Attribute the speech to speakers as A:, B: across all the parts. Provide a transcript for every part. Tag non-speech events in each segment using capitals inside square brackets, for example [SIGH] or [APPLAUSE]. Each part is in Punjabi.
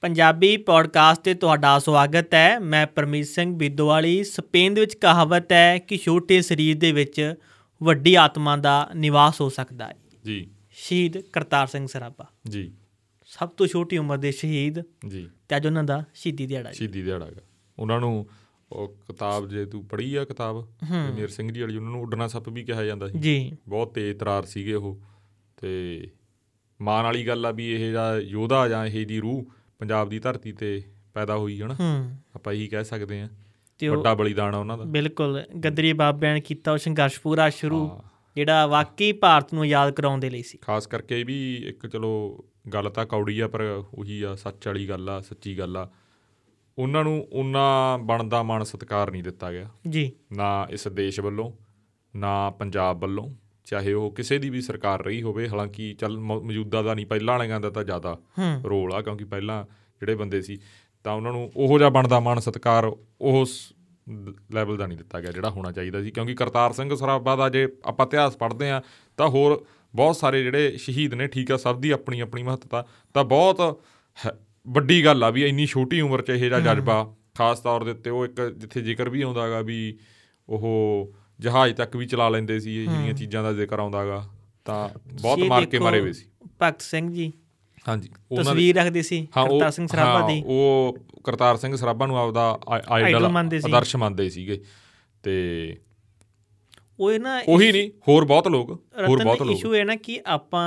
A: ਪੰਜਾਬੀ ਪੌਡਕਾਸਟ ਤੇ ਤੁਹਾਡਾ ਸਵਾਗਤ ਹੈ ਮੈਂ ਪਰਮੀਤ ਸਿੰਘ ਬਿੱਦੋਵਾਲੀ ਸਪੇਨ ਦੇ ਵਿੱਚ ਕਹਾਵਤ ਹੈ ਕਿ ਛੋਟੇ ਸਰੀਰ ਦੇ ਵਿੱਚ ਵੱਡੀ ਆਤਮਾ ਦਾ ਨਿਵਾਸ ਹੋ ਸਕਦਾ ਹੈ
B: ਜੀ
A: ਸ਼ਹੀਦ ਕਰਤਾਰ ਸਿੰਘ ਸਰਾਭਾ
B: ਜੀ
A: ਸਭ ਤੋਂ ਛੋਟੀ ਉਮਰ ਦੇ ਸ਼ਹੀਦ
B: ਜੀ
A: ਤੇ ਅੱਜ ਉਹਨਾਂ ਦਾ ਸ਼ਹੀਦੀ ਦਿਹਾੜਾ ਜੀ
B: ਸ਼ਹੀਦੀ ਦਿਹਾੜਾ ਗਾ ਉਹਨਾਂ ਨੂੰ ਉਹ ਕਿਤਾਬ ਜੇ ਤੂੰ ਪੜ੍ਹੀ ਆ ਕਿਤਾਬ ਮੇਰ ਸਿੰਘ ਜੀ ਵਾਲੀ ਉਹਨਾਂ ਨੂੰ ਉੱਡਣਾ ਸੱਪ ਵੀ ਕਿਹਾ ਜਾਂਦਾ ਸੀ
A: ਜੀ
B: ਬਹੁਤ ਤੇਜ਼ ਤਰਾਰ ਸੀਗੇ ਉਹ ਤੇ ਮਾਣ ਵਾਲੀ ਗੱਲ ਆ ਵੀ ਇਹ ਜਿਹੜਾ ਯੋਧਾ ਜਾਂ ਇਹ ਦੀ ਰੂਹ ਪੰਜਾਬ ਦੀ ਧਰਤੀ ਤੇ ਪੈਦਾ ਹੋਈ ਹਨਾ
A: ਹੂੰ
B: ਆਪਾਂ ਇਹੀ ਕਹਿ ਸਕਦੇ ਆ
A: ਤੇ ਉਹ
B: ਵੱਡਾ ਬਲੀਦਾਨ ਆ ਉਹਨਾਂ ਦਾ
A: ਬਿਲਕੁਲ ਗਦਰੀ ਬਾਬਿਆਂ ਨੇ ਕੀਤਾ ਉਹ ਸੰਘਰਸ਼ ਪੂਰਾ ਸ਼ੁਰੂ
B: ਹਾਂ।
A: ਜਿਹੜਾ ਵਾਕਈ ਭਾਰਤ ਨੂੰ ਯਾਦ ਕਰਾਉਣ ਦੇ ਲਈ ਸੀ
B: ਖਾਸ ਕਰਕੇ ਵੀ ਇੱਕ ਚਲੋ ਗੱਲ ਤਾਂ ਕੌੜੀ ਆ ਪਰ ਉਹੀ ਆ ਸੱਚ ਵਾਲੀ ਗੱਲ ਆ ਸੱਚੀ ਗੱਲ ਆ ਉਹਨਾਂ ਨੂੰ ਉਹਨਾਂ ਬਣਦਾ ਮਾਣ ਸਤਿਕਾਰ ਨਹੀਂ ਦਿੱਤਾ ਗਿਆ
A: ਜੀ
B: ਨਾ ਇਸ ਦੇਸ਼ ਵੱਲੋਂ ਨਾ ਪੰਜਾਬ ਵੱਲੋਂ ਚਾਹੇ ਉਹ ਕਿਸੇ ਦੀ ਵੀ ਸਰਕਾਰ ਰਹੀ ਹੋਵੇ ਹਾਲਾਂਕਿ ਚੱਲ ਮ- ਮੌਜੂਦਾ ਦਾ ਨਹੀਂ ਪਹਿਲਾਂ ਵਾਲਿਆਂ ਦਾ ਤਾਂ ਜ਼ਿਆਦਾ
A: ਹੂੰ
B: ਰੋਲ ਆ ਕਿਉਂਕਿ ਪਹਿਲਾਂ ਜਿਹੜੇ ਬੰਦੇ ਸੀ ਤਾਂ ਉਹਨਾਂ ਨੂੰ ਉਹੋ ਜਿਹਾ ਬਣਦਾ ਮਾਣ ਸਤਕਾਰ ਉਸ ਲੈਵਲ ਦਾ ਨਹੀਂ ਦਿੱਤਾ ਗਿਆ ਜਿਹੜਾ ਹੋਣਾ ਚਾਹੀਦਾ ਸੀ ਕਿਉਂਕਿ ਕਰਤਾਰ ਸਿੰਘ ਸਰਾਭਾ ਦਾ ਜੇ ਆਪਾਂ ਇਤਿਹਾਸ ਪੜ੍ਹਦੇ ਆ ਤਾਂ ਹੋਰ ਬਹੁਤ ਸਾਰੇ ਜਿਹੜੇ ਸ਼ਹੀਦ ਨੇ ਠੀਕ ਆ ਸਭ ਦੀ ਆਪਣੀ ਆਪਣੀ ਮਹੱਤਤਾ ਤਾਂ ਬਹੁਤ ਹੈ- ਵੱਡੀ ਗੱਲ ਆ ਵੀ ਇੰਨੀ ਛੋਟੀ ਉਮਰ 'ਚ ਇਹ ਜਿਹਾ ਜਜ਼ਬਾ ਖਾਸ ਤੌਰ ਦੇ ਉੱਤੇ ਉਹ ਇੱਕ ਜਿੱਥੇ ਜ਼ਿਕਰ ਵੀ ਆਉਂਦਾਗਾ ਵੀ ਉਹ ਜਹਾਜ਼ ਤੱਕ ਵੀ ਚਲਾ ਲੈਂਦੇ ਸੀ ਇਹ ਜਿਹੜੀਆਂ ਚੀਜ਼ਾਂ ਦਾ ਜ਼ਿਕਰ ਆਉਂਦਾਗਾ ਤਾਂ ਬਹੁਤ
A: ਇਹ
B: ਮਾਰ ਕੇ
A: ਦੇਖੋ,
B: ਮਾਰੇ ਹੋਏ ਸੀ
A: ਭਗਤ ਸਿੰਘ ਜੀ
B: ਹਾਂਜੀ
A: ਤਸਵੀਰ ਰੱਖਦੇ ਸੀ
B: ਉਹ-
A: ਕਰਤਾਰ ਸਿੰਘ ਸਰਾਭਾ
B: ਹਾਂ,
A: ਦੀ
B: ਉਹ ਕਰਤਾਰ ਸਿੰਘ ਸਰਾਭਾ ਨੂੰ ਆਪਦਾ ਆ- ਆਈਡਲ
A: ਮੰਨਦੇ ਸੀ।
B: ਆਦਰਸ਼ ਮੰਨਦੇ ਸੀਗੇ ਤੇ
A: ਉਹ ਇਹ ਨਾ
B: ਉਹੀ ਨਹੀਂ ਹੋਰ ਬਹੁਤ ਲੋਕ ਹੋਰ ਬਹੁਤ
A: ਰਤਨ
B: ਲੋਕ
A: ਇਸ਼ੂ ਹੈ ਨਾ ਕਿ ਆਪਾਂ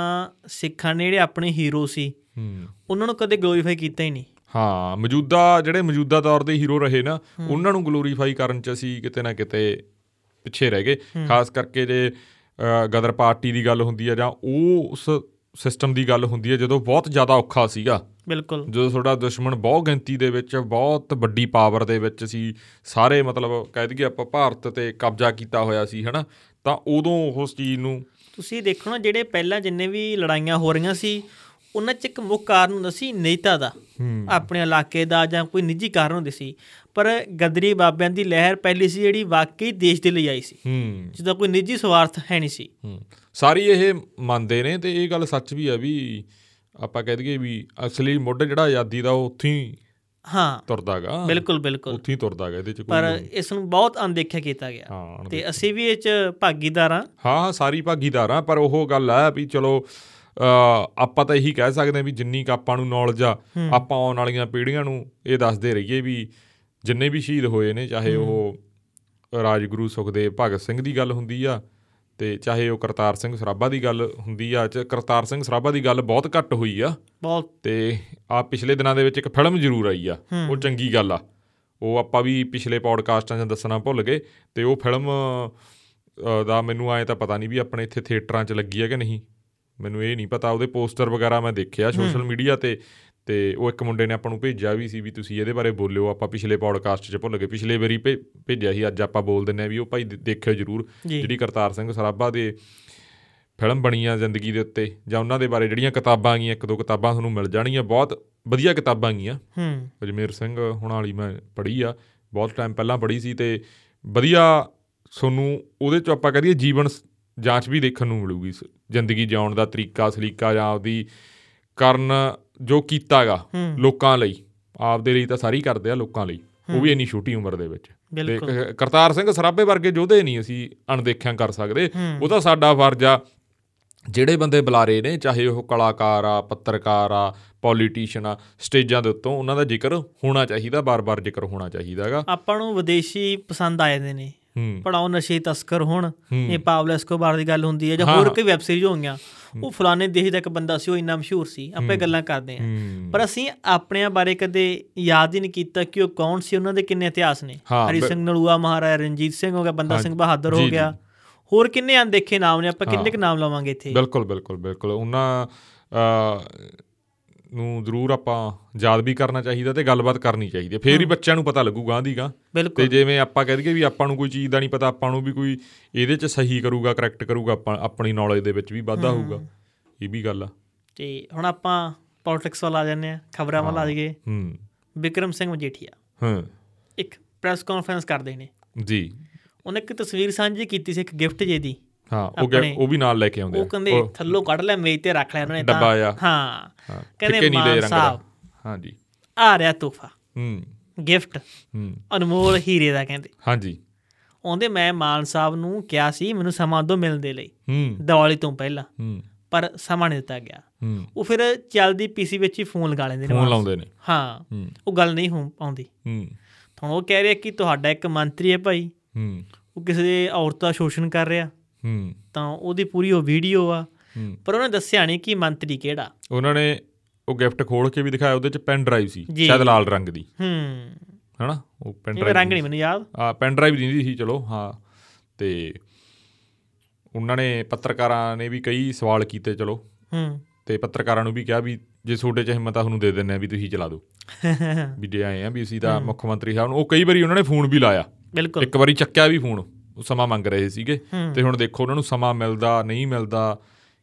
A: ਸਿੱਖਾਂ ਨੇ ਜਿਹੜੇ ਆਪਣੇ ਹੀਰੋ ਸੀ
B: ਹੂੰ।
A: ਉਹਨਾਂ ਨੂੰ ਕਦੇ ਗਲੋਰੀਫਾਈ ਕੀਤਾ ਹੀ ਨਹੀਂ
B: ਹਾਂ ਮੌਜੂਦਾ ਜਿਹੜੇ ਮੌਜੂਦਾ ਦੌਰ ਦੇ ਹੀਰੋ ਰਹੇ ਨਾ ਉਹਨਾਂ ਨੂੰ ਗਲੋਰੀਫਾਈ ਕਰਨ ਚ ਅਸੀਂ ਕਿਤੇ ਨਾ ਕਿਤੇ ਪਿੱਛੇ ਰਹਿ ਗਏ ਖਾਸ ਕਰਕੇ ਜੇ ਅ, ਗਦਰ ਪਾਰਟੀ ਦੀ ਗੱਲ ਹੁੰਦੀ ਆ ਜਾਂ ਉਹ ਉਸ ਸਿਸਟਮ ਦੀ ਗੱਲ ਹੁੰਦੀ ਆ ਜਦੋਂ ਬਹੁਤ ਜ਼ਿਆਦਾ ਔਖਾ ਸੀਗਾ
A: ਬਿਲਕੁਲ
B: ਜਦੋਂ ਤੁਹਾਡਾ ਦੁਸ਼ਮਣ ਬਹੁਤ ਗਿਣਤੀ ਦੇ ਵਿੱਚ ਬਹੁਤ ਵੱਡੀ ਪਾਵਰ ਦੇ ਵਿੱਚ ਸੀ ਸਾਰੇ ਮਤਲਬ ਕਹਿ ਦਈਏ ਆਪਾਂ ਭਾਰਤ ਤੇ ਕਬਜ਼ਾ ਕੀਤਾ ਹੋਇਆ ਸੀ ਹਨਾ ਤਾਂ ਉਦੋਂ ਉਸ ਚੀਜ਼ ਨੂੰ
A: ਤੁਸੀਂ ਦੇਖੋ ਨਾ ਜਿਹੜੇ ਪਹਿਲਾਂ ਜਿੰਨੇ ਵੀ ਲੜਾਈਆਂ ਹੋ ਰਹੀਆਂ ਸੀ ਉਹਨਾਂ 'ਚ ਇੱਕ ਮੁੱਖ ਕਾਰਨ ਹੁੰਦਾ ਸੀ ਨੇਤਾ ਦਾ
B: ਹੂੰ।
A: ਆਪਣੇ ਇਲਾਕੇ ਦਾ ਜਾਂ ਕੋਈ ਨਿੱਜੀ ਕਾਰਨ ਹੁੰਦੇ ਸੀ ਪਰ ਗਦਰੀ ਬਾਬਿਆਂ ਦੀ ਲਹਿਰ ਪਹਿਲੀ ਸੀ ਜਿਹੜੀ ਵਾਕਈ ਦੇਸ਼ ਦੇ ਲਈ ਆਈ ਸੀ
B: ਹੂੰ
A: ਜਿਹਦਾ ਕੋਈ ਨਿੱਜੀ ਸਵਾਰਥ ਹੈ ਨਹੀਂ ਸੀ
B: ਹੂੰ ਸਾਰੀ ਇਹ ਮੰਨਦੇ ਨੇ ਤੇ ਇਹ ਗੱਲ ਸੱਚ ਵੀ ਆ ਵੀ ਆਪਾਂ ਕਹਿ ਦਈਏ ਵੀ ਅਸਲੀ ਮੁੱਢ ਜਿਹੜਾ ਆਜ਼ਾਦੀ ਦਾ ਉਹ ਉੱਥੇ ਹੀ
A: ਹਾਂ
B: ਤੁਰਦਾਗਾ
A: ਬਿਲਕੁਲ ਬਿਲਕੁਲ
B: ਉੱਥੇ ਹੀ ਤੁਰਦਾਗਾ ਇਹਦੇ ਚ ਕੋਈ
A: ਪਰ ਇਸ ਨੂੰ ਬਹੁਤ ਅਣਦੇਖਿਆ ਕੀਤਾ ਗਿਆ
B: ਹਾਂ ਅਣਦੇਖਿਆ।
A: ਤੇ ਅਸੀਂ ਵੀ ਇਹ 'ਚ ਭਾਗੀਦਾਰ ਹਾਂ
B: ਹਾਂ ਹਾਂ ਸਾਰੀ ਭਾਗੀਦਾਰ ਆ ਪਰ ਉਹ ਗੱਲ ਆ ਵੀ ਚਲੋ ਅ, ਆਪਾਂ ਤਾਂ ਇਹੀ ਕਹਿ ਸਕਦੇ ਆ ਵੀ ਜਿੰਨੀ ਕੁ ਆਪਾਂ ਨੂੰ ਨੌਲੇਜ ਆ ਆਪਾਂ ਆਉਣ ਵਾਲੀਆਂ ਪੀੜ੍ਹੀਆਂ ਨੂੰ ਇਹ ਦੱਸਦੇ ਰਹੀਏ ਵੀ ਜਿੰਨੇ ਵੀ ਸ਼ਹੀਦ ਹੋਏ ਨੇ ਚਾਹੇ ਉਹ ਰਾਜਗੁਰੂ ਸੁਖਦੇਵ ਭਗਤ ਸਿੰਘ ਦੀ ਗੱਲ ਹੁੰਦੀ ਆ ਤੇ ਚਾਹੇ ਉਹ ਕਰਤਾਰ ਸਿੰਘ ਸਰਾਭਾ ਦੀ ਗੱਲ ਹੁੰਦੀ ਆ ਚ ਕਰਤਾਰ ਸਿੰਘ ਸਰਾਭਾ ਦੀ ਗੱਲ ਬਹੁਤ ਘੱਟ ਹੋਈ ਆ
A: ਬਹੁਤ
B: ਤੇ ਆ ਪਿਛਲੇ ਦਿਨਾਂ ਦੇ ਵਿੱਚ ਇੱਕ ਫਿਲਮ ਜ਼ਰੂਰ ਆਈ ਆ ਉਹ ਚੰਗੀ ਗੱਲ ਆ ਉਹ ਆਪਾਂ ਵੀ ਪਿਛਲੇ ਪੌਡਕਾਸਟਾਂ 'ਚ ਦੱਸਣਾ ਭੁੱਲ ਗਏ ਤੇ ਉਹ ਫਿਲਮ ਅ, ਦਾ ਮੈਨੂੰ ਆਏ ਤਾਂ ਪਤਾ ਨਹੀਂ ਵੀ ਆਪਣੇ ਇੱਥੇ ਥੀਏਟਰਾਂ 'ਚ ਲੱਗੀ ਹੈ ਕਿ ਨਹੀਂ ਮੈਨੂੰ ਇਹ ਨਹੀਂ ਪਤਾ ਉਹਦੇ ਪੋਸਟਰ ਵਗੈਰਾ ਮੈਂ ਦੇਖਿਆ ਸੋਸ਼ਲ ਮੀਡੀਆ ਤੇ ਤੇ ਉਹ ਇੱਕ ਮੁੰਡੇ ਨੇ ਆਪਾਂ ਨੂੰ ਭੇਜਿਆ ਵੀ ਸੀ ਵੀ ਤੁਸੀਂ ਇਹਦੇ ਬਾਰੇ ਬੋਲਿਓ ਆਪਾਂ ਪਿਛਲੇ ਪੌਡਕਾਸਟ 'ਚ ਭੁੱਲ ਗਏ ਪਿਛਲੇ ਵਾਰੀ ਭੇ- ਭੇਜਿਆ ਸੀ ਅੱਜ ਆਪਾਂ ਬੋਲ ਦਿੰਨੇ ਆ ਵੀ ਉਹ ਭਾਈ ਦੇ- ਦੇਖਿਓ ਜ਼ਰੂਰ
A: ਜੀ।
B: ਜਿਹੜੀ ਕਰਤਾਰ ਸਿੰਘ ਸਰਾਭਾ ਦੇ ਫਿਲਮ ਬਣੀ ਆ ਜ਼ਿੰਦਗੀ ਦੇ ਉੱਤੇ ਜਾਂ ਉਹਨਾਂ ਦੇ ਬਾਰੇ ਜਿਹੜੀਆਂ ਕਿਤਾਬਾਂ ਆਗੀਆਂ ਇੱਕ ਦੋ ਕਿਤਾਬਾਂ ਤੁਹਾਨੂੰ ਮਿਲ ਜਾਣਗੀਆਂ ਬਹੁਤ ਵਧੀਆ ਕਿਤਾਬਾਂ ਆਗੀਆਂ
A: ਹੂੰ
B: ਅਜਮੇਰ ਸਿੰਘ ਹੁਣ ਵਾਲੀ ਮੈਂ ਪੜ੍ਹੀ ਆ ਬਹੁਤ ਟਾਈਮ ਪਹਿਲਾਂ ਪੜ੍ਹੀ ਸੀ ਤੇ ਵਧੀਆ ਤੁਹਾਨੂੰ ਉਹਦੇ ਚ ਆਪਾਂ ਕਹਦੇ ਜੀਵਨ ਸ- ਜਾਂਚ ਵੀ ਦੇਖਣ ਨੂੰ ਮਿਲੂਗੀ ਸ- ਜ਼ਿੰਦਗੀ ਜਿਉਣ ਦਾ ਤਰੀਕਾ ਸਲੀਕਾ ਜਾਂ ਆਪਦੀ ਕਰਨ ਜੋ ਕੀਤਾਗਾ ਲੋਕਾਂ ਲਈ ਆਪਦੇ ਲਈ ਤਾਂ ਸਾਰੀ ਕਰਦੇ ਆ ਲੋਕਾਂ ਲਈ ਉਹ ਵੀ ਇੰਨੀ ਛੋਟੀ ਉਮਰ ਦੇ ਵਿੱਚ ਤੇ
A: ਬਿਲਕੁਲ।
B: ਕ- ਕਰਤਾਰ ਸਿੰਘ ਸਰਾਭੇ ਵਰਗੇ ਯੋਧੇ ਨਹੀਂ ਅਸੀਂ ਅਣਦੇਖਿਆ ਕਰ ਸਕਦੇ ਉਹ ਤਾਂ ਸਾਡਾ ਫਰਜ਼ ਆ ਜਿਹੜੇ ਬੰਦੇ ਬੁਲਾਰੇ ਨੇ ਚਾਹੇ ਉਹ ਕਲਾਕਾਰ ਆ ਪੱਤਰਕਾਰ ਆ ਪੋਲੀਟੀਸ਼ੀਅਨ ਆ ਸਟੇਜਾਂ ਦੇ ਉੱਤੋਂ ਉਹਨਾਂ ਦਾ ਜ਼ਿਕਰ ਹੋਣਾ ਚਾਹੀਦਾ ਬਾਰ-ਬਾਰ ਜ਼ਿਕਰ ਹੋਣਾ ਚਾਹੀਦਾਗਾ
A: ਆਪਾਂ ਨੂੰ ਵਿਦੇਸ਼ੀ ਪਸੰਦ ਆ ਜਾਂਦੇ ਨੇ
B: ਹੂੰ
A: ਪੜਾਉ ਨਸ਼ੇ ਤਸਕਰ ਹੋਣ ਇਹ ਪਾਬਲੋ ਐਸਕੋਬਾਰ ਦੀ ਗੱਲ ਹੁੰਦੀ ਹੈ ਜਾਂ ਹੋਰ ਕੋਈ ਵੈਬ ਸੀਰੀਜ਼ ਹੋਈਆਂ ਉਹ ਫਲਾਣੇ ਦੇਸ਼ ਦਾ ਇੱਕ ਬੰਦਾ ਸੀ ਉਹ ਇੰਨਾ ਮਸ਼ਹੂਰ ਸੀ ਆਪਾਂ ਇਹ ਗੱਲਾਂ ਕਰਦੇ ਹਾਂ
B: ਹੂੰ।
A: ਪਰ ਅਸੀਂ ਆਪਣਿਆਂ ਬਾਰੇ ਕਦੇ ਯਾਦ ਹੀ ਨਹੀਂ ਕੀਤਾ ਕਿ ਉਹ ਕੌਣ ਸੀ ਉਹਨਾਂ ਦੇ ਕਿੰਨੇ ਇਤਿਹਾਸ ਨੇ
B: ਹਾਂ,
A: ਹਰੀ
B: ਬ-
A: ਸਿੰਘ ਨਲੂਆ ਮਹਾਰਾਜਾ ਰਣਜੀਤ ਸਿੰਘ ਹੋ ਗਿਆ ਬੰਦਾ
B: ਹਾਂ,
A: ਸਿੰਘ ਬਹਾਦਰ
B: ਜੀ,
A: ਹੋ
B: ਜੀ।
A: ਗਿਆ ਹੋਰ ਕਿੰਨੇ ਅਣਦੇਖੇ ਨਾਮ ਨੇ ਆਪਾਂ ਕਿੰਨੇ ਕੁ ਨਾਮ ਲਵਾਂਗੇ ਇੱਥੇ
B: ਬਿਲਕੁਲ ਬਿਲਕੁਲ ਬਿਲਕੁਲ ਉਹਨਾਂ ਅ, ਨੂੰ ਜ਼ਰੂਰ ਆਪਾਂ ਯਾਦ ਵੀ ਕਰਨਾ ਚਾਹੀਦਾ ਤੇ ਗੱਲਬਾਤ ਕਰਨੀ ਚਾਹੀਦੀ ਹੈ ਫੇਰ ਹੀ ਬੱਚਿਆਂ ਨੂੰ ਪਤਾ ਲੱਗੂ ਗਾਂ ਦੀ ਗਾਂ ਤੇ
A: ਬਿਲਕੁਲ
B: ਜਿਵੇਂ ਆਪਾਂ ਕਹਿ ਦਈਏ ਵੀ ਆਪਾਂ ਨੂੰ ਕੋਈ ਚੀਜ਼ ਦਾ ਨਹੀਂ ਪਤਾ ਆਪਾਂ ਨੂੰ ਵੀ ਕੋਈ ਇਹਦੇ ਚ ਸਹੀ ਕਰੂਗਾ ਕਰੈਕਟ ਕਰੂਗਾ ਆਪਾਂ ਆਪਣੀ ਨੌਲੇਜ ਦੇ ਵਿੱਚ ਵੀ ਵਾਧਾ ਹੋਊਗਾ ਇਹ ਵੀ ਗੱਲ ਆ
A: ਤੇ ਹੁਣ ਆਪਾਂ ਪੋਲਿਟਿਕਸ ਵੱਲ ਆ ਜਾਂਦੇ ਆ ਖਬਰਾਂ ਵੱਲ ਆ ਜਾਈਏ
B: ਹੂੰ
A: ਵਿਕਰਮ ਸਿੰਘ ਮਜੀਠੀਆ
B: ਹਾਂ
A: ਇੱਕ ਪ੍ਰੈਸ ਕਾਨਫਰੰਸ ਕਰਦੇ ਨੇ
B: ਜੀ
A: ਉਹਨੇ ਇੱਕ ਤਸਵੀਰ ਸਾਂਝੀ ਕੀਤੀ ਸੀ ਇੱਕ ਗਿਫਟ ਜੇ ਦੀ
B: ਹਾਂ ਉਹ ਗਿਆ-
A: ਆਪਣੇ-
B: ਉਹ ਵੀ ਨਾਲ ਲੈ ਕੇ ਆਉਂਦੇ
A: ਉਹ ਕਹਿੰਦੇ ਥੱਲੋਂ ਕੱਢ ਲੈ ਮੇਜ਼ ਤੇ ਰੱਖ ਲਿਆ ਉਹਨਾਂ ਨੇ
B: ਡੱਬਾ ਜਿਹਾ।
A: ਹਾਂ
B: ਹਾਂ,
A: ਕਹਿੰਦੇ
B: ਫਿੱਕੇ ਨੀਲੇ
A: ਮਾਨ
B: ਰੰਗ ਦਾ।
A: ਸਾਹਿਬ
B: ਹਾਂਜੀ
A: ਆ ਰਿਹਾ ਤੋਹਫਾ
B: ਹੂੰ
A: ਗਿਫਟ
B: ਹੂੰ
A: ਅਨਮੋਲ ਹੀਰੇ ਦਾ ਕਹਿੰਦੇ
B: ਹਾਂਜੀ
A: ਆਉਂਦੇ ਮੈਂ ਮਾਨ ਸਾਹਿਬ ਨੂੰ ਕਿਹਾ ਸੀ ਮੈਨੂੰ ਸਮਾਂ ਦੋ ਮਿਲਣ ਦੇ ਲਈ
B: ਹੂੰ
A: ਦੀਵਾਲੀ ਤੋਂ ਪਹਿਲਾਂ
B: ਹੂੰ
A: ਪਰ ਸਮਾਂ ਨਹੀਂ ਦਿੱਤਾ ਗਿਆ
B: ਹੂੰ
A: ਉਹ ਫਿਰ ਚੱਲਦੀ ਪੀਸੀ ਵਿੱਚ ਹੀ ਫੋਨ ਲਗਾ ਲੈਂਦੇ ਨੇ
B: ਫੋਨ
A: ਮਾਨ
B: ਲਾਉਂਦੇ ਨੇ
A: ਸਾਹਿਬ। ਹਾਂ
B: ਹੂੰ
A: ਉਹ ਗੱਲ ਨਹੀਂ ਹੋ ਪਾਉਂਦੀ
B: ਹੂੰ
A: ਹੁਣ ਉਹ ਕਹਿ ਰਿਹਾ ਕਿ ਤੁਹਾਡਾ ਇੱਕ ਮੰਤਰੀ ਹੈ ਭਾਈ
B: ਹੂੰ
A: ਉਹ ਕਿਸੇ ਦੇ ਔਰਤ ਦਾ ਸ਼ੋਸ਼ਣ ਕਰ ਰਿਹਾ
B: ਹੂੰ
A: ਤਾਂ ਉਹਦੀ ਪੂਰੀ ਉਹ ਵੀਡੀਓ ਆ
B: ਹੂੰ
A: ਪਰ ਉਹਨੇ ਦੱਸਿਆ ਨਹੀਂ ਕਿ ਮੰਤਰੀ ਕਿਹੜਾ
B: ਉਹਨਾਂ ਨੇ ਉਹ ਗਿਫਟ ਖੋਲ ਕੇ ਵੀ ਦਿਖਾਇਆ ਉਹਦੇ ਚ ਪੈਨ ਡਰਾਈਵ ਸੀ
A: ਜੀ।
B: ਸ਼ਾਇਦ ਲਾਲ ਰੰਗ ਦੀ
A: ਹੂੰ
B: ਹੈਨਾ ਉਹ ਪੈਨ
A: ਇਹਦਾ ਰੰਗ
B: ਡਰਾਈਵ
A: ਨਹੀਂ ਮੈਨੂੰ ਯਾਦ
B: ਆ ਪੈਨ ਡਰਾਈਵ ਦਿੰਦੀ ਸੀ ਚਲੋ ਹਾਂ ਤੇ ਉਹਨਾਂ ਨੇ ਪੱਤਰਕਾਰਾਂ ਨੇ ਵੀ ਕਈ ਸਵਾਲ ਕੀਤੇ ਚਲੋ
A: ਹੂੰ
B: ਤੇ ਪੱਤਰਕਾਰਾਂ ਨੂੰ ਵੀ ਕਿਹਾ ਵੀ ਜੇ ਤੁਹਾਡੇ ਚ ਹਿੰਮਤ ਆ ਤੁਹਾਨੂੰ ਦੇ ਦਿੰਨੇ ਆ ਵੀ ਤੁਸੀਂ ਚਲਾ ਦਿਓ ਵੀ ਜੇ ਆਏ ਆ ਵੀ ਅਸੀਂ ਤਾਂ ਮੁੱਖ ਮੰਤਰੀ ਸਾਹਿਬ ਨੂੰ ਉਹ ਕਈ ਵਾਰੀ ਉਹਨਾਂ ਨੇ ਫੋਨ ਵੀ ਲਾਇਆ
A: ਬਿਲਕੁਲ
B: ਇੱਕ ਵਾਰੀ ਚੱਕਿਆ ਵੀ ਫੋਨ ਉਹ ਸਮਾਂ ਮੰਗ ਰਹੇ ਸੀਗੇ ਤੇ ਹੁਣ ਦੇਖੋ ਉਹਨਾਂ ਨੂੰ ਸਮਾਂ ਮਿਲਦਾ ਨਹੀਂ ਮਿਲਦਾ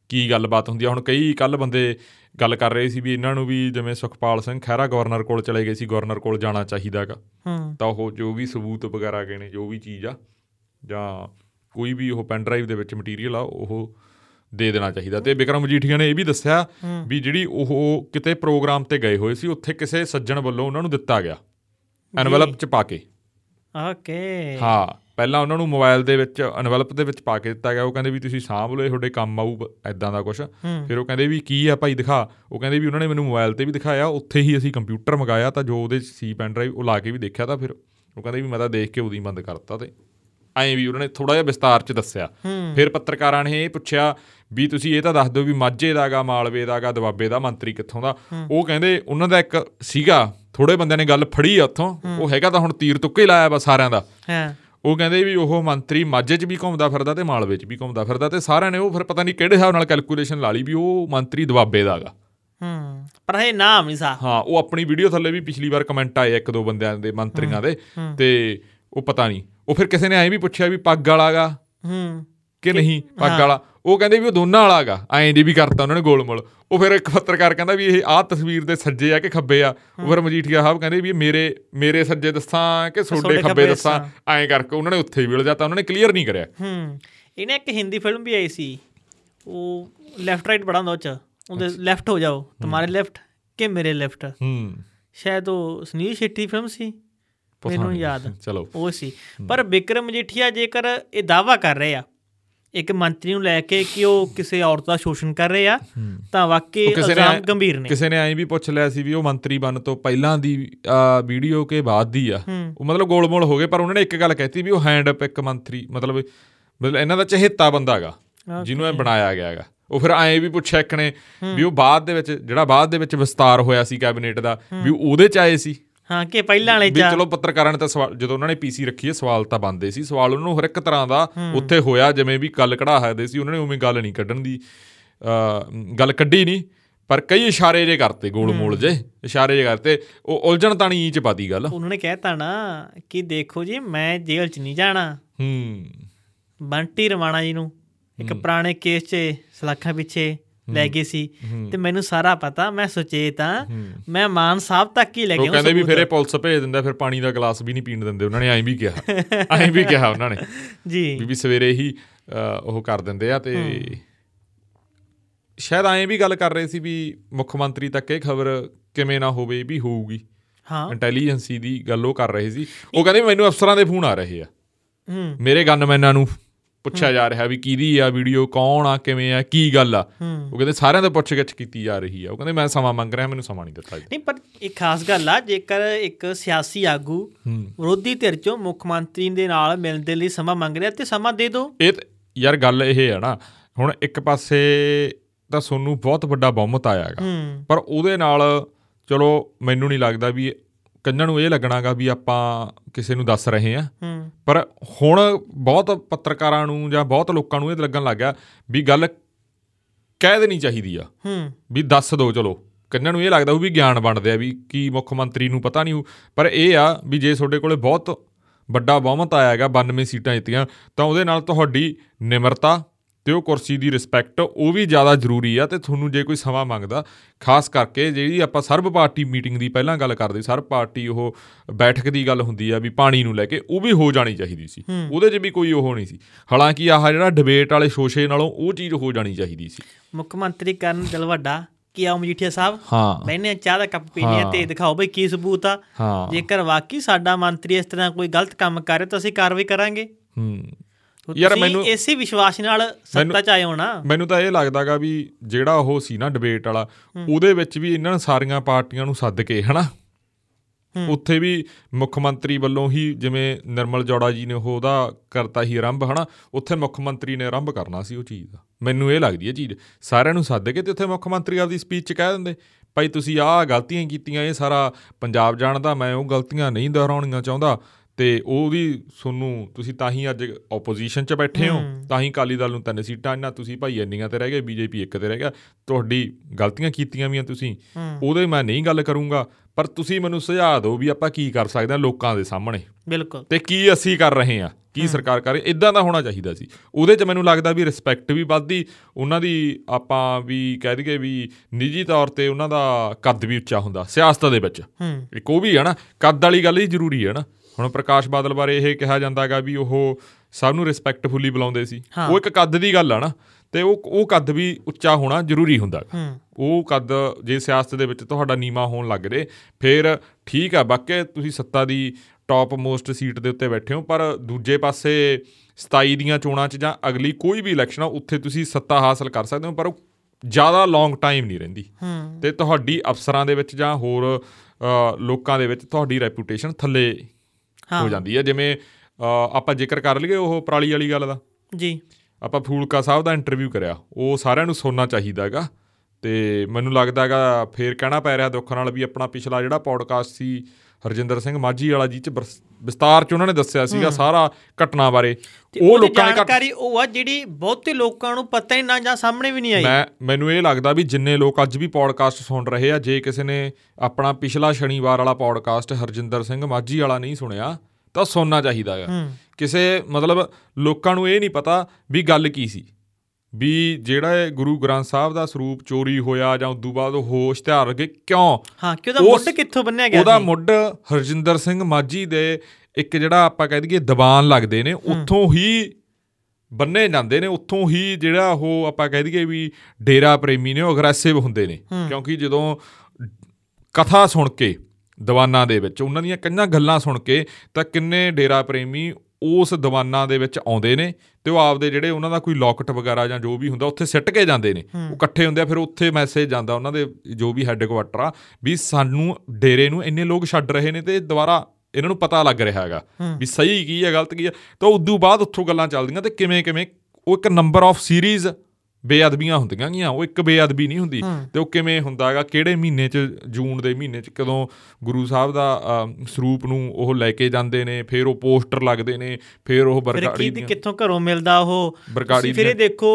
B: ਕੀ ਗੱਲਬਾਤ ਹੁੰਦੀ ਆ ਹੁਣ ਕਈ ਕੱਲ ਬੰਦੇ ਗੱਲ ਕਰ ਰਹੇ ਸੀ ਵੀ ਇਹਨਾਂ ਨੂੰ ਵੀ ਜਿਵੇਂ ਸੁਖਪਾਲ ਸਿੰਘ ਖਹਿਰਾ ਗਵਰਨਰ ਕੋਲ ਚਲੇ ਗਏ ਸੀ ਗਵਰਨਰ ਕੋਲ ਜਾਣਾ ਚਾਹੀਦਾਗਾ
A: ਹੂੰ
B: ਤਾਂ ਉਹ ਜੋ ਵੀ ਸਬੂਤ ਵਗੈਰਾ ਗਏ ਨੇ ਜੋ ਵੀ ਚੀਜ਼ ਆ ਜਾਂ ਕੋਈ ਵੀ ਉਹ ਪੈਨ ਡਰਾਈਵ ਦੇ ਵਿੱਚ ਮਟੀਰੀਅਲ ਆ ਉਹ ਦੇ ਦੇਣਾ ਚਾਹੀਦਾ ਤੇ ਵਿਕਰਮ ਮਜੀਠੀਆ ਨੇ ਇਹ ਵੀ ਦੱਸਿਆ ਵੀ ਜਿਹੜੀ ਉਹ ਕਿਤੇ ਪ੍ਰੋਗਰਾਮ ਤੇ ਗਏ ਹੋਏ ਸੀ ਉੱਥੇ ਕਿਸੇ ਸੱਜਣ ਵੱਲੋਂ ਉਹਨਾਂ ਨੂੰ ਦਿੱਤਾ ਗਿਆ ਐਨਵਲਪ ਚ ਪਾ ਕੇ
A: ਓਕੇ
B: ਹਾਂ ਪਹਿਲਾਂ ਉਹਨਾਂ ਨੂੰ ਮੋਬਾਈਲ ਦੇ ਵਿੱਚ ਐਨਵਲਪ ਦੇ ਵਿੱਚ ਪਾ ਕੇ ਦਿੱਤਾ ਗਿਆ ਉਹ ਕਹਿੰਦੇ ਵੀ ਤੁਸੀਂ ਸਾਂਭ ਲਓ ਇਹ ਤੁਹਾਡੇ ਕੰਮ ਆਊ ਐਦਾਂ ਦਾ ਕੁਝ ਫਿਰ ਉਹ ਕਹਿੰਦੇ ਵੀ ਕੀ ਆ ਭਾਈ ਦਿਖਾ ਉਹ ਕਹਿੰਦੇ ਵੀ ਉਹਨਾਂ ਨੇ ਮੈਨੂੰ ਮੋਬਾਈਲ ਤੇ ਵੀ ਦਿਖਾਇਆ ਉੱਥੇ ਹੀ ਅਸੀਂ ਕੰਪਿਊਟਰ ਮੰਗਾਇਆ ਤਾਂ ਜੋ ਉਹਦੇ 'ਚ ਸੀ ਪੈਨ ਡਰਾਈਵ ਉਹ ਲਾ ਕੇ ਵੀ ਦੇਖਿਆ ਤਾਂ ਫਿਰ ਉਹ ਕਹਿੰਦੇ ਵੀ ਮੈਂ ਤਾਂ ਦੇਖ ਕੇ ਉਦੋਂ ਹੀ ਬੰਦ ਕਰਤਾ ਤੇ ਐਂ ਵੀ ਉਹਨਾਂ ਨੇ ਥੋੜਾ ਜਿਹਾ ਵਿਸਤਾਰ 'ਚ ਦੱਸਿਆ ਫਿਰ ਪੱਤਰਕਾਰਾਂ ਨੇ ਇਹ ਪੁੱਛਿਆ ਵੀ ਤੁਸੀਂ ਇਹ ਤਾਂ ਦੱਸ ਦਿਓ ਵੀ ਮਾਝੇ ਦਾਗਾ ਮਾਲਵੇ ਦਾਗਾ ਦੁਆਬੇ ਦਾ ਮੰਤਰੀ ਕਿੱਥੋਂ ਦਾ ਉਹ ਕਹਿੰਦੇ ਉਹਨਾਂ ਦਾ ਇੱਕ ਸੀਗਾ ਥੋੜੇ ਬੰਦਿਆਂ ਨੇ ਗੱਲ ਫੜੀ ਆ ਉੱਥੋਂ ਉਹ ਹੈਗਾ ਤਾਂ ਹੁਣ ਤੀਰ ਤੁੱਕੇ ਹੀ ਲਾਇਆ ਵਾ ਸਾਰਿਆਂ ਦਾ
A: ਹਾਂ
B: ਉਹ ਕਹਿੰਦੇ ਵੀ ਉਹ ਮੰਤਰੀ ਮਾਝੇ 'ਚ ਵੀ ਘੁੰਮਦਾ ਫਿਰਦਾ ਤੇ ਮਾਲਵੇ 'ਚ ਵੀ ਘੁੰਮਦਾ ਫਿਰਦਾ ਤੇ ਸਾਰਿਆਂ ਨੇ ਉਹ ਫਿਰ ਪਤਾ ਨਹੀਂ ਕਿਹੜੇ ਹਿਸਾਬ ਨਾਲ ਕੈਲਕੂਲੇਸ਼ਨ ਲਾ ਲਈ ਵੀ ਉਹ ਮੰਤਰੀ ਦਵਾਬੇ ਦਾ ਹੈਗਾ
A: ਹੂੰ ਪਰ ਇਹ ਨਾਮ ਨਹੀਂ ਸਾਫ
B: ਹਾਂ ਉਹ ਆਪਣੀ ਵੀਡੀਓ ਥੱਲੇ ਵੀ ਪਿਛਲੀ ਵਾਰ ਕਮੈਂਟ ਆਏ ਇੱਕ ਦੋ ਬੰਦਿਆਂ ਦੇ ਮੰਤਰੀਆਂ ਦੇ ਤੇ ਉਹ ਪਤਾ ਨਹੀਂ ਉਹ ਫਿਰ ਕਿਸੇ ਨੇ ਐਂ ਵੀ ਪੁੱਛਿਆ ਵੀ ਪੱਗ ਵਾਲਾਗਾ
A: ਹੂੰ
B: ਕਿ ਨਹੀਂ ਪੱਗ ਵਾਲਾ ਉਹ ਕਹਿੰਦੇ ਵੀ ਉਹ ਦੋਨਾਂ ਵਾਲਾਗਾ ਐਂ ਦੀ ਵੀ ਕਰਤਾ ਉਹਨਾਂ ਨੇ ਗੋਲਮੋਲ ਉਹ ਫਿਰ ਇੱਕ ਪੱਤਰਕਾਰ ਕਹਿੰਦਾ ਵੀ ਇਹ ਆਹ ਤਸਵੀਰ ਦੇ ਸੱਜੇ ਆ ਕਿ ਖੱਬੇ ਆ ਉਹ ਫਿਰ ਮਜੀਠੀਆ ਸਾਹਿਬ ਕਹਿੰਦੇ ਵੀ ਇਹ ਮੇਰੇ ਮੇਰੇ ਸੱਜੇ ਦੱਸਾਂ ਕਿ
A: ਤੁਹਾਡੇ
B: ਤੁਹਾਡੇ
A: ਖੱਬੇ
B: ਖੱਬੇ ਦੱਸਾਂ ਐਂ ਕਰਕੇ ਉਹਨਾਂ ਨੇ ਉੱਥੇ ਵੀ ਉਲਝਿਆ ਤਾਂ ਉਹਨਾਂ ਨੇ ਕਲੀਅਰ ਨਹੀਂ ਕਰਿਆ
A: ਹੂੰ ਇਹਨੇ ਇੱਕ ਹਿੰਦੀ ਫਿਲਮ ਵੀ ਆਈ ਸੀ ਉਹ ਲੈਫਟ ਰਾਈਟ ਬੜਾ ਹੁੰਦਾ ਉਹ ਚ ਉਹਦੇ ਲੈਫਟ ਹੋ ਜਾਓ ਤੁਹਾਡੇ ਲੈਫਟ ਕਿ ਮੇਰੇ ਲੈਫਟ
B: ਹੂੰ
A: ਸ਼ਾਇਦ ਉਹ ਸੁਨੀਲ ਸ਼ੈਟੀ ਦੀ ਫਿਲਮ ਸੀ
B: ਪਤਾ
A: ਮੈਨੂੰ
B: ਨਹੀਂ।
A: ਯਾਦ।
B: ਚਲੋ
A: ਉਹ ਸੀ ਪਰ ਵਿਕਰਮ ਮਜੀਠੀਆ ਜੇਕਰ ਇਹ ਦਾਵਾ ਕਰ ਰਹੇ ਆ ਇੱਕ ਮੰਤਰੀ ਨੂੰ ਲੈ ਕੇ ਕਿ ਉਹ ਕਿਸੇ ਔਰਤ ਦਾ ਸ਼ੋਸ਼ਣ ਕਰ ਰਹੇ ਆ ਤਾਂ ਵਾਕਈ
B: ਉਹ ਕਿਸੇ ਨੇ
A: ਇਲਜ਼ਾਮ ਗੰਭੀਰ ਨੇ
B: ਕਿਸੇ ਨੇ ਐਂ ਵੀ ਪੁੱਛ ਲਿਆ ਸੀ ਵੀ ਉਹ ਮੰਤਰੀ ਬਣ ਤੋਂ ਪਹਿਲਾਂ ਦੀ ਅਹ, ਵੀਡੀਓ ਕੇ ਬਾਅਦ ਦੀ ਆ ਉਹ ਮਤਲਬ ਗੋਲਮੋਲ ਹੋ ਗਏ ਪਰ ਉਹਨਾਂ ਨੇ ਇੱਕ ਗੱਲ ਕਹਿਤੀ ਵੀ ਉਹ ਹੈਂਡ ਅਪ ਇੱਕ ਮੰਤਰੀ ਮਤਲਬ ਮਤਲਬ ਇਹਨਾਂ ਦਾ ਚਹੇਤਾ ਬੰਦਾ ਹੈਗਾ ਜਿਹਨੂੰ ਇਹ ਬਣਾਇਆ ਗਿਆ ਹੈਗਾ ਉਹ ਫਿਰ ਐਂ ਵੀ ਪੁੱਛਿਆ ਇੱਕ ਨੇ ਵੀ ਉਹ ਬਾਅਦ ਦੇ ਵਿੱਚ ਜਿਹੜਾ ਬਾਅਦ ਦੇ ਵਿੱਚ ਵਿਸਤਾਰ ਹੋਇਆ ਸੀ ਕੈਬਨਿਟ ਦਾ ਵੀ ਉਹਦੇ ਚ ਆਏ ਸੀ
A: ਹਾਂ ਕਿ ਪਹਿਲਾਂ ਵਾਲੇ
B: ਵੀ
A: ਚ
B: ਚਲੋ ਪੱਤਰਕਾਰਾਂ ਨੇ ਤਾਂ ਸਵਾਲ ਜਦੋਂ ਉਹਨਾਂ ਨੇ ਪੀਸੀ ਰੱਖੀ ਹੈ ਸਵਾਲ ਤਾਂ ਬੰਦੇ ਸੀ ਸਵਾਲ ਉਹਨਾਂ ਨੂੰ ਹਰ ਇੱਕ ਤਰ੍ਹਾਂ ਦਾ ਉੱਥੇ ਹੋਇਆ ਜਿਵੇਂ ਵੀ ਗੱਲ ਕਢਾਹਦੇ ਸੀ ਉਹਨਾਂ ਨੇ ਉਵੇਂ ਗੱਲ ਨਹੀਂ ਕੱਢਣ ਦੀ ਅਹ, ਗੱਲ ਕੱਢੀ ਨਹੀਂ ਪਰ ਕਈ ਇਸ਼ਾਰੇ ਜੇ ਕਰਤੇ ਗੋਲ ਮੋਲ ਜੇ ਇਸ਼ਾਰੇ ਜੇ ਕਰਤੇ ਉਹ ਉਲਝਣ ਤਾਂ ਨਹੀਂ ਚ ਪਾਤੀ ਗੱਲ
A: ਉਹਨਾਂ ਨੇ ਕਹਿਤਾ ਨਾ ਕਿ ਦੇਖੋ ਜੀ ਮੈਂ ਜੇਲ੍ਹ ਚ ਨਹੀਂ ਜਾਣਾ
B: ਹੂੰ
A: ਬੰਟੀ ਰਵਾਣਾ ਜੀ ਨੂੰ ਇੱਕ ਪੁਰਾਣੇ ਕੇਸ 'ਚ ਸਲਾਖਾਂ ਪਿੱਛੇ ਲੈ ਗਏ ਸੀ ਤੇ ਮੈਨੂੰ ਸਾਰਾ ਪਤਾ ਮੈਂ ਸੁਚੇਤ ਆ ਮੈਂ ਮਾਨ ਸਾਹਿਬ ਤੱਕ ਹੀ ਲੈ
B: ਉਹ
A: ਗਿਆ
B: ਕਹਿੰਦੇ ਵੀ ਫਿਰ ਇਹ ਪੁਲਿਸ ਭੇਜ ਦਿੰਦਾ ਫਿਰ ਪਾਣੀ ਦਾ ਗਲਾਸ ਵੀ ਨਹੀਂ ਪੀਣ ਦਿੰਦੇ ਉਹਨਾਂ ਨੇ ਐਂ ਵੀ ਕਿਹਾ ਐਂ ਵੀ ਕਿਹਾ ਉਹਨਾਂ ਨੇ ਵੀ
A: ਜੀ
B: ਵੀ ਸਵੇਰੇ ਹੀ ਅ, ਉਹ ਕਰ ਦਿੰਦੇ ਆ ਤੇ ਸ਼ਾਇਦ ਐਂ ਵੀ ਗੱਲ ਕਰ ਰਹੇ ਸੀ ਵੀ ਮੁੱਖ ਮੰਤਰੀ ਤੱਕ ਇਹ ਖਬਰ ਕਿਵੇਂ ਨਾ ਹੋਵੇ ਵੀ ਹੋਊਗੀ
A: ਹਾਂ
B: ਇੰਟੈਲੀਜੈਂਸੀ ਦੀ ਗੱਲ ਉਹ ਕਰ ਰਹੇ ਸੀ ਉਹ ਕਹਿੰਦੇ ਮੈਨੂੰ ਅਫਸਰਾਂ ਦੇ ਫੋਨ ਆ ਰਹੇ ਆ
A: ਹੂੰ
B: ਮੇਰੇ ਗਨਮੈਨਾਂ ਨੂੰ ਪੁੱਛਿਆ ਜਾ ਰਿਹਾ ਵੀ ਕਿਹਦੀ ਆ ਵੀਡੀਓ ਕੌਣ ਆ ਕਿਵੇਂ ਆ ਕੀ ਗੱਲ ਆ
A: ਹੂੰ।
B: ਉਹ ਕਹਿੰਦੇ ਸਾਰਿਆਂ ਤੋਂ ਪੁੱਛਗਿੱਛ ਕੀਤੀ ਜਾ ਰਹੀ ਆ ਉਹ ਕਹਿੰਦੇ ਮੈਂ ਸਮਾਂ ਮੰਗ ਰਿਹਾ ਮੈਨੂੰ ਸਮਾਂ ਨਹੀਂ ਦਿੱਤਾ ਗਿਆ
A: ਨਹੀਂ ਪਰ ਇਹ ਖਾਸ ਗੱਲ ਆ ਜੇਕਰ ਇੱਕ ਸਿਆਸੀ ਆਗੂ
B: ਹੂੰ
A: ਵਿਰੋਧੀ ਧਿਰ ਚੋਂ ਮੁੱਖ ਮੰਤਰੀ ਦੇ ਨਾਲ ਮਿਲਣ ਦੇ ਲਈ ਸਮਾਂ ਮੰਗ ਰਿਹਾ ਤੇ ਸਮਾਂ ਦੇ ਦਿਓ
B: ਇਹ ਤਾਂ- ਯਾਰ ਗੱਲ ਇਹ ਆ ਨਾ ਹੁਣ ਇੱਕ ਪਾਸੇ ਤਾਂ ਸੋਨੂੰ ਬਹੁਤ ਵੱਡਾ ਬਹੁਮਤ ਆਇਆ ਹੈਗਾ
A: ਹੂੰ
B: ਪਰ ਉਹਦੇ ਨਾਲ ਚਲੋ ਮੈਨੂੰ ਨਹੀਂ ਲੱਗਦਾ ਵੀ ਕੰਨਾਂ ਨੂੰ ਇਹ ਲੱਗਣਾਗਾ ਵੀ ਆਪਾਂ ਕਿਸੇ ਨੂੰ ਦੱਸ ਰਹੇ ਆ
A: ਹੂੰ
B: ਪਰ ਹੁਣ ਬਹੁਤ ਪੱਤਰਕਾਰਾਂ ਨੂੰ ਜਾਂ ਬਹੁਤ ਲੋਕਾਂ ਨੂੰ ਇਹ ਲੱਗਣ ਲੱਗ ਗਿਆ ਵੀ ਗੱਲ ਕਹਿ ਦੇਣੀ ਚਾਹੀਦੀ ਆ
A: ਹੂੰ
B: ਵੀ ਦੱਸ ਦਿਓ ਚਲੋ ਕੰਨਾਂ ਨੂੰ ਇਹ ਲੱਗਦਾ ਉਹ ਵੀ ਗਿਆਨ ਵੰਡਦੇ ਆ ਵੀ ਕੀ ਮੁੱਖ ਮੰਤਰੀ ਨੂੰ ਪਤਾ ਨਹੀਂ ਹੋ ਪਰ ਇਹ ਆ ਵੀ ਜੇ ਤੁਹਾਡੇ ਕੋਲੇ ਬਹੁਤ ਵੱਡਾ ਬਹੁਮਤ ਆਇਆ ਹੈਗਾ 92 ਸੀਟਾਂ ਜਿੱਤੀਆਂ ਤਾਂ ਉਹਦੇ ਨਾਲ ਤੁਹਾਡੀ ਨਿਮਰਤਾ ਤੇ ਉਹ ਕੁਰਸੀ ਦੀ ਰਿਸਪੈਕਟ ਉਹ ਵੀ ਜ਼ਿਆਦਾ ਜ਼ਰੂਰੀ ਆ ਤੇ ਤੁਹਾਨੂੰ ਜੇ ਕੋਈ ਸਮਾਂ ਮੰਗਦਾ ਖਾਸ ਕਰਕੇ ਜਿਹੜੀ ਆਪਾਂ ਸਰਬ ਪਾਰਟੀ ਮੀਟਿੰਗ ਦੀ ਪਹਿਲਾਂ ਗੱਲ ਕਰਦੇ ਸਰਬ ਪਾਰਟੀ ਉਹ ਬੈਠਕ ਦੀ ਗੱਲ ਹੁੰਦੀ ਆ ਵੀ ਪਾਣੀ ਨੂੰ ਲੈ ਕੇ ਉਹ ਵੀ ਹੋ ਜਾਣੀ ਚਾਹੀਦੀ ਸੀ ਉਹਦੇ 'ਚ ਵੀ ਕੋਈ ਉਹ ਨਹੀਂ ਸੀ ਹਾਲਾਂਕਿ ਆਹ ਜਿਹੜਾ ਡਿਬੇਟ ਵਾਲੇ ਸ਼ੋਸ਼ੇ ਨਾਲੋਂ ਉਹ ਚੀਜ਼ ਹੋ ਜਾਣੀ ਚਾਹੀਦੀ ਸੀ
A: ਮੁੱਖ ਮੰਤਰੀ ਕਰਨ ਦਿਲ ਵੱਡਾ ਕੀ ਆਓ ਮਜੀਠੀਆ ਸਾਹਿਬ
B: ਹਾਂ
A: ਬੈਨੇ ਚਾਹ ਦਾ ਕੱਪ ਪੀਣੇ
B: ਹਾਂ।
A: ਤੇ ਦਿਖਾਓ ਬਈ ਕੀ ਸਬੂਤ ਆ
B: ਹਾਂ
A: ਜੇਕਰ ਵਾਕਈ ਸਾਡਾ ਮੰਤਰੀ ਇਸ ਤਰ੍ਹਾਂ ਕੋਈ ਗਲਤ ਕੰਮ ਕਰੇ ਤਾਂ ਅਸੀਂ ਕਾਰਵਾਈ ਕਰਾਂਗੇ
B: ਹੂੰ
A: ਤੋ
B: ਯਾਰ
A: ਤੁਸੀਂ
B: ਮੈਨੂੰ-
A: ਇਸੇ ਵਿਸ਼ਵਾਸ ਨਾਲ ਸੱਤਾ ਚ ਆਏ ਹੋ ਨਾ
B: ਮੈਨੂੰ ਤਾਂ ਇਹ ਲੱਗਦਾਗਾ ਵੀ ਜਿਹੜਾ ਉਹ ਸੀ ਨਾ ਡਿਬੇਟ ਵਾਲਾ ਉਹਦੇ ਵਿੱਚ ਵੀ ਇਹਨਾਂ ਨੇ ਸਾਰੀਆਂ ਪਾਰਟੀਆਂ ਨੂੰ ਸੱਦ ਕੇ ਹਨਾ ਉੱਥੇ ਵੀ ਮੁੱਖ ਮੰਤਰੀ ਵੱਲੋਂ ਹੀ ਜਿਵੇਂ ਨਿਰਮਲ ਜੋੜਾ ਜੀ ਨੇ ਉਹ ਉਹਦਾ ਕਰਤਾ ਹੀ ਆਰੰਭ ਹਨਾ ਉੱਥੇ ਮੁੱਖ ਮੰਤਰੀ ਨੇ ਆਰੰਭ ਕਰਨਾ ਸੀ ਉਹ ਚੀਜ਼ ਦਾ ਮੈਨੂੰ ਇਹ ਲੱਗਦੀ ਹੈ ਚੀਜ਼ ਸਾਰਿਆਂ ਨੂੰ ਸੱਦ ਕੇ ਤੇ ਉੱਥੇ ਮੁੱਖ ਮੰਤਰੀ ਆਪਦੀ ਸਪੀਚ 'ਚ ਕਹਿ ਦਿੰਦੇ ਭਾਈ ਤੁਸੀਂ ਆਹ ਗਲਤੀਆਂ ਕੀਤੀਆਂ ਇਹ ਸਾਰਾ ਪੰਜਾਬ ਜਾਣਦਾ ਮੈਂ ਉਹ ਗਲਤੀਆਂ ਨਹੀਂ ਦੁਹਰਾਉਣੀਆਂ ਚਾਹੁੰਦਾ ਤੇ ਉਹ ਵੀ ਤੁਹਾਨੂੰ ਤੁਸੀਂ ਤਾਂ ਹੀ ਅੱਜ ਆਪੋਜੀਸ਼ਨ 'ਚ ਬੈਠੇ ਹੋ ਤਾਂ ਹੀ ਅਕਾਲੀ ਦਲ ਨੂੰ ਤਿੰਨ ਸੀਟਾਂ ਇਹਨਾਂ ਤੁਸੀਂ ਭਾਈ ਇੰਨੀਆਂ ਤੇ ਰਹਿ ਗਏ ਬੀਜੇਪੀ ਇੱਕ ਤੇ ਰਹਿ ਗਿਆ ਤੁਹਾਡੀ ਗਲਤੀਆਂ ਕੀਤੀਆਂ ਵੀਆਂ ਤੁਸੀਂ ਉਹਦੇ ਮੈਂ ਨਹੀਂ ਗੱਲ ਕਰੂੰਗਾ ਪਰ ਤੁਸੀਂ ਮੈਨੂੰ ਸੁਝਾਅ ਦਿਓ ਵੀ ਆਪਾਂ ਕੀ ਕਰ ਸਕਦੇ ਹਾਂ ਲੋਕਾਂ ਦੇ ਸਾਹਮਣੇ
A: ਬਿਲਕੁਲ
B: ਤੇ ਕੀ ਅਸੀਂ ਕਰ ਰਹੇ ਹਾਂ ਕੀ ਸਰਕਾਰ ਕਰ ਰਹੀ ਇਦਾਂ ਦਾ ਹੋਣਾ ਚਾਹੀਦਾ ਸੀ ਉਹਦੇ 'ਚ ਮੈਨੂੰ ਲੱਗਦਾ ਵੀ ਰਿਸਪੈਕਟ ਵੀ ਵੱਧਦੀ ਉਹਨਾਂ ਦੀ ਆਪਾਂ ਵੀ ਕਹਿ ਦਈਏ ਵੀ ਨਿੱਜੀ ਤੌਰ ਤੇ ਉਹਨਾਂ ਦਾ ਕੱਦ ਵੀ ਉੱਚਾ ਹੁੰਦਾ ਸਿਆਸਤ ਦੇ ਵਿੱਚ
A: ਹੂੰ
B: ਇੱਕ ਉਹ ਵੀ ਹੈ ਨਾ ਕੱਦ ਵਾਲੀ ਗੱਲ ਹੀ ਜ਼ਰੂਰੀ ਹੈ ਨਾ ਹੁਣ ਪ੍ਰਕਾਸ਼ ਬਾਦਲ ਬਾਰੇ ਇਹ ਕਿਹਾ ਜਾਂਦਾਗਾ ਵੀ ਉਹ ਸਭ ਨੂੰ ਰਿਸਪੈਕਟਫੁਲੀ ਬੁਲਾਉਂਦੇ ਸੀ
A: ਹਾਂ।
B: ਉਹ ਇੱਕ ਕੱਦ ਦੀ ਗੱਲ ਆ ਨਾ ਤੇ ਉਹ ਉਹ ਕੱਦ ਵੀ ਉੱਚਾ ਹੋਣਾ ਜ਼ਰੂਰੀ ਹੁੰਦਾ ਗਾ।
A: ਹੂੰ
B: ਉਹ ਕੱਦ ਜੇ ਸਿਆਸਤ ਦੇ ਵਿੱਚ ਤੁਹਾਡਾ ਨੀਮਾ ਹੋਣ ਲੱਗ ਜੇ ਫਿਰ ਠੀਕ ਆ ਬਾਕੀ ਤੁਸੀਂ ਸੱਤਾ ਦੀ ਟਾਪ ਮੋਸਟ ਸੀਟ ਦੇ ਉੱਤੇ ਬੈਠੇ ਹੋ ਪਰ ਦੂਜੇ ਪਾਸੇ 27 ਦੀਆਂ ਚੋਣਾਂ 'ਚ ਜਾਂ ਅਗਲੀ ਕੋਈ ਵੀ ਇਲੈਕਸ਼ਨ ਆ ਉੱਥੇ ਤੁਸੀਂ ਸੱਤਾ ਹਾਸਲ ਕਰ ਸਕਦੇ ਹੋ ਪਰ ਉਹ ਜ਼ਿਆਦਾ ਲੌਂਗ ਟਾਈਮ ਨਹੀਂ ਰਹਿੰਦੀ
A: ਹੂੰ
B: ਤੇ ਤੁਹਾਡੀ ਅਫਸਰਾਂ ਦੇ ਵਿੱਚ ਜਾਂ ਹੋਰ ਅ, ਲੋਕਾਂ ਦੇ ਵਿੱਚ ਤੁਹਾਡੀ ਰੈਪਿਊਟੇਸ਼ਨ ਥੱਲੇ ਹੋ
A: ਹਾਂ
B: ਜਾਂਦੀ ਹੈ ਜਿਵੇਂ ਅ, ਆਪਾਂ ਜ਼ਿਕਰ ਕਰ ਲਈਏ ਉਹ ਪਰਾਲੀ ਵਾਲੀ ਗੱਲ ਦਾ
A: ਜੀ
B: ਆਪਾਂ ਫੂਲਕਾ ਸਾਹਿਬ ਦਾ ਇੰਟਰਵਿਊ ਕਰਿਆ ਉਹ ਸਾਰਿਆਂ ਨੂੰ ਸੁਣਨਾ ਚਾਹੀਦਾ ਹੈਗਾ ਤੇ ਮੈਨੂੰ ਲੱਗਦਾ ਹੈਗਾ ਫੇਰ ਕਹਿਣਾ ਪੈ ਰਿਹਾ ਦੁੱਖ ਨਾਲ ਵੀ ਆਪਣਾ ਪਿਛਲਾ ਜਿਹੜਾ ਪੌਡਕਾਸਟ ਸੀ ਹਰਜਿੰਦਰ ਸਿੰਘ ਮਾਝੀ ਵਾਲਾ ਜੀ ਚ ਬਰਸ- ਵਿਸਤਾਰ ਚ ਉਹਨਾਂ ਨੇ ਦੱਸਿਆ ਸੀਗਾ ਸਾਰਾ ਘਟਨਾ ਬਾਰੇ
A: ਤੇ
B: ਉਹ
A: ਉਹਦੀ
B: ਲੋਕਾਂ ਨੇ ਘੱਟ
A: ਜਾਣਕਾਰੀ ਉਹ ਆ ਜਿਹੜੀ ਬਹੁਤੇ ਲੋਕਾਂ ਨੂੰ ਪਤਾ ਹੀ ਨਾ ਜਾਂ ਸਾਹਮਣੇ ਵੀ ਨਹੀਂ ਆਈ
B: ਮੈਂ ਮੈਨੂੰ ਇਹ ਲੱਗਦਾ ਵੀ ਜਿੰਨੇ ਲੋਕ ਅੱਜ ਵੀ ਪੌਡਕਾਸਟ ਸੁਣ ਰਹੇ ਆ ਜੇ ਕਿਸੇ ਨੇ ਆਪਣਾ ਪਿਛਲਾ ਸ਼ਨੀਵਾਰ ਵਾਲਾ ਪੌਡਕਾਸਟ ਹਰਜਿੰਦਰ ਸਿੰਘ ਮਾਝੀ ਵਾਲਾ ਨਹੀਂ ਸੁਣਿਆ ਤਾਂ ਸੁਣਨਾ ਚਾਹੀਦਾ ਹੈ
A: ਹੂੰ
B: ਕਿਸੇ ਮਤਲਬ ਲੋਕਾਂ ਨੂੰ ਇਹ ਨਹੀਂ ਪਤਾ ਵੀ ਗੱਲ ਕੀ ਸੀ ਵੀ ਜਿਹੜਾ ਇਹ ਗੁਰੂ ਗ੍ਰੰਥ ਸਾਹਿਬ ਦਾ ਸਰੂਪ ਚੋਰੀ ਹੋਇਆ ਜਾਂ ਉਦੋਂ ਬਾਅਦ ਉਹ ਹੋਸ਼ ਧਿਆਰ ਅੱਗੇ ਕਿਉਂ
A: ਹਾਂ ਕਿ ਉਹਦਾ
B: ਉਸ-
A: ਮੁੱਢ ਕਿੱਥੋਂ ਬੰਨਿਆ ਗਿਆ
B: ਉਹਦਾ
A: ਸੀ?
B: ਮੁੱਢ ਹਰਜਿੰਦਰ ਸਿੰਘ ਮਾਝੀ ਦੇ ਇੱਕ ਜਿਹੜਾ ਆਪਾਂ ਕਹਿ ਦਈਏ ਦੀਵਾਨ ਲੱਗਦੇ ਨੇ ਉੱਥੋਂ ਹੀ ਬੰਨੇ ਜਾਂਦੇ ਨੇ ਉੱਥੋਂ ਹੀ ਜਿਹੜਾ ਉਹ ਆਪਾਂ ਕਹਿ ਦਈਏ ਵੀ ਡੇਰਾ ਪ੍ਰੇਮੀ ਨੇ ਉਹ ਅਗਰੈਸਿਵ ਹੁੰਦੇ ਨੇ ਕਿਉਂਕਿ ਜਦੋਂ ਕਥਾ ਸੁਣ ਕੇ ਦੀਵਾਨਾਂ ਦੇ ਵਿੱਚ ਉਹਨਾਂ ਦੀਆਂ ਕੰਨਾਂ ਗੱਲਾਂ ਸੁਣ ਕੇ ਤਾਂ ਕਿੰਨੇ ਡੇਰਾ ਪ੍ਰੇਮੀ ਉਸ ਦੀਵਾਨਾਂ ਦੇ ਵਿੱਚ ਆਉਂਦੇ ਨੇ ਤੇ ਉਹ ਆਪਦੇ ਜਿਹੜੇ ਉਹਨਾਂ ਦਾ ਕੋਈ ਲੋਕਟ ਵਗੈਰਾ ਜਾਂ ਜੋ ਵੀ ਹੁੰਦਾ ਉੱਥੇ ਸਿੱਟ ਕੇ ਜਾਂਦੇ ਨੇ ਉਹ ਇਕੱਠੇ ਹੁੰਦੇ ਆ ਫਿਰ ਉੱਥੇ ਮੈਸੇਜ ਜਾਂਦਾ ਉਹਨਾਂ ਦੇ ਜੋ ਵੀ ਹੈੱਡਕੁਆਟਰ ਆ ਵੀ ਸਾਨੂੰ ਡੇਰੇ ਨੂੰ ਇੰਨੇ ਲੋਕ ਛੱਡ ਰਹੇ ਨੇ ਤੇ ਦੁਬਾਰਾ ਇਹਨਾਂ ਨੂੰ ਪਤਾ ਲੱਗ ਰਿਹਾ ਹੈਗਾ ਵੀ ਸਹੀ ਕੀ ਹੈ ਗਲਤ ਕੀ ਹੈ ਤਾਂ ਉਦੋਂ ਬਾਅਦ ਉੱਥੋਂ ਗੱਲਾਂ ਚੱਲਦੀਆਂ ਤੇ ਕਿਵੇਂ ਕਿਵੇਂ ਉਹ ਇੱਕ ਨੰਬਰ ਆਫ ਸੀਰੀਜ਼ ਬੇਅਦਬੀਆਂ ਹੁੰਦੀਆਂ ਗੀਆਂ ਉਹ ਇੱਕ ਬੇਅਦਬੀ ਨਹੀਂ ਹੁੰਦੀ ਤੇ ਉਹ ਕਿਵੇਂ ਹੁੰਦਾ ਹੈਗਾ ਕਿਹੜੇ ਮਹੀਨੇ ਚ ਜੂਨ ਦੇ ਮਹੀਨੇ ਚ ਕਦੋਂ ਗੁਰੂ ਸਾਹਿਬ ਦਾ ਅਮ, ਸਰੂਪ ਨੂੰ ਉਹ ਲੈ ਕੇ ਜਾਂਦੇ ਨੇ ਫਿਰ ਉਹ ਪੋਸਟਰ ਲੱਗਦੇ ਨੇ ਫਿਰ ਉਹ
A: ਫਿਰ
B: ਬਰਗਾੜੀ
A: ਕੀ ਤੇ
B: ਦੀਆਂ
A: ਕਿੱਥੋਂ ਘਰੋਂ ਮਿਲਦਾ ਉਹ
B: ਬਰਗਾੜੀ
A: ਤੁਸੀਂ ਫਿਰ ਇਹ ਦੇਖੋ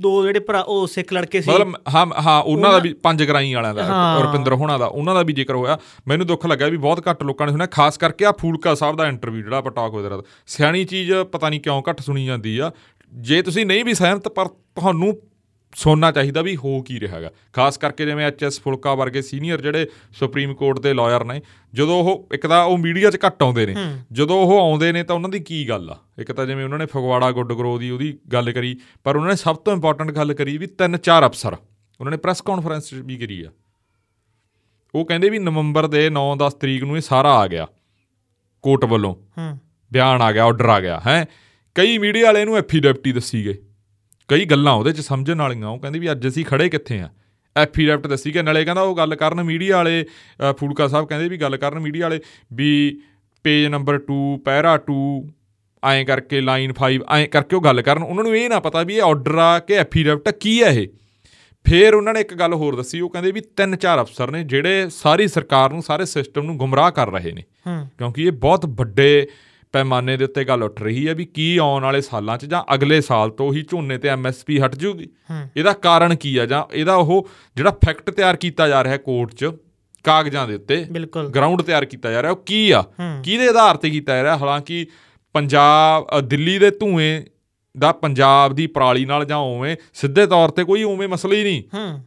A: ਦੋ ਜਿਹੜੇ ਭਰਾ ਉਹ ਸਿੱਖ ਲੜਕੇ ਸੀ
B: ਮਤਲਬ ਹਾਂ ਹਾਂ ਉਹਨਾਂ ਦਾ ਵੀ ਪੰਜ ਗਰਾਈ ਵਾਲਿਆਂ ਦਾ
A: ਹਾਂ।
B: ਰੁਪਿੰਦਰ ਹੋਣਾ ਦਾ ਉਹਨਾਂ ਦਾ ਵੀ ਜ਼ਿਕਰ ਹੋਇਆ ਮੈਨੂੰ ਦੁੱਖ ਲੱਗਾ ਵੀ ਬਹੁਤ ਘੱਟ ਲੋਕਾਂ ਨੇ ਸੁਣਿਆ ਖਾਸ ਕਰਕੇ ਆ ਫੂਲਕਾ ਸਾਹਿਬ ਦਾ ਇੰਟਰਵਿਊ ਜਿਹੜਾ ਪਟਾਕ ਵਗੈਰਾ ਦਾ ਸਿਆਣੀ ਚੀਜ਼ ਪਤਾ ਨਹੀਂ ਕਿਉਂ ਘੱਟ ਸੁਣੀ ਜਾਂਦੀ ਆ ਜੇ ਤੁਸੀਂ ਨਹੀਂ ਵੀ ਸਹਿਮਤ ਪਰ ਤੁਹਾਨੂੰ ਸੁਣਨਾ ਚਾਹੀਦਾ ਵੀ ਹੋ ਕੀ ਰਿਹਾ ਹੈਗਾ ਖਾਸ ਕਰਕੇ ਜਿਵੇਂ ਐਚਐਸ ਫੁਲਕਾ ਵਰਗੇ ਸੀਨੀਅਰ ਜਿਹੜੇ ਸੁਪਰੀਮ ਕੋਰਟ ਦੇ ਲਾਇਰ ਨੇ ਜਦੋਂ ਉਹ ਇੱਕ ਤਾਂ ਉਹ ਮੀਡੀਆ 'ਚ ਘੱਟ ਆਉਂਦੇ ਨੇ ਜਦੋਂ ਉਹ ਆਉਂਦੇ ਨੇ ਤਾਂ ਉਹਨਾਂ ਦੀ ਕੀ ਗੱਲ ਆ ਇੱਕ ਤਾਂ ਜਿਵੇਂ ਉਹਨਾਂ ਨੇ ਫਗਵਾੜਾ ਗੁੱਡ ਗਰੋ ਦੀ ਉਹਦੀ ਗੱਲ ਕਰੀ ਪਰ ਉਹਨਾਂ ਨੇ ਸਭ ਤੋਂ ਇੰਪੋਰਟੈਂਟ ਗੱਲ ਕਰੀ ਵੀ ਤਿੰਨ ਚਾਰ ਅਫਸਰ ਉਹਨਾਂ ਨੇ ਪ੍ਰੈਸ ਕਾਨਫਰੰਸ ਵੀ ਕਰੀ ਆ ਉਹ ਕਹਿੰਦੇ ਵੀ ਨਵੰਬਰ ਦੇ 9-10 ਤਰੀਕ ਨੂੰ ਇਹ ਸਾਰਾ ਆ ਗਿਆ ਕੋਰਟ ਵੱਲੋਂ
A: ਹੂੰ
B: ਬਿਆਨ ਆ ਗਿਆ ਆਰਡਰ ਆ ਗਿਆ ਹੈ ਕਈ ਮੀਡੀਆ ਵਾਲੇ ਇਹਨੂੰ ਐਫੀਡੈਪਟੀ ਦੱਸੀ ਗਏ ਕਈ ਗੱਲਾਂ ਉਹਦੇ ਚ ਸਮਝਣ ਵਾਲੀਆਂ ਉਹ ਕਹਿੰਦੇ ਵੀ ਅੱਜ ਅਸੀਂ ਖੜੇ ਕਿੱਥੇ ਆ ਐਫੀਡੈਪਟ ਦੱਸੀ ਗਏ ਨਾਲੇ ਕਹਿੰਦਾ ਉਹ ਗੱਲ ਕਰਨ ਮੀਡੀਆ ਵਾਲੇ ਅ, ਫੂਲਕਾ ਸਾਹਿਬ ਕਹਿੰਦੇ ਵੀ ਗੱਲ ਕਰਨ ਮੀਡੀਆ ਵਾਲੇ ਵੀ ਪੇਜ ਨੰਬਰ 2 ਪੈਰਾ 2 ਐਂ ਕਰਕੇ ਲਾਈਨ 5 ਐਂ ਕਰਕੇ ਉਹ ਗੱਲ ਕਰਨ ਉਹਨਾਂ ਨੂੰ ਇਹ ਨਾ ਪਤਾ ਵੀ ਇਹ ਆਰਡਰ ਆ ਕਿ ਐਫੀਡੈਪਟ ਕੀ ਆ ਇਹ ਫਿਰ ਉਹਨਾਂ ਨੇ ਇੱਕ ਗੱਲ ਹੋਰ ਦੱਸੀ ਉਹ ਕਹਿੰਦੇ ਵੀ ਤਿੰਨ ਚਾਰ ਅਫਸਰ ਨੇ ਜਿਹੜੇ ਸਾਰੀ ਸਰਕਾਰ ਨੂੰ ਸਾਰੇ ਸਿਸਟਮ ਨੂੰ ਗੁੰਮਰਾਹ ਕਰ ਰਹੇ ਨੇ
A: ਹੂੰ
B: ਕਿਉਂਕਿ ਇਹ ਬਹੁਤ ਵੱਡੇ ਪੈਮਾਨੇ ਦੇ ਉੱਤੇ ਗੱਲ ਉੱਠ ਰਹੀ ਹੈ ਵੀ ਕੀ ਆਉਣ ਵਾਲੇ ਸਾਲਾਂ 'ਚ ਜਾਂ ਅਗਲੇ ਸਾਲ ਤੋਂ ਹੀ ਝੋਨੇ ਤੇ ਐਮਐਸਪੀ ਹਟ ਜੂਗੀ
A: ਹੂੰ।
B: ਇਹਦਾ ਕਾਰਨ ਕੀ ਆ ਜਾਂ ਇਹਦਾ ਉਹ ਜਿਹੜਾ ਫੈਕਟ ਤਿਆਰ ਕੀਤਾ ਜਾ ਰਿਹਾ ਕੋਰਟ 'ਚ ਕਾਗਜ਼ਾਂ ਦੇ ਉੱਤੇ
A: ਬਿਲਕੁਲ
B: ਗਰਾਊਂਡ ਤਿਆਰ ਕੀਤਾ ਜਾ ਰਿਹਾ ਉਹ ਕੀ ਆ
A: ਹੂੰ।
B: ਕਿਹਦੇ ਆਧਾਰ ਤੇ ਕੀਤਾ ਜਾ ਰਿਹਾ ਹਾਲਾਂਕਿ ਪੰਜਾਬ ਅ, ਦਿੱਲੀ ਦੇ ਧੂਏ ਦਾ ਪੰਜਾਬ ਦੀ ਪਰਾਲੀ ਨਾਲ ਜਾਂ ਉਵੇਂ ਸਿੱਧੇ ਤੌਰ ਤੇ ਕੋਈ ਉਵੇਂ ਮਸਲਾ ਹੀ ਨਹੀਂ
A: ਹੂੰ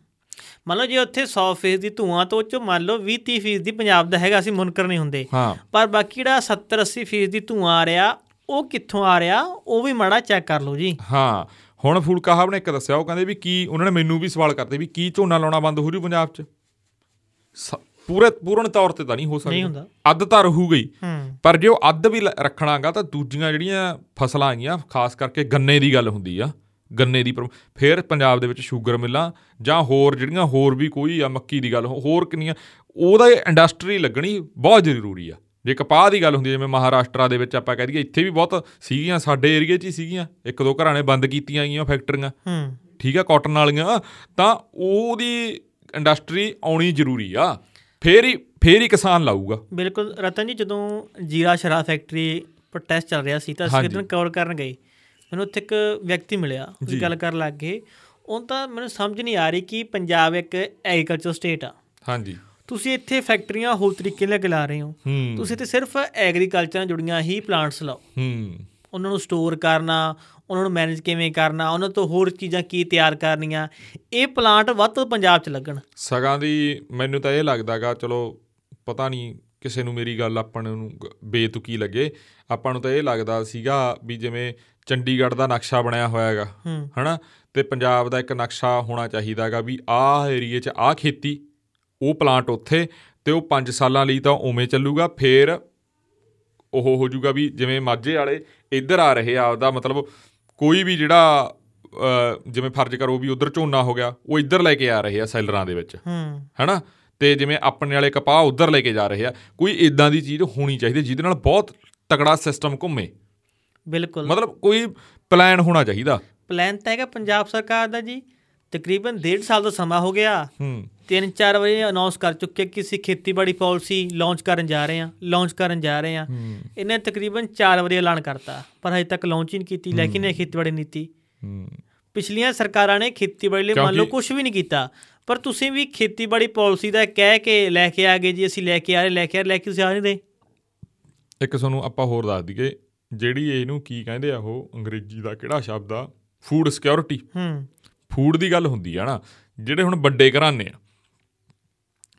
A: ਮੰਨ ਲਓ ਜੇ ਉੱਥੇ 100% ਦੀ ਧੂਆਂ ਤੋਂ ਉਹ ਚੋਂ ਮੰਨ ਲਓ 20-30% ਦੀ ਪੰਜਾਬ ਦਾ ਹੈਗਾ ਅਸੀਂ ਮੁਨਕਰ ਨਹੀਂ ਹੁੰਦੇ
B: ਹਾਂ
A: ਪਰ ਬਾਕੀ ਜਿਹੜਾ 70-80% ਦੀ ਧੂਆਂ ਆ ਰਿਹਾ ਉਹ ਕਿੱਥੋਂ ਆ ਰਿਹਾ ਉਹ ਵੀ ਮਾੜਾ ਚੈੱਕ ਕਰ ਲਓ ਜੀ
B: ਹਾਂ ਹੁਣ ਫੂਲਕਾ ਸਾਹਿਬ ਨੇ ਇੱਕ ਦੱਸਿਆ ਉਹ ਕਹਿੰਦੇ ਵੀ ਕੀ ਉਹਨਾਂ ਨੇ ਮੈਨੂੰ ਵੀ ਸਵਾਲ ਕਰਦੇ ਵੀ ਕੀ ਝੋਨਾ ਲਾਉਣਾ ਬੰਦ ਹੋ ਜੂ ਪੰਜਾਬ 'ਚ ਸ- ਪੂਰੇ ਪੂਰਨ ਤੌਰ ਤੇ ਤਾਂ ਨਹੀਂ ਹੋ
A: ਨਹੀਂ
B: ਸਕਦਾ
A: ਹੁੰਦਾ।
B: ਅੱਧ ਤਾਂ ਰਹੂ ਗਈ
A: ਹੂੰ
B: ਪਰ ਜੇ ਉਹ ਅੱਧ ਵੀ ਲ- ਰੱਖਣਾਗਾ ਤਾਂ ਦੂਜੀਆਂ ਜਿਹੜੀਆਂ ਫਸਲਾਂ ਆਈਆਂ ਖਾਸ ਕਰਕੇ ਗੰਨੇ ਦੀ ਗੱਲ ਹੁੰਦੀ ਆ ਗੰਨੇ ਦੀ ਪ੍ਰਮ- ਫਿਰ ਪੰਜਾਬ ਦੇ ਵਿੱਚ ਸ਼ੂਗਰ ਮਿੱਲਾਂ ਜਾਂ ਹੋਰ ਜਿਹੜੀਆਂ ਹੋਰ ਵੀ ਕੋਈ ਆ ਮੱਕੀ ਦੀ ਗੱਲ ਹੋ- ਹੋਰ ਕਿੰਨੀਆਂ ਉਹਦਾ ਇੰਡਸਟਰੀ ਲੱਗਣੀ ਬਹੁਤ ਜ਼ਰੂਰੀ ਆ ਜੇ ਕਪਾਹ ਦੀ ਗੱਲ ਹੁੰਦੀ ਆ, ਜਿਵੇਂ ਮਹਾਰਾਸ਼ਟਰਾ ਦੇ ਵਿੱਚ ਆਪਾਂ ਕਹਿ ਦਈਏ ਇੱਥੇ ਵੀ ਬਹੁਤ ਸੀਗੀਆਂ ਸਾਡੇ ਏਰੀਏ 'ਚ ਹੀ ਸੀਗੀਆਂ ਇੱਕ ਦੋ ਘਰਾਂ ਨੇ ਬੰਦ ਕੀਤੀਆਂ ਗਈਆਂ ਫੈਕਟਰੀਆਂ
A: ਹੂੰ
B: ਠੀਕ ਆ ਕਾਟਨ ਵਾਲੀਆਂ ਤਾਂ ਉਹਦੀ ਇੰਡਸਟਰੀ ਆਉਣੀ ਜ਼ਰੂਰੀ ਆ ਫੇਰ ਹੀ ਫੇਰ ਹੀ ਕਿਸਾਨ ਲਾਊਗਾ
A: ਬਿਲਕੁਲ ਰਤਨ ਜੀ ਜਦੋਂ ਜੀਰਾ ਸ਼ਰਾਬ ਫੈਕਟਰੀ ਪ੍ਰੋਟੈਸਟ ਚੱਲ ਰਿਹਾ ਸੀ ਤਾਂ ਅਸੀਂ
B: ਹਾਂਜੀ।
A: ਕਿਦਨ ਕਵਰ ਕਰਨ ਗਏ ਮੈਨੂੰ ਉੱਥੇ ਇੱਕ ਵਿਅਕਤੀ ਮਿਲਿਆ
B: ਜੀ।
A: ਅਸੀਂ ਗੱਲ ਕਰਨ ਲੱਗ ਗਏ ਉਹ ਤਾਂ ਮੈਨੂੰ ਸਮਝ ਨਹੀਂ ਆ ਰਹੀ ਕਿ ਪੰਜਾਬ ਇੱਕ ਐਗਰੀਕਲਚਰ ਸਟੇਟ ਆ
B: ਹਾਂਜੀ
A: ਤੁਸੀਂ ਇੱਥੇ ਫੈਕਟਰੀਆਂ ਹੋਰ ਤਰੀਕੇ ਨਾਲ ਲਗਾ ਰਹੇ ਹੋ
B: ਹੂੰ
A: ਤੁਸੀਂ ਤੇ ਸਿਰਫ ਐਗਰੀਕਲਚਰ ਨਾਲ ਜੁੜੀਆਂ ਹੀ ਪਲਾਂਟਸ ਲਾਓ
B: ਹੂੰ
A: ਉਹਨਾਂ ਨੂੰ ਸਟੋਰ ਕਰਨਾ ਉਹਨਾਂ ਨੂੰ ਮੈਨੇਜ ਕਿਵੇਂ ਕਰਨਾ ਉਹਨਾਂ ਤੋਂ ਹੋਰ ਚੀਜ਼ਾਂ ਕੀ ਤਿਆਰ ਕਰਨੀਆਂ ਇਹ ਪਲਾਂਟ ਵੱਧ ਤੋਂ ਪੰਜਾਬ 'ਚ ਲੱਗਣ
B: ਸਗਾਂ ਦੀ ਮੈਨੂੰ ਤਾਂ ਇਹ ਲੱਗਦਾਗਾ ਚਲੋ ਪਤਾ ਨਹੀਂ ਕਿਸੇ ਨੂੰ ਮੇਰੀ ਗੱਲ ਆਪਾਂ ਨੂੰ ਗ- ਬੇਤੁਕੀ ਲੱਗੇ ਆਪਾਂ ਨੂੰ ਤਾਂ ਇਹ ਲੱਗਦਾ ਸੀਗਾ ਵੀ ਜਿਵੇਂ ਚੰਡੀਗੜ੍ਹ ਦਾ ਨਕਸ਼ਾ ਬਣਿਆ ਹੋਇਆ ਹੈਗਾ
A: ਹੂੰ
B: ਹਨਾ ਤੇ ਪੰਜਾਬ ਦਾ ਇੱਕ ਨਕਸ਼ਾ ਹੋਣਾ ਚਾਹੀਦਾਗਾ ਵੀ ਆਹ ਏਰੀਏ 'ਚ ਆਹ ਖੇਤੀ ਉਹ ਪਲਾਂਟ ਉੱਥੇ ਤੇ ਉਹ 5 ਸਾਲਾਂ ਲਈ ਤਾਂ ਉਵੇਂ ਚੱਲੂਗਾ ਫੇਰ ਉਹ ਹੋ ਜਾਊਗਾ ਵੀ ਜਿਵੇਂ ਮਾਝੇ ਵਾਲੇ ਇੱਧਰ ਆ ਰਹੇ ਆ ਆਪਦਾ ਮਤਲਬ ਕੋਈ ਵੀ ਜਿਹੜਾ ਅ, ਜਿਵੇਂ ਫਰਜ਼ ਕਰੋ ਵੀ ਉਧਰ ਝੋਨਾ ਹੋ ਗਿਆ ਉਹ ਇੱਧਰ ਲੈ ਕੇ ਆ ਰਹੇ ਆ ਸੈਲਰਾਂ ਦੇ ਵਿੱਚ
A: ਹੂੰ
B: ਹਨਾ ਤੇ ਜਿਵੇਂ ਆਪਣੇ ਵਾਲੇ ਕਪਾਹ ਉਧਰ ਲੈ ਕੇ ਜਾ ਰਹੇ ਆ ਕੋਈ ਇਦਾਂ ਦੀ ਚੀਜ਼ ਹੋਣੀ ਚਾਹੀਦੀ ਜਿਹਦੇ ਨਾਲ ਬਹੁਤ ਤਕੜਾ ਸਿਸਟਮ ਘੁੰਮੇ
A: ਬਿਲਕੁਲ
B: ਮਤਲਬ ਕੋਈ ਪਲਾਨ ਹੋਣਾ ਚਾਹੀਦਾ
A: ਪਲਾਨ ਤਾਂ ਹੈਗਾ ਪੰਜਾਬ ਸਰਕਾਰ ਦਾ ਜੀ ਤਕਰੀਬਨ 1.5 ਸਾਲ ਦਾ ਸਮਾਂ ਹੋ ਗਿਆ
B: ਹੂੰ
A: ਤਿੰਨ ਚਾਰ ਵਾਰੀ ਅਨਾਉਂਸ ਕਰ ਚੁੱਕੇ ਕਿ ਅਸੀਂ ਖੇਤੀਬਾੜੀ ਪਾਲਿਸੀ ਲਾਂਚ ਕਰਨ ਜਾ ਰਹੇ ਹਾਂ ਲਾਂਚ ਕਰਨ ਜਾ ਰਹੇ ਹਾਂ
B: ਹੂੰ
A: ਇਹਨੇ ਤਕਰੀਬਨ ਚਾਰ ਵਾਰੀ ਐਲਾਨ ਕਰਤਾ ਪਰ ਹਜੇ ਤੱਕ ਲਾਂਚ ਹੀ ਨਹੀਂ ਕੀਤੀ ਲੇਕਿਨ ਇਹ ਖੇਤੀਬਾੜੀ ਨੀਤੀ
B: ਹੂੰ
A: ਪਿਛਲੀਆਂ ਸਰਕਾਰਾਂ ਨੇ ਖੇਤੀਬਾੜੀ ਲਈ ਮੰਨ ਲਓ
B: ਕਿਉਂਕਿ-
A: ਕੁਝ ਵੀ ਨਹੀਂ ਕੀਤਾ ਪਰ ਤੁਸੀਂ ਵੀ ਖੇਤੀਬਾੜੀ ਪਾਲਿਸੀ ਦਾ ਕਹਿ ਕੇ ਲੈ ਕੇ ਆ ਗਏ ਜੀ ਅਸੀਂ ਲੈ ਕੇ ਆ ਰਹੇ ਲੈ ਕੇ ਆ ਰਹੇ, ਲੈ ਕੇ ਤੁਸੀਂ ਆ ਨਹੀਂ ਰਹੇ
B: ਇੱਕ ਤੁਹਾਨੂੰ ਆਪਾਂ ਹੋਰ ਦੱਸ ਦਈਏ ਜਿਹੜੀ ਇਹਨੂੰ ਕੀ ਕਹਿੰਦੇ ਆ ਉਹ ਅੰਗਰੇਜ਼ੀ ਦਾ ਕਿਹੜਾ ਸ਼ਬਦ ਆ ਫੂਡ ਸਿਕਿਉਰਿਟੀ
A: ਹੂੰ
B: ਫੂਡ ਦੀ ਗੱਲ ਹੁੰਦੀ ਆ ਨਾ ਜਿਹੜੇ ਹੁਣ ਵੱਡੇ ਘਰਾਣੇ ਆ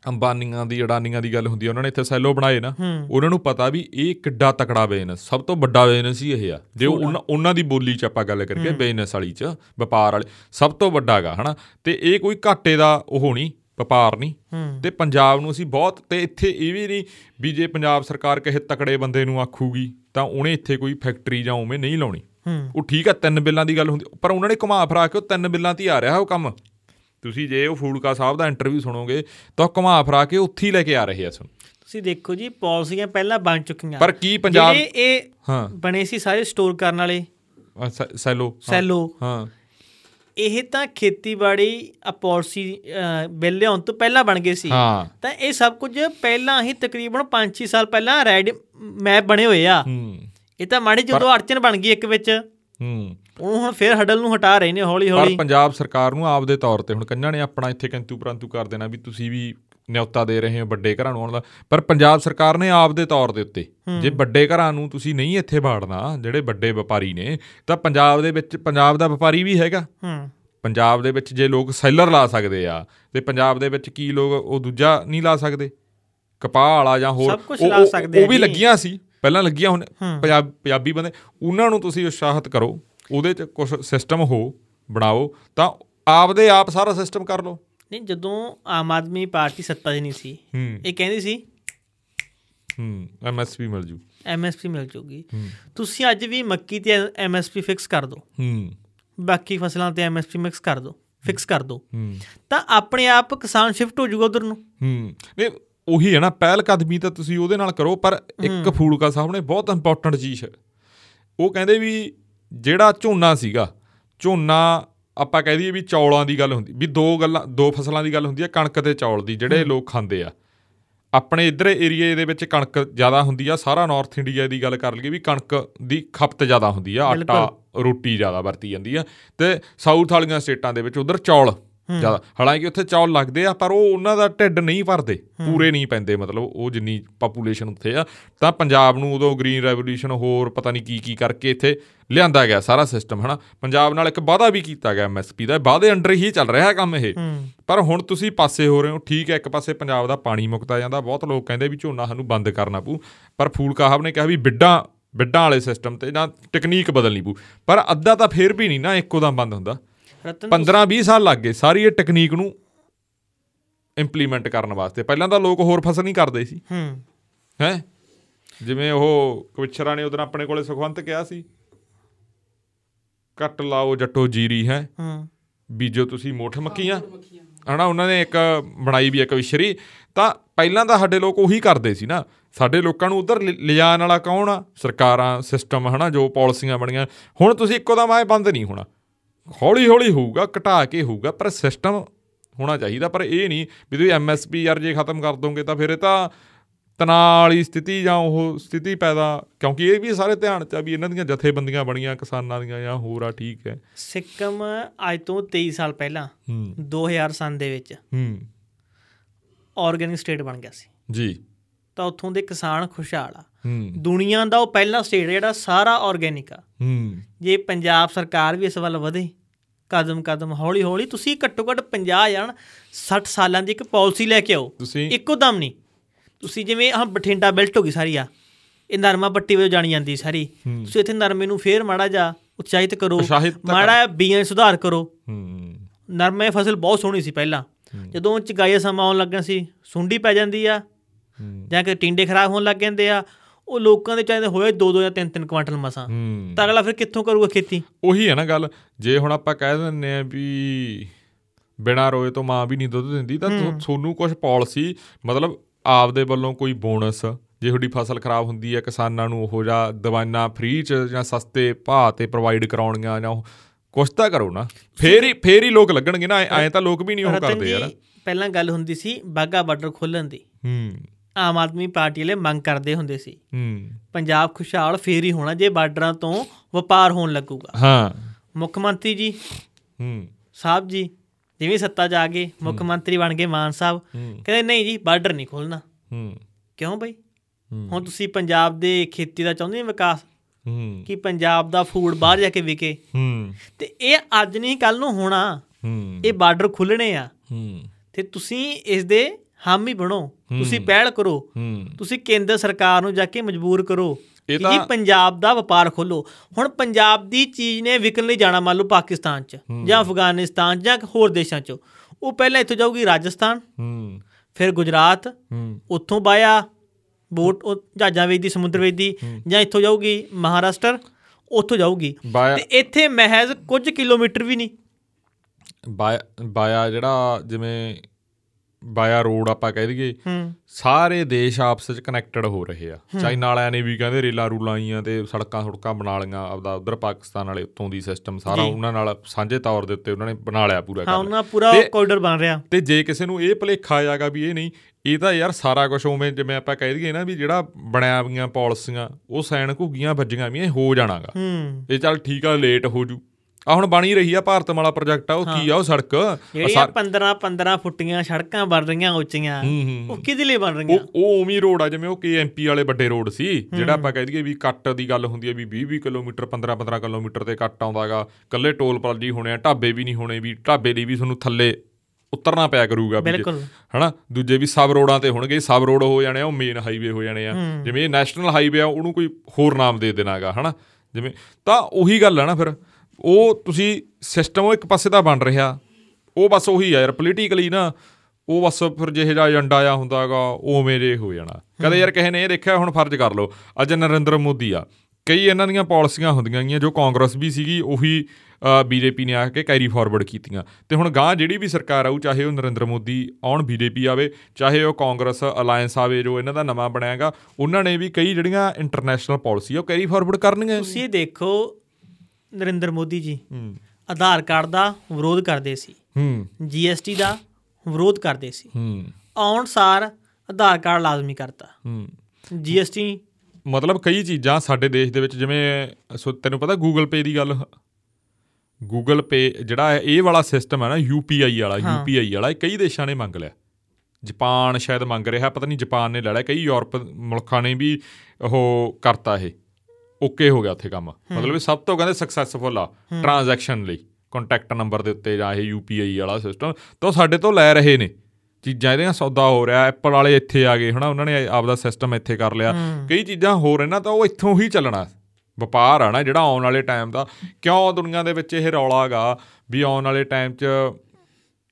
B: ਅੰਬਾਨੀਆਂ ਦੀ ਅਡਾਨੀਆਂ ਦੀ ਗੱਲ ਹੁੰਦੀ ਆ ਉਹਨਾਂ ਨੇ ਇੱਥੇ ਸੈਲੋ ਬਣਾਏ ਨਾ
A: ਹੂੰ
B: ਉਹਨਾਂ ਨੂੰ ਪਤਾ ਵੀ ਇਹ ਕਿੱਡਾ ਤਕੜਾ ਬਿਜ਼ਨਸ ਸਭ ਤੋਂ ਵੱਡਾ ਬਿਜ਼ਨਸ ਹੀ ਇਹ ਆ ਜੇ ਉਹ ਉਹਨਾਂ- ਉਹਨਾਂ ਦੀ ਬੋਲੀ 'ਚ ਆਪਾਂ ਗੱਲ ਕਰਕੇ ਬਿਜ਼ਨਸ ਵਾਲੀ 'ਚ ਵਪਾਰ ਵਾਲੇ ਸਭ ਤੋਂ ਵੱਡਾ ਹੈਗਾ ਹਨਾ ਤੇ ਇਹ ਕੋਈ ਘਾਟੇ ਦਾ ਉਹ ਨਹੀਂ ਵਪਾਰ ਨਹੀਂ
A: ਹੂੰ
B: ਤੇ ਪੰਜਾਬ ਨੂੰ ਅਸੀਂ ਬਹੁਤ ਤੇ ਇੱਥੇ ਇਹ ਵੀ ਨਹੀਂ ਵੀ ਜੇ ਪੰਜਾਬ ਸਰਕਾਰ ਕਿਸੇ ਤਕੜੇ ਬੰਦੇ ਨੂੰ ਆਖੂਗੀ ਤਾਂ ਉਹਨੇ ਇੱਥੇ ਕੋਈ ਫੈਕਟਰੀ ਜਾਂ ਉਵੇਂ ਨਹੀਂ ਲਾਉਣੀ
A: ਹੂੰ
B: ਉਹ ਠੀਕ ਆ ਤਿੰਨ ਬਿੱਲਾਂ ਦੀ ਗੱਲ ਹੁੰਦੀ ਪਰ ਉਹਨਾਂ ਨੇ ਘੁਮਾ ਫਰਾ ਕੇ ਉਹ ਤਿੰਨ ਬਿੱਲਾਂ ਤੇ ਹੀ ਆ ਰਿਹਾ ਉਹ ਕੰਮ ਤੁਸੀਂ ਜੇ ਉਹ ਫੂਡਕਾ ਸਾਹਿਬ ਦਾ ਇੰਟਰਵਿਊ ਸੁਣੋਗੇ ਤਾਂ ਉਹ ਘੁਮਾ ਫਰਾ ਕੇ ਉੱਥੇ ਹੀ ਲੈ ਕੇ ਆ ਰਹੇ ਆ ਸਾਨੂੰ
A: ਤੁਸੀਂ ਦੇਖੋ ਜੀ ਪਾਲਿਸੀਆਂ ਪਹਿਲਾਂ ਬਣ ਚੁੱਕੀਆਂ
B: ਪਰ ਕੀ ਪੰਜਾਬ
A: ਜਿਹੜੇ ਇਹ
B: ਹਾਂ
A: ਬਣੇ ਸੀ ਸਾਰੇ ਸਟੋਰ ਕਰਨ ਵਾਲੇ
B: ਅ, ਸੈ- ਸੈਲੋ ਹਾਂ,
A: ਸੈਲੋ
B: ਹਾਂ
A: ਇਹ ਤਾਂ ਖੇਤੀਬਾੜੀ ਪਾਲਿਸੀ ਬਿੱਲ ਲਿਆਉਣ ਤੋਂ ਪਹਿਲਾਂ ਬਣ ਗਏ ਸੀ
B: ਹਾਂ
A: ਤਾਂ ਇਹ ਸਭ ਕੁਝ ਪਹਿਲਾਂ ਹੀ ਤਕਰੀਬਨ 5-6 ਸਾਲ ਪਹਿਲਾਂ ਰੈਡ ਮੈਪ ਬਣੇ ਹੋਏ ਆ
B: ਹੂੰ
A: ਇਹ ਤਾਂ ਮਾੜੀ ਜਦੋਂ ਅੜਚਨ ਬਣ ਗਈ ਇੱਕ ਵਿੱਚ
B: ਹੂੰ
A: ਉਹਨੂੰ ਹੁਣ ਫੇਰ ਹਡਲ ਨੂੰ ਹਟਾ ਰਹੇ ਨੇ ਹੌਲੀ
B: ਪਰ
A: ਹੌਲੀ
B: ਪੰਜਾਬ ਸਰਕਾਰ ਨੂੰ ਆਪਦੇ ਤੌਰ ਤੇ ਹੁਣ ਕੰਨਾਂ ਨੇ ਆਪਣਾ ਇੱਥੇ ਕਿੰਤੂ ਪ੍ਰੰਤੂ ਕਰ ਦੇਣਾ ਵੀ ਤੁਸੀਂ ਵੀ ਨਿਯੋਤਾ ਦੇ ਰਹੇ ਹੋ ਵੱਡੇ ਘਰਾਂ ਨੂੰ ਆਉਣ ਦਾ ਪਰ ਪੰਜਾਬ ਸਰਕਾਰ ਨੇ ਆਪਦੇ ਤੌਰ ਦੇ ਉੱਤੇ ਜੇ ਵੱਡੇ ਘਰਾਂ ਨੂੰ ਤੁਸੀਂ ਨਹੀਂ ਇੱਥੇ ਬਾੜਨਾ ਜਿਹੜੇ ਵੱਡੇ ਵਪਾਰੀ ਨੇ ਤਾਂ ਪੰਜਾਬ ਦੇ ਵਿੱਚ ਪੰਜਾਬ ਦਾ ਵਪਾਰੀ ਵੀ ਹੈਗਾ
A: ਹੂੰ
B: ਪੰਜਾਬ ਦੇ ਵਿੱਚ ਜੇ ਲੋਕ ਸੈਲਰ ਲਾ ਸਕਦੇ ਆ ਤੇ ਪੰਜਾਬ ਦੇ ਵਿੱਚ ਕੀ ਲੋਕ ਉਹ ਦੂਜਾ ਨਹੀਂ ਲਾ ਸਕਦੇ ਕਪਾਹ ਵਾਲਾ ਜਾਂ ਹੋਰ
A: ਸਭ ਕੁਛ
B: ਉਹ-
A: ਲਾ
B: ਉਹ-
A: ਸਕਦੇ
B: ਉਹ
A: ਆ
B: ਵੀ
A: ਜੀ।
B: ਲੱਗੀਆਂ ਸੀ ਪਹਿਲਾਂ ਲੱਗੀਆਂ ਹੁਣ
A: ਹੂੰ।
B: ਪੰਜਾਬ ਪੰਜਾਬੀ ਬੰਦੇ ਉਹਨਾਂ ਨੂੰ ਤੁਸੀਂ ਉਤਸ਼ਾਹਿਤ ਕਰੋ ਉਹਦੇ ਚ ਕੁਝ ਸਿਸਟਮ ਹੋ ਬਣਾਓ ਤਾਂ ਆਪਦੇ ਆਪ ਸਾਰਾ ਸਿਸਟਮ ਕਰ ਲਓ
A: ਨਹੀਂ ਜਦੋਂ ਆਮ ਆਦਮੀ ਪਾਰਟੀ ਸੱਤਾ 'ਚ ਨਹੀਂ ਸੀ
B: ਹੂੰ
A: ਇਹ ਕਹਿੰਦੀ ਸੀ
B: ਹੂੰ ਐਮਐਸਪੀ ਮਿਲ ਜੂ
A: ਐਮਐਸਪੀ ਮਿਲ ਜੂਗੀ ਤੁਸੀਂ ਅੱਜ ਵੀ ਮੱਕੀ ਤੇ ਐਮਐਸਪੀ ਫਿਕਸ ਕਰ ਦਿਓ
B: ਹੂੰ
A: ਬਾਕੀ ਫਸਲਾਂ ਤੇ ਐਮਐਸਪੀ ਮਿਕਸ ਕਰ ਦਿਓ ਫਿਕਸ ਕਰ ਦਿਓ
B: ਹੂੰ
A: ਤਾਂ ਆਪਣੇ ਆਪ ਕਿਸਾਨ ਸ਼ਿਫਟ ਹੋ ਜਾਊਗਾ ਉਧਰ ਨੂੰ
B: ਹੂੰ ਨਹੀਂ ਉਹੀ ਹੈ ਨਾ ਪਹਿਲ ਕਦਮੀ ਤਾਂ ਤੁਸੀਂ ਉਹਦੇ ਨਾਲ ਕਰੋ ਪਰ ਇੱਕ ਫੂਲਕਾ ਸਾਹਿਬ ਨੇ ਬਹੁਤ ਇੰਪੋਰਟੈਂਟ ਚੀਜ਼ ਹੈ। ਉਹ ਕਹਿੰਦੇ ਵੀ ਜਿਹੜਾ ਝੋਨਾ ਸੀਗਾ ਝੋਨਾ ਆਪਾਂ ਕਹਿ ਦਈਏ ਵੀ ਚੌਲਾਂ ਦੀ ਗੱਲ ਹੁੰਦੀ ਵੀ ਦੋ ਗੱਲਾਂ ਦੋ ਫਸਲਾਂ ਦੀ ਗੱਲ ਹੁੰਦੀ ਹੈ ਕਣਕ ਤੇ ਚੌਲ ਦੀ ਜਿਹੜੇ ਲੋਕ ਖਾਂਦੇ ਆ ਆਪਣੇ ਇਧਰ ਏਰੀਏ ਦੇ ਵਿੱਚ ਕਣਕ ਜ਼ਿਆਦਾ ਹੁੰਦੀ ਆ ਸਾਰਾ ਨਾਰਥ ਇੰਡੀਆ ਦੀ ਗੱਲ ਕਰ ਲਈਏ ਵੀ ਕਣਕ ਦੀ ਖਪਤ ਜ਼ਿਆਦਾ ਹੁੰਦੀ ਆ ਆਟਾ ਰੋਟੀ ਜ਼ਿਆਦਾ ਵਰਤੀ ਜਾਂਦੀ ਆ ਤੇ ਸਾਊਥ ਵਾਲੀਆਂ ਸਟੇਟਾਂ ਦੇ ਵਿੱਚ ਉਧਰ ਚੌਲ ਜ਼ਿਆਦਾ ਹਾਲਾਂਕਿ ਉੱਥੇ ਚੌਲ ਲੱਗਦੇ ਆ ਪਰ ਉਹ ਉਹਨਾਂ ਦਾ ਢਿੱਡ ਨਹੀਂ ਭਰਦੇ ਪੂਰੇ ਨਹੀਂ ਪੈਂਦੇ ਮਤਲਬ ਉਹ ਜਿੰਨੀ ਪੋਪੂਲੇਸ਼ਨ ਉੱਥੇ ਆ ਤਾਂ ਪੰਜਾਬ ਨੂੰ ਉਦੋਂ ਗ੍ਰੀਨ ਰੈਵੋਲੂਸ਼ਨ ਹੋਰ ਪਤਾ ਨਹੀਂ ਕੀ ਕੀ ਕਰਕੇ ਇੱਥੇ ਲਿਆਂਦਾ ਗਿਆ ਸਾਰਾ ਸਿਸਟਮ ਹਨਾ ਪੰਜਾਬ ਨਾਲ ਇੱਕ ਵਾਅਦਾ ਵੀ ਕੀਤਾ ਗਿਆ ਐਮਐਸਪੀ ਦਾ ਵਾਅਦੇ ਅੰਡਰ ਹੀ ਚੱਲ ਰਿਹਾ ਕੰਮ ਇਹ
A: ਹੂੰ
B: ਪਰ ਹੁਣ ਤੁਸੀਂ ਪਾਸੇ ਹੋ ਰਹੇ ਹੋ ਠੀਕ ਹੈ ਇੱਕ ਪਾਸੇ ਪੰਜਾਬ ਦਾ ਪਾਣੀ ਮੁੱਕਦਾ ਜਾਂਦਾ ਬਹੁਤ ਲੋਕ ਕਹਿੰਦੇ ਵੀ ਝੋਨਾ ਸਾਨੂੰ ਬੰਦ ਕਰਨਾ ਪਊ ਪਰ ਫੂਲਕਾ ਸਾਹਿਬ ਨੇ ਕਿਹਾ ਵੀ ਬਿੱਡਾਂ ਬਿੱਡਾਂ ਵਾਲੇ ਸਿਸਟਮ ਤੇ ਜਾਂ ਟੈਕਨੀਕ ਬਦਲਣੀ ਪਊ ਪਰ ਅੱਧਾ ਤਾਂ ਫੇਰ ਵੀ ਨਹੀਂ ਨਾ ਇੱਕੋ ਦਮ ਬੰਦ ਹੁੰਦਾ
A: ਰਤਨ
B: 15 20 ਸਾਲ ਲੱਗ ਗਏ ਸਾਰੀ ਇਹ ਟੈਕਨੀਕ ਨੂੰ ਇੰਪਲੀਮੈਂਟ ਕਰਨ ਵਾਸਤੇ ਪਹਿਲਾਂ ਤਾਂ ਲੋਕ ਹੋਰ ਫਸਲ ਨਹੀਂ ਕਰਦੇ ਸੀ
A: ਹੂੰ
B: ਹੈ ਜਿਵੇਂ ਉਹ ਕਵਿਛਰਾ ਨੇ ਉਦੋਂ ਆਪਣੇ ਕੋਲੇ ਸੁਖਵੰਤ ਕਿਹਾ ਸੀ ਕੱਟ ਲਾਓ ਜੱਟੋ ਜੀਰੀ ਹੈ
A: ਹੂੰ
B: ਬੀਜੋ ਤੁਸੀਂ ਮੋਠ ਮੱਕੀਆਂ ਹਨਾ ਉਹਨਾਂ ਨੇ ਇੱਕ ਬਣਾਈ ਵੀ ਇੱਕ ਵਿਸ਼ਰੀ ਤਾਂ ਪਹਿਲਾਂ ਤਾਂ ਸਾਡੇ ਲੋਕ ਉਹੀ ਕਰਦੇ ਸੀ ਨਾ ਸਾਡੇ ਲੋਕਾਂ ਨੂੰ ਉਧਰ ਲਿਜਾਣ ਵਾਲਾ ਕੌਣ ਆ ਸਰਕਾਰਾਂ ਸਿਸਟਮ ਹਨਾ ਜੋ ਪਾਲਿਸੀਆਂ ਬਣੀਆਂ ਹੁਣ ਤੁਸੀਂ ਇੱਕੋ ਦਮ ਆਏ ਬੰਦ ਨਹੀਂ ਹੋਣਾ ਹੌਲੀ ਹੌਲੀ ਹੋਊਗਾ ਘਟਾ ਕੇ ਹੋਊਗਾ ਪਰ ਸਿਸਟਮ ਹੋਣਾ ਚਾਹੀਦਾ ਪਰ ਇਹ ਨਹੀਂ ਵੀ ਤੁਸੀਂ ਐਮਐਸਪੀ ਯਾਰ ਜੇ ਖਤਮ ਕਰ ਦੋਗੇ ਤਾਂ ਫਿਰ ਇਹ ਤਾਂ ਤਣਾਅ ਵਾਲੀ ਸਥਿਤੀ ਜਾਂ ਉਹ ਸਥਿਤੀ ਪੈਦਾ ਕਿਉਂਕਿ ਇਹ ਵੀ ਸਾਰੇ ਧਿਆਨ ਚ ਆ ਵੀ ਇਹਨਾਂ ਦੀਆਂ ਜਥੇਬੰਦੀਆਂ ਬਣੀਆਂ ਕਿਸਾਨਾਂ ਦੀਆਂ ਜਾਂ ਹੋਰ ਆ ਠੀਕ ਹੈ
A: ਸਿੱਕਮ ਅੱਜ ਤੋਂ 23 ਸਾਲ ਪਹਿਲਾਂ
B: ਹੂੰ
A: 2000 ਸਨ ਦੇ ਵਿੱਚ
B: ਹੂੰ
A: ਆਰਗੈਨਿਕ ਸਟੇਟ ਬਣ ਗਿਆ ਸੀ
B: ਜੀ
A: ਤਾਂ ਉੱਥੋਂ ਦੇ ਕਿਸਾਨ ਖੁਸ਼ਹਾਲ ਆ
B: ਹੂੰ
A: ਦੁਨੀਆ ਦਾ ਉਹ ਪਹਿਲਾ ਸਟੇਟ ਜਿਹੜਾ ਸਾਰਾ ਆਰਗੈਨਿਕ ਆ
B: ਹੂੰ
A: ਜੇ ਪੰਜਾਬ ਸਰਕਾਰ ਵੀ ਇਸ ਵੱਲ ਵਧੇ ਕਦਮ ਕਦਮ ਹੌਲੀ ਹੌਲੀ ਤੁਸੀਂ ਘੱਟੋ ਘੱਟ 50 ਜਾਂ 60 ਸਾਲਾਂ ਦੀ ਇੱਕ ਪਾਲਿਸੀ ਲੈ ਕੇ ਆਓ
B: ਤੁਸੀਂ
A: ਇੱਕੋ ਦਮ ਨਹੀਂ ਤੁਸੀਂ ਜਿਵੇਂ ਆਹ ਬਠਿੰਡਾ ਬਿਲਟ ਹੋ ਗਈ ਸਾਰੀ ਆ ਇਹ ਨਰਮਾ ਪੱਟੀ ਵਜੋਂ ਜਾਣੀ ਜਾਂਦੀ ਸਾਰੀ
B: ਹੂੰ।
A: ਤੁਸੀਂ ਇੱਥੇ ਨਰਮੇ ਨੂੰ ਫੇਰ ਮਾੜਾ ਜਾ ਉਤਸ਼ਾਹਿਤ ਕਰੋ
B: ਉਤਸ਼ਾਹਿਤ ਤਾਂ ਕਰ-
A: ਮਾੜਾ ਜਿਹਾ ਬੀਜਾਂ 'ਚ ਸੁਧਾਰ ਕਰੋ
B: ਹੂੰ
A: ਨਰਮੇ ਫਸਲ ਬਹੁਤ ਸੋਹਣੀ ਸੀ ਪਹਿਲਾਂ ਜਦੋਂ ਚਗਾਇਆ ਸਮਾਂ ਆਉਣ ਲੱਗਣਾ ਸੀ ਸੁੰਡੀ ਪੈ ਜਾਂਦੀ ਆ
B: ਹੂੰ
A: ਜਾਂ ਕਿ ਟਿੰਡੇ ਖਰਾਬ ਹੋਣ ਲੱਗ ਜਾਂਦੇ ਆ ਉਹ ਲੋਕਾਂ ਦੇ ਚਾਹੀਦੇ ਹੋਏ 2-2 ਜਾਂ 3-3 ਕੁਆਂਟਲ ਮਸਾਂ
B: ਹੂੰ
A: ਤਾਂ ਅਗਲਾ ਫਿਰ ਕਿੱਥੋਂ ਕਰੂਗਾ ਖੇਤੀ
B: ਉਹੀ ਹੈ ਨਾ ਗੱਲ ਜੇ ਹੁਣ ਆਪਾਂ ਕਹਿ ਦਿੰਨੇ ਆ ਵੀ ਬਿਨਾਂ ਰੋਏ ਤੋਂ ਮਾਂ ਵੀ ਨਹੀਂ ਦੁੱਧ ਦਿੰਦੀ ਤਾਂ ਤੁਹਾ- ਤੁਹਾਨੂੰ ਕੁਝ ਪਾਲਿਸੀ ਮਤਲਬ ਆਪਦੇ ਵੱਲੋਂ ਕੋਈ ਬੋਨਸ ਜੇ ਤੁਹਾਡੀ ਫਸਲ ਖਰਾਬ ਹੁੰਦੀ ਹੈ ਕਿਸਾਨਾਂ ਨੂੰ ਉਹ ਜਾਂ ਦਵਾਈਆਂ ਫ੍ਰੀ ਚ ਜਾਂ ਸਸਤੇ ਭਾਅ ਤੇ ਪ੍ਰੋਵਾਈਡ ਕਰਾਉਣੀਆਂ ਜਾਂ ਉਹ ਕੁਛ ਤਾਂ ਕਰੋ ਨਾ ਫੇਰ ਹੀ ਫੇਰ ਹੀ ਲੋਕ ਲੱਗਣਗੇ ਨਾ ਐ ਤਾਂ ਲੋਕ ਵੀ ਨਹੀਂ ਉਹ
A: ਰਤਨ
B: ਕਰਦੇ
A: ਜੀ
B: ਯਾਰ
A: ਪਹਿਲਾਂ ਗੱਲ ਹੁੰਦੀ ਸੀ ਬਾਗਾ ਬਾਰਡਰ ਖੋਲਣ ਦੀ
B: ਹੂੰ
A: ਆਮ ਆਦਮੀ ਪਾਰਟੀ ਵਾਲੇ ਮੰਗ ਕਰਦੇ ਹੁੰਦੇ ਸੀ
B: ਹੂੰ
A: ਪੰਜਾਬ ਖੁਸ਼ਹਾਲ ਫੇਰ ਹੀ ਹੋਣਾ ਜੇ ਬਾਰਡਰਾਂ ਤੋਂ ਵਪਾਰ ਹੋਣ ਲੱਗੂਗਾ
B: ਹਾਂ
A: ਮੁੱਖ ਮੰਤਰੀ ਜੀ
B: ਹੂੰ
A: ਸਾਹਿਬ ਜੀ ਜਿਵੇਂ ਸੱਤਾ 'ਚ ਆ ਗਏ ਮੁੱਖ ਮੰਤਰੀ ਬਣ ਗਏ ਮਾਨ ਸਾਹਿਬ
B: ਹੂੰ
A: ਕਹਿੰਦੇ ਨਹੀਂ ਜੀ ਬਾਰਡਰ ਨਹੀਂ ਖੋਲਣਾ
B: ਹੂੰ
A: ਕਿਉਂ ਬਈ
B: ਹੂੰ।
A: ਹੁਣ ਤੁਸੀਂ ਪੰਜਾਬ ਦੇ ਖੇਤੀ ਦਾ ਚਾਹੁੰਦੇ ਹੋ ਵਿਕਾਸ
B: ਹੂੰ
A: ਕਿ ਪੰਜਾਬ ਦਾ ਫੂਡ ਬਾਹਰ ਜਾ ਕੇ ਵਿਕੇ
B: ਹੂੰ
A: ਤੇ ਇਹ ਅੱਜ ਨਹੀਂ ਕੱਲ ਨੂੰ ਹੋਣਾ
B: ਹੂੰ
A: ਇਹ ਬਾਰਡਰ ਖੁੱਲਣੇ ਆ
B: ਹੂੰ
A: ਤੇ ਤੁਸੀਂ ਇਸ ਦੇ ਹਾਮੀ ਬਣੋ ਤੁਸੀਂ ਪਹਿਲ ਕਰੋ
B: ਹੂੰ
A: ਤੁਸੀਂ ਕੇਂਦਰ ਸਰਕਾਰ ਨੂੰ ਜਾ ਕੇ ਮਜਬੂਰ ਕਰੋ ਕਿ
B: ਇਹ
A: ਜੀ
B: ਤਾਂ-
A: ਪੰਜਾਬ ਦਾ ਵਪਾਰ ਖੋਲੋ ਹੁਣ ਪੰਜਾਬ ਦੀ ਚੀਜ਼ ਨੇ ਵਿਕਣ ਲਈ ਜਾਣਾ ਮੰਨ ਲਓ ਪਾਕਿਸਤਾਨ 'ਚ ਜਾਂ ਅਫਗਾਨਿਸਤਾਨ 'ਚ ਜਾਂ ਹੋਰ ਦੇਸ਼ਾਂ 'ਚ ਉਹ ਪਹਿਲਾਂ ਇੱਥੋਂ ਜਾਊਗੀ ਰਾਜਸਥਾਨ
B: ਹੂੰ
A: ਫਿਰ ਗੁਜਰਾਤ
B: ਹੂੰ
A: ਉੱਥੋਂ ਬਾਇਆ ਬੋਟ ਉਹ ਜਹਾਜ਼ਾਂ ਵੇਚਦੀ ਸਮੁੰਦਰ ਵੇਚਦੀ ਜਾਂ ਇੱਥੋਂ ਜਾਊਗੀ ਮਹਾਰਾਸ਼ਟਰ ਉੱਥੋਂ ਜਾਊਗੀ
B: ਬਾਇਆ
A: ਤੇ ਇੱਥੇ ਮਹਿਜ਼ ਕੁਝ ਕਿਲੋਮੀਟਰ ਵੀ ਨਹੀਂ
B: ਬਾਇਆ- ਬਾਇਆ ਜਿਹੜਾ ਜਿਵੇਂ ਬਾਇਆ ਰੋਡ ਆਪਾਂ ਕਹਿ ਦਈਏ
A: ਹੂੰ
B: ਸਾਰੇ ਦੇਸ਼ ਆਪਸ ਵਿੱਚ ਕਨੈਕਟਡ ਹੋ ਰਹੇ ਆ ਚਾਈਨਾ ਵਾਲਿਆਂ ਨੇ ਵੀ ਕਹਿੰਦੇ ਰੇਲਾਂ ਰੂਲਾਂ ਆਈਆਂ ਤੇ ਸੜਕਾਂ ਸੜਕਾਂ ਬਣਾ ਲਈਆਂ ਆਪਦਾ ਉਧਰ ਪਾਕਿਸਤਾਨ ਵਾਲੇ ਉੱਤੋਂ ਦੀ ਸਿਸਟਮ ਸਾਰਾ ਉਹਨਾਂ ਨਾਲ ਸਾਂਝੇ ਤੌਰ ਦੇ ਉੱਤੇ ਉਹਨਾਂ ਨੇ ਬਣਾ ਲਿਆ ਪੂਰਾ
A: ਹਾਂ
B: ਕੰਮ
A: ਉਹਨਾਂ ਪੂਰਾ
B: ਤੇ-
A: ਕੋਰੀਡੋਰ ਬਣ ਰਿਹਾ
B: ਤੇ ਜੇ ਕਿਸੇ ਨੂੰ ਇਹ ਭਲੇਖਾ ਆਗਾ ਵੀ ਇਹ ਨਹੀਂ ਇਹ ਤਾਂ ਯਾਰ ਸਾਰਾ ਕੁਝ ਉਵੇਂ ਜਿਵੇਂ ਆਪਾਂ ਕਹਿ ਦਈਏ ਨਾ ਵੀ ਜਿਹੜਾ ਬਣਿਆ ਵੀਆਂ ਪਾਲਿਸੀਆਂ ਉਹ ਸੈਨ ਘੁੱਗੀਆਂ ਵੱਜੀਆਂ ਵੀ ਇਹ ਹੋ ਜਾਣਾਗਾ
A: ਹੂੰ
B: ਇਹ ਚੱਲ ਠੀਕ ਆ ਲੇਟ ਹੋ ਜੂ ਆ ਹੁਣ ਬਣੀ ਰਹੀ ਆ ਭਾਰਤ ਮਾਲਾ ਪ੍ਰੋਜੈਕਟ ਆ ਉਹ ਕੀ ਆ ਉਹ ਸੜਕ ਆ
A: ਜਿਹੜੀਆਂ
B: ਸਾ-
A: 15 15 ਫੁੱਟੀਆਂ ਸੜਕਾਂ ਬਣ ਰਹੀਆਂ ਉੱਚੀਆਂ
B: ਹੂੰ ਹੂੰ
A: ਉਹ ਕਿਹਦੇ ਲਈ ਬਣ ਰਹੀਆਂ
B: ਉਹ ਉਹ ਉਮੀ ਰੋਡ ਆ ਜਿਵੇਂ ਉਹ ਕੇਐਮਪੀ ਵਾਲੇ ਵੱਡੇ ਰੋਡ ਸੀ ਜਿਹੜਾ ਆਪਾਂ ਕਹਿ ਦਈਏ ਵੀ ਕੱਟ ਦੀ ਗੱਲ ਹੁੰਦੀ ਹੈ ਵੀ 20-20 ਕਿਲੋਮੀਟਰ 15-15 ਕਿਲੋਮੀਟਰ ਤੇ ਕੱਟ ਆਉਂਦਾਗਾ ਕੱਲੇ ਟੋਲ ਪਲਾਜੀ ਹੋਣੇ ਆ ਢਾਬੇ ਵੀ ਨਹੀਂ ਹੋਣੇ ਵੀ ਢਾਬੇ ਲਈ ਵੀ ਤੁਹਾਨੂੰ ਥੱਲੇ ਉਤਰਨਾ ਪਿਆ ਕਰੂਗਾ ਵੀ ਜੇ-
A: ਬਿਲਕੁਲ।
B: ਹਨਾ ਦੂਜੇ ਵੀ ਸਬ ਰੋਡਾਂ ਤੇ ਹੋਣਗੇ ਸਬ ਰੋਡ ਹੋ ਜਾਣੇ ਆ ਉਹ ਮੇਨ ਹਾਈਵੇ ਹੋ ਜਾਣੇ ਆ ਜਿਵੇਂ ਇਹ ਨੈਸ਼ਨਲ ਹਾਈਵੇ ਆ ਉਹਨੂੰ ਕੋਈ ਹੋਰ ਨਾਮ ਦੇ ਦੇਣਾਗਾ ਹਨਾ ਜਿਵੇਂ ਤਾਂ ਉਹੀ ਗੱਲ ਆ ਨਾ ਫਿਰ ਉਹ ਤੁਸੀਂ ਸਿਸਟਮ ਉਹ ਇੱਕ ਪਾਸੇ ਦਾ ਬਣ ਰਿਹਾ ਉਹ ਬਸ ਉਹੀ ਆ ਯਾਰ ਪੋਲੀਟੀਕਲੀ ਨਾ ਉਹ ਬਸ ਫਿਰ ਜਿਹੇ ਜਿਹਾ ਏਜੰਡਾ ਆ ਹੁੰਦਾਗਾ ਉਵੇਂ ਜੇ ਹੋ ਜਾਣਾ ਕਦੇ ਯਾਰ ਕਿਸੇ ਨੇ ਇਹ ਦੇਖਿਆ ਹੁਣ ਫਰਜ਼ ਕਰ ਲਓ ਅੱਜ ਨਰਿੰਦਰ ਮੋਦੀ ਆ ਕਈ ਇਹਨਾਂ ਦੀਆਂ ਪਾਲਿਸੀਆਂ ਹੁੰਦੀਆਂ ਗਈਆਂ ਜੋ ਕਾਂਗਰਸ ਵੀ ਸੀਗੀ ਉਹੀ ਬੀਜੇਪੀ ਨੇ ਆ ਕੇ ਕੈਰੀ ਫਾਰਵਰਡ ਕੀਤੀਆਂ ਤੇ ਹੁਣ ਗਾਂ ਜਿਹੜੀ ਵੀ ਸਰਕਾਰ ਆਊ ਚਾਹੇ ਉਹ ਨਰਿੰਦਰ ਮੋਦੀ ਆਉਣ ਬੀਜੇਪੀ ਆਵੇ ਚਾਹੇ ਉਹ ਕਾਂਗਰਸ ਅਲਾਈਅੰਸ ਆਵੇ ਜੋ ਇਹਨਾਂ ਦਾ ਨਵਾਂ ਬਣਾਏਗਾ ਉਹਨਾਂ ਨੇ ਵੀ ਕਈ ਜਿਹੜੀਆਂ ਇੰਟਰਨੈਸ਼ਨਲ ਪਾਲਿਸੀ ਆ ਉਹ ਕੈਰੀ ਫਾਰਵਰਡ ਕਰਨਗੇ
A: ਤੁਸੀਂ ਦੇਖੋ ਨਰਿੰਦਰ ਮੋਦੀ ਜੀ
B: ਹੂੰ
A: ਆਧਾਰ ਕਾਰਡ ਦਾ ਵਿਰੋਧ ਕਰਦੇ ਸੀ
B: ਹੂੰ
A: ਜੀਐਸਟੀ ਦਾ ਵਿਰੋਧ ਕਰਦੇ ਸੀ
B: ਹੂੰ
A: ਆਉਣ ਸਾਰ ਆਧਾਰ ਕਾਰਡ ਲਾਜ਼ਮੀ ਕਰਤਾ
B: ਹੂੰ
A: ਜੀਐਸਟੀ
B: ਮਤਲਬ ਕਈ ਚੀਜ਼ਾਂ ਸਾਡੇ ਦੇਸ਼ ਦੇ ਵਿੱਚ ਜਿਵੇਂ ਸੋ ਤੈਨੂੰ ਪਤਾ ਗੂਗਲ ਪੇ ਦੀ ਗੱਲ ਗੂਗਲ ਪੇ ਜਿਹੜਾ ਇਹ- ਇਹ ਵਾਲਾ ਸਿਸਟਮ ਹੈ ਨਾ ਯੂਪੀਆਈ ਵਾਲਾ ਯੂਪੀਆਈ ਵਾਲਾ ਇਹ ਕਈ ਦੇਸ਼ਾਂ ਨੇ ਮੰਗ ਲਿਆ ਜਾਪਾਨ ਸ਼ਾਇਦ ਮੰਗ ਰਿਹਾ ਪਤਾ ਨਹੀਂ ਜਾਪਾਨ ਨੇ ਲੈ ਲਿਆ ਕਈ ਯੂਰਪ ਮੁਲਕਾਂ ਨੇ ਵੀ ਉਹ ਕਰਤਾ ਇਹ ਓਕੇ ਹੋ ਗਿਆ ਉੱਥੇ ਕੰਮ ਮਤਲਬ ਇਹ ਸਭ ਤੋਂ ਕਹਿੰਦੇ ਸਕਸੈਸਫੁਲ ਆ ਟ੍ਰਾਂਜੈਕਸ਼ਨ ਲਈ ਕੰਟੈਕਟ ਨੰਬਰ ਦੇ ਉੱਤੇ ਜਾਂ ਇਹ ਯੂਪੀਆਈ ਵਾਲਾ ਸਿਸਟਮ ਤਾਂ ਉਹ ਸਾਡੇ ਤੋਂ ਲੈ ਰਹੇ ਨੇ ਚੀਜ਼ਾਂ ਇਹਦੀਆਂ ਸੌਦਾ ਹੋ ਰਿਹਾ ਐਪਲ ਵਾਲੇ ਇੱਥੇ ਆ ਗਏ ਹਨਾ ਉਹਨਾਂ ਨੇ ਆਪਦਾ ਸਿਸਟਮ ਇੱਥੇ ਕਰ ਲਿਆ ਕਈ ਚੀਜ਼ਾਂ ਹੋਰ ਇਹਨਾਂ ਤਾਂ ਉਹ ਇੱਥੋਂ ਹੀ ਚੱਲਣਾ ਵਪਾਰ ਆ ਨਾ ਜਿਹੜਾ ਆਉਣ ਵਾਲੇ ਟਾਈਮ ਦਾ ਕਿਉਂ ਦੁਨੀਆ ਦੇ ਵਿੱਚ ਇਹ ਰੌਲਾ ਗਾ ਵੀ ਆਉਣ ਵਾਲੇ ਟਾਈਮ 'ਚ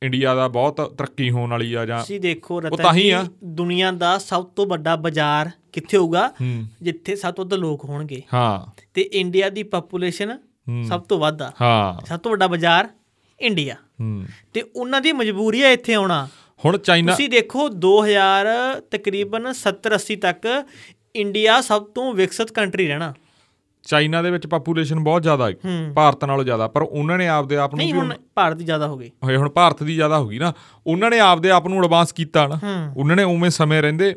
B: ਇੰਡੀਆ ਦਾ ਬਹੁਤ ਤਰੱਕੀ ਹੋਣ ਵਾਲੀ ਆ ਜਾਂ
A: ਤੁਸੀਂ ਦੇਖੋ
B: ਤਾਂ
A: ਰਤਨ
B: ਹੀ
A: ਜੀ
B: ਆ।
A: ਦੁਨੀਆ ਦਾ ਸਭ ਤੋਂ ਵੱਡਾ ਬਾਜ਼ਾਰ ਕਿੱਥੇ ਹੋਊਗਾ
B: ਹੂੰ
A: ਜਿੱਥੇ ਸਭ ਤੋਂ ਵੱਧ ਲੋਕ ਹੋਣਗੇ
B: ਹਾਂ
A: ਤੇ ਇੰਡੀਆ ਦੀ ਪੋਪੂਲੇਸ਼ਨ
B: ਹੂੰ।
A: ਸਭ ਤੋਂ ਵੱਧ ਆ
B: ਹਾਂ
A: ਸਭ ਤੋਂ ਵੱਡਾ ਬਾਜ਼ਾਰ ਇੰਡੀਆ
B: ਹੂੰ
A: ਤੇ ਉਹਨਾਂ ਦੀ ਮਜਬੂਰੀ ਹੈ ਇੱਥੇ ਆਉਣਾ
B: ਹੁਣ ਚਾਈਨਾ
A: ਤੁਸੀਂ ਦੇਖੋ 2000 ਤਕਰੀਬਨ 70 80 ਤੱਕ ਇੰਡੀਆ ਸਭ ਤੋਂ ਵਿਕਸਿਤ ਕੰਟਰੀ ਰਹਿਣਾ
B: ਚਾਈਨਾ ਦੇ ਵਿੱਚ ਪਾਪੂਲੇਸ਼ਨ ਬਹੁਤ ਜ਼ਿਆਦਾ ਹੈ
A: ਹੂੰ।
B: ਭਾਰਤ ਨਾਲੋਂ ਜ਼ਿਆਦਾ ਪਰ ਉਹਨਾਂ ਨੇ ਆਪਦੇ ਆਪ ਨੂੰ
A: ਨਹੀਂ
B: ਵੀ
A: ਹੁਣ ਭਾਰਤ ਦੀ ਜ਼ਿਆਦਾ ਹੋ ਗਈ
B: ਹੋਏ ਹੁਣ ਭਾਰਤ ਦੀ ਜ਼ਿਆਦਾ ਹੋ ਗਈ ਨਾ ਉਹਨਾਂ ਨੇ ਆਪਦੇ ਆਪ ਨੂੰ ਐਡਵਾਂਸ ਕੀਤਾ ਨਾ ਉਹਨਾਂ ਨੇ ਉਵੇਂ ਸਮੇਂ ਰਹਿੰਦੇ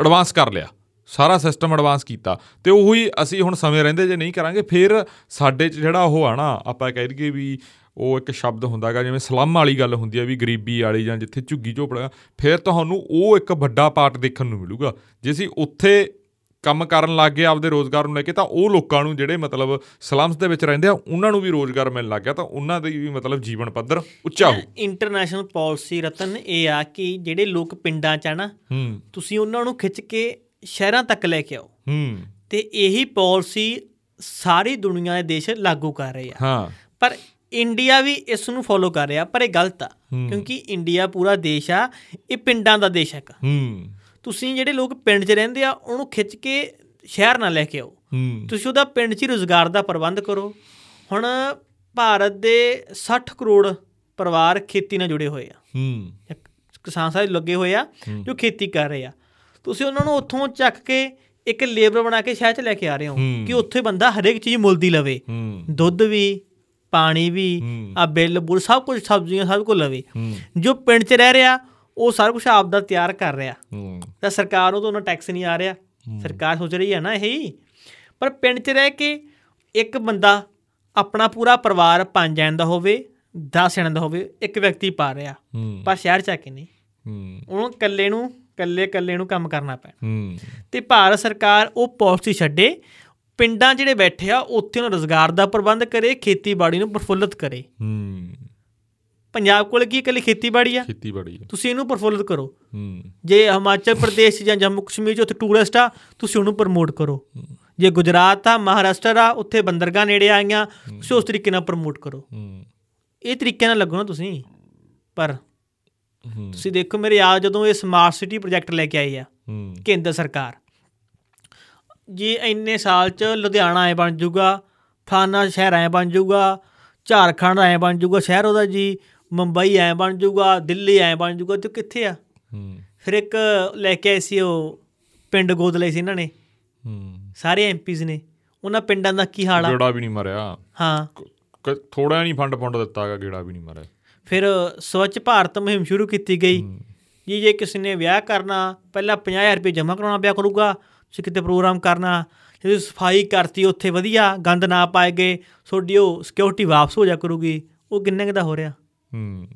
B: ਐਡਵਾਂਸ ਕਰ ਲਿਆ ਸਾਰਾ ਸਿਸਟਮ ਐਡਵਾਂਸ ਕੀਤਾ ਤੇ ਉਹੀ ਅਸੀਂ ਹੁਣ ਸਮੇਂ ਰਹਿੰਦੇ ਜੇ ਨਹੀਂ ਕਰਾਂਗੇ ਫਿਰ ਸਾਡੇ 'ਚ ਜਿਹੜਾ ਉਹ ਆ ਨਾ ਆਪਾਂ ਕਹਿ ਦਈਏ ਵੀ ਉਹ ਇੱਕ ਸ਼ਬਦ ਹੁੰਦਾਗਾ ਜਿਵੇਂ ਸਲਮ ਵਾਲੀ ਗੱਲ ਹੁੰਦੀ ਆ ਵੀ ਗਰੀਬੀ ਵਾਲੀ ਜਾਂ ਜਿੱਥੇ ਝੁੱਗੀ ਝੋਪੜਾ ਫਿਰ ਤੁਹਾਨੂੰ ਉਹ ਇੱਕ ਵੱਡਾ ਪਾਰਟ ਦੇਖਣ ਨੂੰ ਮਿਲੂਗਾ ਜੇ ਅਸੀਂ ਉੱਥੇ ਕੰਮ ਕਰਨ ਲੱਗ ਗਏ ਆਪਦੇ ਰੋਜ਼ਗਾਰ ਨੂੰ ਲੈ ਕੇ ਤਾਂ ਉਹ ਲੋਕਾਂ ਨੂੰ ਜਿਹੜੇ ਮਤਲਬ ਸਲਮਸ ਦੇ ਵਿੱਚ ਰਹਿੰਦੇ ਆ ਉਹਨਾਂ ਨੂੰ ਵੀ ਰੋਜ਼ਗਾਰ ਮਿਲਣ ਲੱਗ ਗਿਆ ਤਾਂ ਉਹਨਾਂ ਦੀ ਵੀ ਮਤਲਬ ਜੀਵਨ ਪੱਧਰ ਉੱਚਾ ਹੋ
A: ਇੰਟਰਨੈਸ਼ਨਲ ਪਾਲਿਸੀ ਰਤਨ ਇਹ ਆ ਕਿ ਜਿਹੜੇ ਲੋਕ ਪਿੰਡਾਂ 'ਚ ਆ ਨਾ
B: ਹੂੰ
A: ਤੁਸੀਂ ਉਹਨਾਂ ਨੂੰ ਖਿੱਚ ਕੇ ਸ਼ਹਿਰਾਂ ਤੱਕ ਲੈ ਕੇ ਆਓ
B: ਹੂੰ
A: ਤੇ ਇਹੀ ਪਾਲਿਸੀ ਸਾਰੀ ਦੁਨੀਆ ਦੇ ਦੇਸ਼ ਲਾਗੂ ਕਰ ਰਹੇ ਆ
B: ਹਾਂ
A: ਪਰ ਇੰਡੀਆ ਵੀ ਇਸ ਨੂੰ ਫੋਲੋ ਕਰ ਰਿਹਾ ਪਰ ਇਹ ਗਲਤ ਆ
B: ਹੂੰ।
A: ਕਿਉਂਕਿ ਇੰਡੀਆ ਪੂਰਾ ਦੇਸ਼ ਆ ਇਹ ਪਿੰਡਾਂ ਦਾ ਦੇਸ਼ ਹੈ
B: ਹੂੰ
A: ਤੁਸੀਂ ਜਿਹੜੇ ਲੋਕ ਪਿੰਡ 'ਚ ਰਹਿੰਦੇ ਆ ਉਹਨੂੰ ਖਿੱਚ ਕੇ ਸ਼ਹਿਰ ਨਾ ਲੈ ਕੇ ਆਓ
B: ਹੂੰ
A: ਤੁਸੀਂ ਉਹਦਾ ਪਿੰਡ 'ਚ ਹੀ ਰੋਜ਼ਗਾਰ ਦਾ ਪ੍ਰਬੰਧ ਕਰੋ ਹੁਣ ਭਾਰਤ ਦੇ 60 ਕਰੋੜ ਪਰਿਵਾਰ ਖੇਤੀ ਨਾਲ ਜੁੜੇ ਹੋਏ ਆ
B: ਹੂੰ
A: ਜਾਂ ਕਿਸਾਨ ਸਾਹਿਬ ਲੱਗੇ ਹੋਏ ਆ ਜੋ ਖੇਤੀ ਕਰ ਰਹੇ ਆ ਤੁਸੀਂ ਉਹਨਾਂ ਨੂੰ ਉੱਥੋਂ ਚੱਕ ਕੇ ਇੱਕ ਲੇਬਰ ਬਣਾ ਕੇ ਸ਼ਹਿਰ 'ਚ ਲੈ ਕੇ ਆ ਰਹੇ ਹੋ
B: ਹੂੰ।
A: ਕਿ ਉੱਥੇ ਬੰਦਾ ਹਰੇਕ ਚੀਜ਼ ਮੁੱਲ ਦੀ ਲਵੇ
B: ਹੂੰ
A: ਦੁੱਧ ਵੀ ਪਾਣੀ ਵੀ
B: ਹੂੰ।
A: ਆ ਬਿੱਲ ਬੁੱਲ ਸਭ ਕੁਝ ਸਬਜ਼ੀਆਂ ਸਭ ਕੁਝ ਲਵੇ
B: ਹੂੰ
A: ਜੋ ਪਿੰਡ 'ਚ ਰਹਿ ਰਿਹਾ ਉਹ ਸਾਰਾ ਕੁਝ ਆਪ ਦਾ ਤਿਆਰ ਕਰ ਰਿਹਾ
B: ਹੂੰ
A: ਤਾਂ ਸਰਕਾਰ ਨੂੰ ਤਾਂ ਉਹਨਾਂ ਟੈਕਸ ਨਹੀਂ ਆ ਰਿਹਾ ਸਰਕਾਰ ਸੋਚ ਰਹੀ ਹੈ ਨਾ ਇਹੀ ਪਰ ਪਿੰਡ 'ਚ ਰਹਿ ਕੇ ਇੱਕ ਬੰਦਾ ਆਪਣਾ ਪੂਰਾ ਪਰਿਵਾਰ ਪੰਜ ਜਣ ਦਾ ਹੋਵੇ 10 ਜਣ ਦਾ ਹੋਵੇ ਇੱਕ ਵਿਅਕਤੀ ਪਾ ਰਿਹਾ
B: ਹੂੰ
A: ਪਰ ਸ਼ਹਿਰ 'ਚ ਆ ਕੇ ਨਹੀਂ
B: ਹੂੰ
A: ਉਹਨੂੰ ਇਕੱਲੇ ਨੂੰ ਇਕੱਲੇ ਇਕੱਲੇ ਨੂੰ ਕੰਮ ਕਰਨਾ ਪੈਣਾ
B: ਹੂੰ
A: ਤੇ ਭਾਰਤ ਸਰਕਾਰ ਉਹ ਪਾਲਿਸੀ ਛੱਡੇ ਪਿੰਡਾਂ 'ਚ ਜਿਹੜੇ ਬੈਠੇ ਆ ਉੱਥੇ ਉਹਨਾਂ ਰੋਜ਼ਗਾਰ ਦਾ ਪ੍ਰਬੰਧ ਕਰੇ ਖੇਤੀਬਾੜੀ ਨੂੰ ਪ੍ਰਫੁੱਲਤ ਕਰੇ
B: ਹੂੰ
A: ਪੰਜਾਬ ਕੋਲ ਕੀ ਇਕੱਲੀ ਖੇਤੀਬਾੜੀ ਆ
B: ਖੇਤੀਬਾੜੀ
A: ਤੁਸੀਂ ਇਹਨੂੰ ਪ੍ਰਫੁੱਲਤ ਕਰੋ
B: ਹੂੰ
A: ਜੇ ਹਿਮਾਚਲ ਪ੍ਰਦੇਸ਼ ਜਾਂ ਜੰਮੂ ਕਸ਼ਮੀਰ 'ਚ ਉੱਥੇ ਟੂਰਿਸਟ ਆ ਤੁਸੀਂ ਉਹਨੂੰ ਪ੍ਰਮੋਟ ਕਰੋ ਜੇ ਗੁਜਰਾਤ ਆ ਮਹਾਰਾਸ਼ਟਰ ਆ ਉੱਥੇ ਬੰਦਰਗਾਹ ਨੇੜੇ ਆਈਆਂ ਤੁਸੀਂ ਉਸ ਤਰੀਕੇ ਨਾਲ ਪ੍ਰਮੋਟ ਕਰੋ
B: ਹੂੰ
A: ਇਹ ਤਰੀਕੇ ਨਾਲ ਲੱਗੋ ਨਾ ਤੁਸੀਂ ਪਰ
B: ਹੂੰ
A: ਤੁਸੀਂ ਦੇਖੋ ਮੇਰੇ ਯਾਦ ਜਦੋਂ ਇਹ ਸਮਾਰਟ ਸਿਟੀ ਪ੍ਰੋਜੈਕਟ ਲੈ ਕੇ ਆਈ ਆ
B: ਹੂੰ
A: ਕੇਂਦਰ ਸਰਕਾਰ ਜੇ ਇੰਨੇ ਸਾਲ ਚ ਲੁਧਿਆਣਾ ਐ ਬਣ ਜਾਊਗਾ ਫਲਾਨਾ ਸ਼ਹਿਰ ਐ ਬਣ ਜਾਊਗਾ ਝਾਰਖੰਡ ਐ ਬਣ ਜਾਊਗਾ ਸ਼ਹਿਰ ਉਹਦਾ ਜੀ ਮੁੰਬਈ ਐ ਬਣ ਜਾਊਗਾ ਦਿੱਲੀ ਐ ਬਣ ਜਾਊਗਾ ਤੇ ਕਿੱਥੇ ਆ
B: ਹੂੰ
A: ਫਿਰ ਇੱਕ ਲੈ ਕੇ ਆਏ ਸੀ ਉਹ ਪਿੰਡ ਗੋਦ ਲਏ ਸੀ ਇਹਨਾਂ ਨੇ
B: ਹੂੰ
A: ਸਾਰੇ ਐਮਪੀਜ਼ ਨੇ ਉਹਨਾਂ ਪਿੰਡਾਂ ਦਾ ਕੀ ਹਾਲ ਆ
B: ਗੇੜਾ ਵੀ ਨਹੀਂ ਮਰਿਆ
A: ਹਾਂ
B: ਥੋੜਾ ਨਹੀਂ ਫੰਡ ਫੰਡ ਦਿੱਤਾਗਾ ਗੇੜਾ ਵੀ ਨਹੀਂ ਮਰਿਆ
A: ਫਿਰ ਸਵੱਛ ਭਾਰਤ ਮੁਹਿੰਮ ਸ਼ੁਰੂ ਕੀਤੀ ਗਈ ਜੀ ਜੇ ਕਿਸੇ ਨੇ ਵਿਆਹ ਕਰਨਾ ਪਹਿਲਾਂ 50000 ਰੁਪਏ ਜਮ੍ਹਾਂ ਕਰਾਉਣਾ ਪਿਆ ਕਰੂਗਾ ਤੁਸੀਂ ਕਿਤੇ ਪ੍ਰੋਗਰਾਮ ਕਰਨਾ ਜੇ ਤੁਸੀਂ ਸਫਾਈ ਕਰਤੀ ਉੱਥੇ ਵਧੀਆ ਗੰਦ ਨਾ ਪਾਏ ਗਏ ਤੁਹਾਡੀ ਉਹ ਸਿਕਿਉਰਿਟੀ ਵਾਪਸ ਹੋ ਜਾ ਕਰੂਗੀ ਉਹ ਕਿੰਨੇ ਕੁ ਦਾ ਹੋ ਰਿਹਾ
B: ਹੂੰ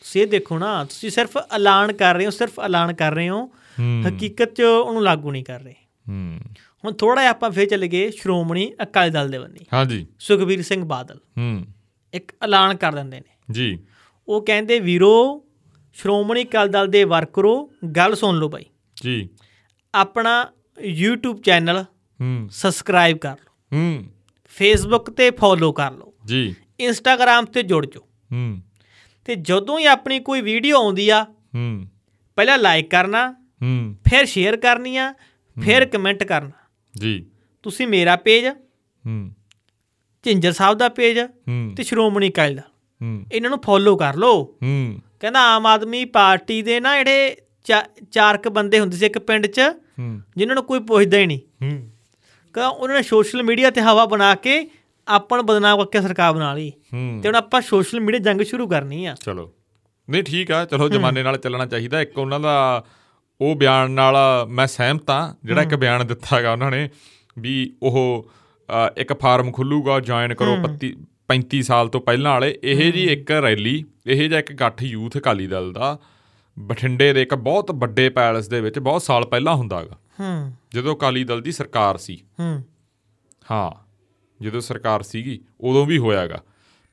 A: ਤੁਸੀਂ ਇਹ ਦੇਖੋ ਨਾ ਤੁਸੀਂ ਸਿਰਫ ਐਲਾਨ ਕਰ ਰਹੇ ਹੋ ਸਿਰਫ ਐਲਾਨ ਕਰ ਰਹੇ ਹੋ
B: ਹੂੰ
A: ਹਕੀਕਤ 'ਚ ਉਹਨੂੰ ਲਾਗੂ ਨਹੀਂ ਕਰ ਰਹੇ
B: ਹੂੰ
A: ਹੁਣ ਥੋੜਾ ਜਿਹਾ ਆਪਾਂ ਫੇਰ ਚੱਲ ਗਏ ਸ਼੍ਰੋਮਣੀ ਅਕਾਲੀ ਦਲ ਦੇ ਬੰਨੀ
B: ਹਾਂਜੀ
A: ਸੁਖਬੀਰ ਸਿੰਘ ਬਾਦਲ
B: ਹੂੰ
A: ਇੱਕ ਐਲਾਨ ਕਰ ਦਿੰਦੇ ਨੇ
B: ਜੀ
A: ਉਹ ਕਹਿੰਦੇ ਵੀਰੋ ਸ਼੍ਰੋਮਣੀ ਅਕਾਲੀ ਦਲ ਦੇ ਵਰਕਰੋ ਗੱਲ ਸੁਣ ਲਓ ਬਾਈ
B: ਜੀ
A: ਆਪਣਾ YouTube ਚੈਨਲ
B: ਹੂੰ
A: ਸਬਸਕ੍ਰਾਈਬ ਕਰ ਲਓ
B: ਹੂੰ
A: Facebook ਤੇ ਫੋਲੋ ਕਰ ਲਓ
B: ਜੀ
A: Instagram ਤੇ ਜੁੜ ਜਾਓ
B: ਹੂੰ
A: ਤੇ ਜਦੋਂ ਹੀ ਆਪਣੀ ਕੋਈ ਵੀਡੀਓ ਆਉਂਦੀ ਆ
B: ਹੂੰ
A: ਪਹਿਲਾਂ ਲਾਈਕ ਕਰਨਾ
B: ਹੂੰ
A: ਫਿਰ ਸ਼ੇਅਰ ਕਰਨੀ ਆ ਫਿਰ ਕਮੈਂਟ ਕਰਨਾ
B: ਜੀ
A: ਤੁਸੀਂ ਮੇਰਾ ਪੇਜ
B: ਹੂੰ
A: ਝਿੰਜਰ ਸਾਹਿਬ ਦਾ ਪੇਜ
B: ਹੂੰ
A: ਤੇ ਸ਼੍ਰੋਮਣੀ ਅਕਾਲੀ ਦਾ
B: ਹੂੰ
A: ਇਹਨਾਂ ਨੂੰ ਫੋਲੋ ਕਰ ਲਓ
B: ਹੂੰ
A: ਕਹਿੰਦਾ ਆਮ ਆਦਮੀ ਪਾਰਟੀ ਦੇ ਨਾ ਜਿਹੜੇ ਚਾ- ਚਾਰਕ ਬੰਦੇ ਹੁੰਦੇ ਸੀ ਇੱਕ ਪਿੰਡ 'ਚ
B: ਹੂੰ
A: ਜਿਨ੍ਹਾਂ ਨੂੰ ਕੋਈ ਪੁੱਛਦਾ ਹੀ ਨਹੀਂ
B: ਹੂੰ
A: ਕਹਿੰਦਾ ਉਹਨਾਂ ਨੇ ਸੋਸ਼ਲ ਮੀਡੀਆ ਤੇ ਹਵਾ ਬਣਾ ਕੇ ਆਪਣ ਬਦਨਾਮ ਕਰਕੇ ਸਰਕਾਰ ਬਣਾ ਲਈ
B: ਹੂੰ
A: ਤੇ ਹੁਣ ਆਪਾਂ ਸੋਸ਼ਲ ਮੀਡੀਆ ਜੰਗ ਸ਼ੁਰੂ ਕਰਨੀ ਆ
B: ਚਲੋ ਨਹੀਂ ਠੀਕ ਆ ਚਲੋ ਜਮਾਨੇ ਨਾਲ ਚੱਲਣਾ ਚਾਹੀਦਾ ਇੱਕ ਉਹਨਾਂ ਦਾ ਉਹ ਬਿਆਨ ਨਾਲ ਮੈਂ ਸਹਿਮਤ ਹਾਂ ਜਿਹੜਾ ਇੱਕ ਬਿਆਨ ਦਿੱਤਾ ਹੈਗਾ ਉਹਨਾਂ ਨੇ ਵੀ ਉਹ ਅ, ਇੱਕ ਫਾਰਮ ਖੁੱਲੂਗਾ ਜੁਆਇਨ ਕਰੋ 35 35 ਸਾਲ ਤੋਂ ਪਹਿਲਾਂ ਵਾਲੇ ਇਹ ਜੀ ਇੱਕ ਰੈਲੀ ਇਹ ਜਿਹਾ ਇੱਕ ਗੱਠ ਯੂਥ ਅਕਾਲੀ ਦਲ ਦਾ ਬਠਿੰਡੇ ਦੇ ਇੱਕ ਬਹੁਤ ਵੱਡੇ ਪੈਲਸ ਦੇ ਵਿੱਚ ਬਹੁਤ ਸਾਲ ਪਹਿਲਾਂ ਹੁੰਦਾ ਹੈਗਾ
A: ਹੂੰ
B: ਜਦੋਂ ਅਕਾਲੀ ਦਲ ਦੀ ਸਰਕਾਰ ਸੀ
A: ਹੂੰ
B: ਹਾਂ ਜਦੋਂ ਸਰਕਾਰ ਸੀਗੀ ਉਦੋਂ ਵੀ ਹੋਇਆਗਾ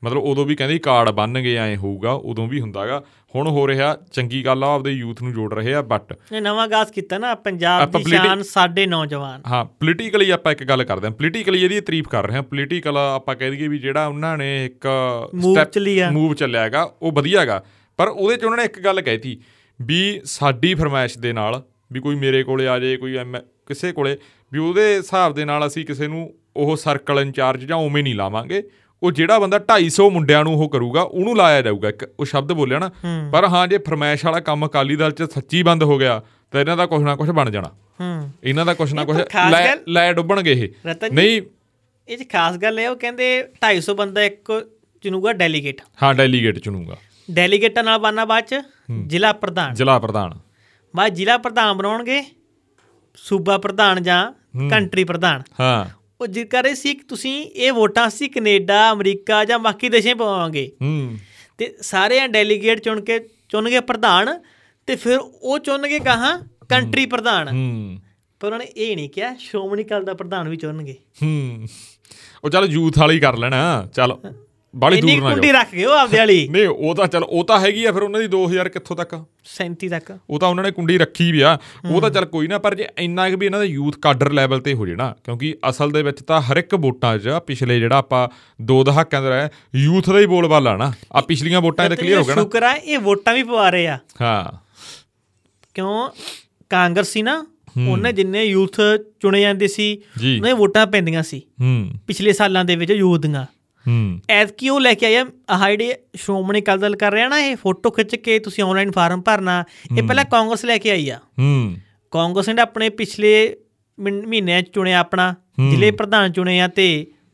B: ਮਤਲਬ ਉਦੋਂ ਵੀ ਕਹਿੰਦੇ ਸੀ ਕਾਰਡ ਬਣ ਗਏ ਐ ਹੋਊਗਾ ਉਦੋਂ ਵੀ ਹੁੰਦਾਗਾ ਹੁਣ ਹੋ ਰਿਹਾ ਚੰਗੀ ਗੱਲ ਆ ਆਪਦੇ ਯੂਥ ਨੂੰ ਜੋੜ ਰਹੇ ਆ ਬਟ
A: ਇਹ ਨਵਾਂ ਗਾਸ ਕੀਤਾ ਨਾ ਪੰਜਾਬ
B: ਆਪਾਂ
A: ਦੀ
B: ਬਲੀਡਿੰਗ-
A: ਸ਼ਾਨ ਸਾਡੇ ਨੌਜਵਾਨ
B: ਹਾਂ ਪੋਲੀਟੀਕਲੀ ਆਪਾਂ ਇੱਕ ਗੱਲ ਕਰਦੇ ਹਾਂ ਪੋਲੀਟੀਕਲੀ ਇਹਦੀ ਤਾਰੀਫ ਕਰ ਰਹੇ ਹਾਂ ਪੋਲੀਟੀਕਲ ਆਪਾਂ ਕਹਿ ਦਈਏ ਵੀ ਜਿਹੜਾ ਉਹਨਾਂ ਨੇ ਇੱਕ
A: Move
B: step-
A: ਚੱਲਿਆ।
B: move ਚੱਲਿਆ ਹੈਗਾ ਉਹ ਵਧੀਆਗਾ ਪਰ ਉਹਦੇ ਚ ਉਹਨਾਂ ਨੇ ਇੱਕ ਗੱਲ ਕਹਿਤੀ ਵੀ ਸਾਡੀ ਫਰਮਾਇਸ਼ ਦੇ ਨਾਲ ਵੀ ਕੋਈ ਮੇਰੇ ਕੋਲੇ ਆ ਜਾਏ ਕੋਈ ਐਮ ਕਿਸੇ ਕੋਲੇ ਵੀ ਉਹਦੇ ਹਿਸਾਬ ਦੇ ਨਾਲ ਅਸੀਂ ਕਿਸੇ ਨੂੰ ਉਹ ਸਰਕਲ ਇੰਚਾਰਜ ਜਾਂ ਉਵੇਂ ਨਹੀਂ ਲਾਵਾਂਗੇ ਉਹ ਜਿਹੜਾ ਬੰਦਾ 250 ਮੁੰਡਿਆਂ ਨੂੰ ਉਹ ਕਰੂਗਾ ਉਹਨੂੰ ਲਾਇਆ ਜਾਊਗਾ ਇੱਕ ਉਹ ਸ਼ਬਦ ਬੋਲਿਆ ਨਾ ਪਰ ਹਾਂ ਜੇ ਫਰਮਾਇਸ਼ ਵਾਲਾ ਕੰਮ ਅਕਾਲੀ ਦਲ ਚ ਸੱਚੀ ਬੰਦ ਹੋ ਗਿਆ ਤਾਂ ਇਹਨਾਂ ਦਾ ਕੁਝ ਨਾ ਕੁਝ ਬਣ ਜਾਣਾ
A: ਹੂੰ
B: ਇਹਨਾਂ ਦਾ ਕੁਛ ਨਾ
A: ਇਹ
B: ਕੁਛ
A: ਤਾਂ ਖਾਸ
B: ਲੈ
A: ਗੱਲ-
B: ਲੈ ਡੁੱਬਣਗੇ ਇਹ
A: ਰਤਨ ਜੀ-
B: ਨਹੀਂ
A: ਇਹ ਚ ਖਾਸ ਗੱਲ ਇਹ ਉਹ ਕਹਿੰਦੇ 250 ਬੰਦਾ ਇੱਕ ਚੁਣੂਗਾ ਡੈਲੀਗੇਟ
B: ਹਾਂ ਡੈਲੀਗੇਟ ਚੁਣੂਗਾ
A: ਡੈਲੀਗੇਟਾਂ ਨਾਲ ਬਣਨਾ ਬਾਅਦ ਚ ਜ਼ਿਲ੍ਹਾ ਪ੍ਰਧਾਨ
B: ਜ਼ਿਲ੍ਹਾ ਪ੍ਰਧਾਨ
A: ਬਾਅਦ ਜ਼ਿਲ੍ਹਾ ਪ੍ਰਧਾਨ ਬਣਾਉਣਗੇ ਸੂਬਾ ਪ੍ਰਧਾਨ ਜਾਂ ਕੰਟਰੀ ਪ੍ਰਧਾਨ
B: ਹਾਂ
A: ਉਹ ਜ਼ਿਕਰ ਇਹ ਸੀ ਕਿ ਤੁਸੀਂ ਇਹ ਵੋਟਾਂ ਸੀ ਕੈਨੇਡਾ ਅਮਰੀਕਾ ਜਾਂ ਬਾਕੀ ਦੇਸ਼ਾਂ 'ਚ ਪਵਾਵਾਂਗੇ
B: ਹੂੰ
A: ਤੇ ਸਾਰੇ ਆ ਡੈਲੀਗੇਟ ਚੁਣ ਕੇ ਚੁਣਗੇ ਪ੍ਰਧਾਨ ਤੇ ਫਿਰ ਉਹ ਚੁਣਗੇ ਕਹਾਂ ਕੰਟਰੀ ਪ੍ਰਧਾਨ
B: ਹੂੰ
A: ਪਰ ਉਹਨਾਂ ਨੇ ਇਹ ਨਹੀਂ ਕਿਹਾ ਸ਼੍ਰੋਮਣੀ ਅਕਾਲੀ ਦਾ ਪ੍ਰਧਾਨ ਵੀ ਚੁਣਨਗੇ
B: ਹੂੰ ਉਹ ਚੱਲ ਯੂਥ ਵਾਲੀ ਕਰ ਲੈਣਾ ਚੱਲ ਬਾਲੀ
A: ਇੰਨੀ
B: ਦੂਰ ਨਾ
A: ਕੁੰਡੀ
B: ਜਾਓ
A: ਰੱਖ ਗਏ ਉਹ ਆਪਦੇ ਵਾਲੀ
B: ਨਹੀਂ ਉਹ ਤਾਂ ਚੱਲ ਉਹ ਤਾਂ ਹੈਗੀ ਆ ਫਿਰ ਉਹਨਾਂ ਦੀ 2000 ਕਿੱਥੋਂ ਤੱਕ
A: 37 ਤੱਕ
B: ਉਹ ਤਾਂ ਉਹਨਾਂ ਨੇ ਕੁੰਡੀ ਰੱਖੀ ਵੀ ਆ ਉਹ ਤਾਂ ਚੱਲ ਕੋਈ ਨਾ ਪਰ ਜੇ ਇੰਨਾ ਕਿ ਵੀ ਇਹਨਾਂ ਦਾ ਯੂਥ ਕਾਡਰ ਲੈਵਲ ਤੇ ਹੋ ਜੇ ਨਾ ਕਿਉਂਕਿ ਅਸਲ ਦੇ ਵਿੱਚ ਤਾਂ ਹਰ ਇੱਕ ਵੋਟਾਂ 'ਚ ਪਿਛਲੇ ਜਿਹੜਾ ਆਪਾਂ ਦੋ ਦਹਾਕਿਆਂ ਦਾ ਰਿਹਾ ਯੂਥ ਦਾ ਹੀ ਬੋਲਬਾਲਾ ਨਾ ਆ ਪਿਛਲੀਆਂ ਵੋਟਾਂ 'ਚ ਤਾਂ ਕਲੀਅਰ ਹੋ ਗਿਆ ਨਾ
A: ਸ਼ੁਕਰ ਆ ਇਹ ਵੋਟਾਂ ਵੀ ਪਵਾ ਰਹੇ ਆ
B: ਹਾਂ
A: ਕਿਉਂ ਕਾਂਗਰਸ ਸੀ ਨਾ ਉਹਨੇ ਜਿੰਨੇ ਯੂਥ ਚੁਣੇ ਜਾਂਦੇ ਸੀ
B: ਜੀ
A: ਉਹਨੇ ਵੋਟਾਂ ਪੈਂਦੀਆਂ ਸੀ
B: ਹੂੰ
A: ਪਿਛਲੇ ਸਾਲਾਂ ਦੇ ਵਿੱਚ ਯੂਥ ਦੀਆਂ
B: ਹੂੰ
A: ਐਤਕੀ ਉਹ ਲੈ ਕੇ ਆਇਆ ਆਹ ਜਿਹੜੇ ਸ਼੍ਰੋਮਣੀ ਅਕਾਲੀ ਦਲ ਕਰ ਰਿਹਾ ਨਾ ਇਹ ਫੋਟੋ ਖਿੱਚ ਕੇ ਤੁਸੀਂ ਆਨਲਾਈਨ ਫਾਰਮ ਭਰਨਾ ਇਹ ਪਹਿਲਾਂ ਕਾਂਗਰਸ ਲੈ ਕੇ ਆਈ ਆ
B: ਹੂੰ
A: ਕਾਂਗਰਸ ਨੇ ਆਪਣੇ ਪਿਛਲੇ ਮਹੀਨ- ਮਹੀਨਿਆਂ ਚ ਚੁਣਿਆ ਆਪਣਾ ਜ਼ਿਲ੍ਹੇ ਪ੍ਰਧਾਨ ਚੁਣੇ ਆ ਤੇ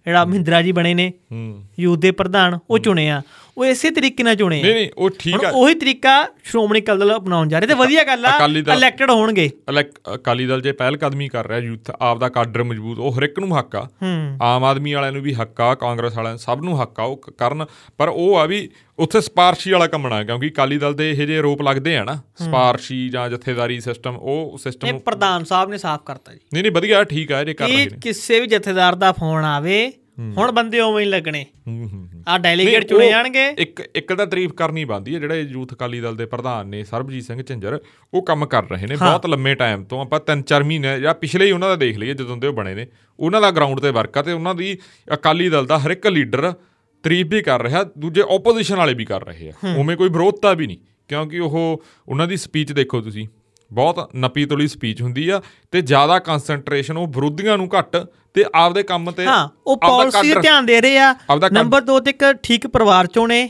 A: ਜਿਹੜਾ ਮਹਿੰਦਰਾ ਜੀ ਬਣੇ ਨੇ
B: ਹੂੰ
A: ਯੂਥ ਦੇ ਪ੍ਰਧਾਨ ਉਹ ਚੁਣੇ ਆ ਉਹ ਇਸੇ ਤਰੀਕੇ ਨਾਲ ਚੁਣੇ
B: ਨਹੀਂ
A: ਆ
B: ਨਹੀਂ ਉਹ ਠੀਕ
A: ਹੁਣ
B: ਆ
A: ਉਹੀ ਤਰੀਕਾ ਸ਼੍ਰੋਮਣੀ ਅਕਾਲੀ ਦਲ ਅਪਣਾਉਣ ਜਾ ਰਹੇ ਤੇ ਵਧੀਆ ਗੱਲ ਆ
B: ਅਕਾਲੀ ਦਲ-
A: ਇਲੈਕਟਡ ਹੋਣਗੇ
B: ਅਲੈਕ- ਅਕਾਲੀ ਦਲ ਜੇ ਪਹਿਲ ਕਦਮੀ ਕਰ ਰਿਹਾ ਯੂਥ ਆਪ ਦਾ ਕਾਡਰ ਮਜ਼ਬੂਤ ਉਹ ਹਰ ਇੱਕ ਨੂੰ ਹੱਕ ਆ
A: ਹੂੰ
B: ਆਮ ਆਦਮੀ ਵਾਲਿਆਂ ਨੂੰ ਵੀ ਹੱਕ ਆ ਕਾਂਗਰਸ ਵਾਲਿਆਂ ਨੂੰ ਸਭ ਨੂੰ ਹੱਕ ਆ ਉਹ ਕ- ਕਰਨ ਪਰ ਉਹ ਆ ਵੀ ਉੱਥੇ ਸਪਾਰਸ਼ੀ ਵਾਲਾ ਕੰਮ ਨਾ ਕਿਉਂਕਿ ਅਕਾਲੀ ਦਲ ਦੇ ਇਹ ਜਿਹੇ ਆਰੋਪ ਲੱਗਦੇ ਆ ਨਾ ਸਪਾਰਸ਼ੀ ਜਾਂ ਜਥੇਦਾਰੀ ਸਿਸਟਮ ਉਹ
A: ਇਹ
B: ਸਿਸਟਮ
A: ਪ੍ਰਧਾਨ ਸਾਹਿਬ ਨੇ ਸਾਫ਼ ਕਰਤਾ ਜੀ
B: ਨਹੀਂ ਨਹੀਂ ਵਧੀਆ ਠੀਕ ਆ ਜੇ ਕਰ ਰਹੇ
A: ਕਿ
B: ਨੇ
A: ਕਿਸੇ ਵੀ ਜਥੇਦਾਰ ਦਾ ਫੋਨ ਆਵੇ ਹੁਣ ਬੰਦੇ ਉਵੇਂ ਹੀ ਲੱਗਣੇ
B: ਹੂੰ ਹੂੰ ਹੂੰ।
A: ਆ
B: ਨਹੀਂ,
A: ਡੈਲੀਗੇਟ
B: ਉਹ
A: ਚੁਣੇ ਜਾਣਗੇ
B: ਇੱਕ ਇੱਕ ਤਾਂ ਤਾਰੀਫ ਕਰਨੀ ਬੰਦੀ ਹੈ ਜਿਹੜੇ ਯੂਥ ਅਕਾਲੀ ਦਲ ਦੇ ਪ੍ਰਧਾਨ ਨੇ ਸਰਬਜੀਤ ਸਿੰਘ ਝਿੰਜਰ ਉਹ ਕੰਮ ਕਰ ਰਹੇ ਨੇ ਬਹੁਤ ਲੰਮੇ ਟਾਈਮ ਤੋਂ ਆਪਾਂ ਤਿੰਨ ਚਾਰ ਮਹੀਨੇ ਜਾਂ ਪਿਛਲੇ ਹੀ ਉਹਨਾਂ ਦਾ ਦੇਖ ਲਈਏ ਜਦੋਂ ਦੇ ਉਹ ਬਣੇ ਨੇ ਉਹਨਾਂ ਦਾ ਗਰਾਊਂਡ ਤੇ ਵਰਕ ਆ ਤੇ ਉਹਨਾਂ ਦੀ ਅਕਾਲੀ ਦਲ ਦਾ ਹਰ ਇੱਕ ਲੀਡਰ ਤਾਰੀਫ ਵੀ ਕਰ ਰਿਹਾ ਦੂਜੇ ਆਪੋਜੀਸ਼ਨ ਵਾਲੇ ਵੀ ਕਰ ਰਹੇ ਆ ਉਵੇਂ ਕੋਈ ਵਿਰੋਧਤਾ ਵੀ ਨਹੀਂ ਕਿਉਂਕਿ ਉਹ ਉਹਨਾਂ ਦੀ ਸਪੀਚ ਦੇਖੋ ਤੁਸੀਂ ਬਹੁਤ ਨੱਪੀ ਤੋਲੀ ਸਪੀਚ ਹੁੰਦੀ ਆ ਤੇ ਜ਼ਿਆਦਾ ਕਨਸੈਂਟਰੇਸ਼ਨ ਉਹ ਵਿਰੋਧੀਆਂ ਨੂੰ ਘੱਟ ਤੇ ਆਪਦੇ ਕੰਮ ਤੇ
A: ਹਾਂ ਉਹ
B: ਆਪਦਾ
A: ਪਾਲਿਸੀ ਤੇ
B: cadre-
A: ਧਿਆਨ ਦੇ ਰਹੇ ਆ
B: ਆਪਦਾ ਕੱਢ-
A: ਨੰਬਰ 2 ਤੇ ਇੱਕ ਠੀਕ ਪਰਿਵਾਰ ਚੋਂ ਨੇ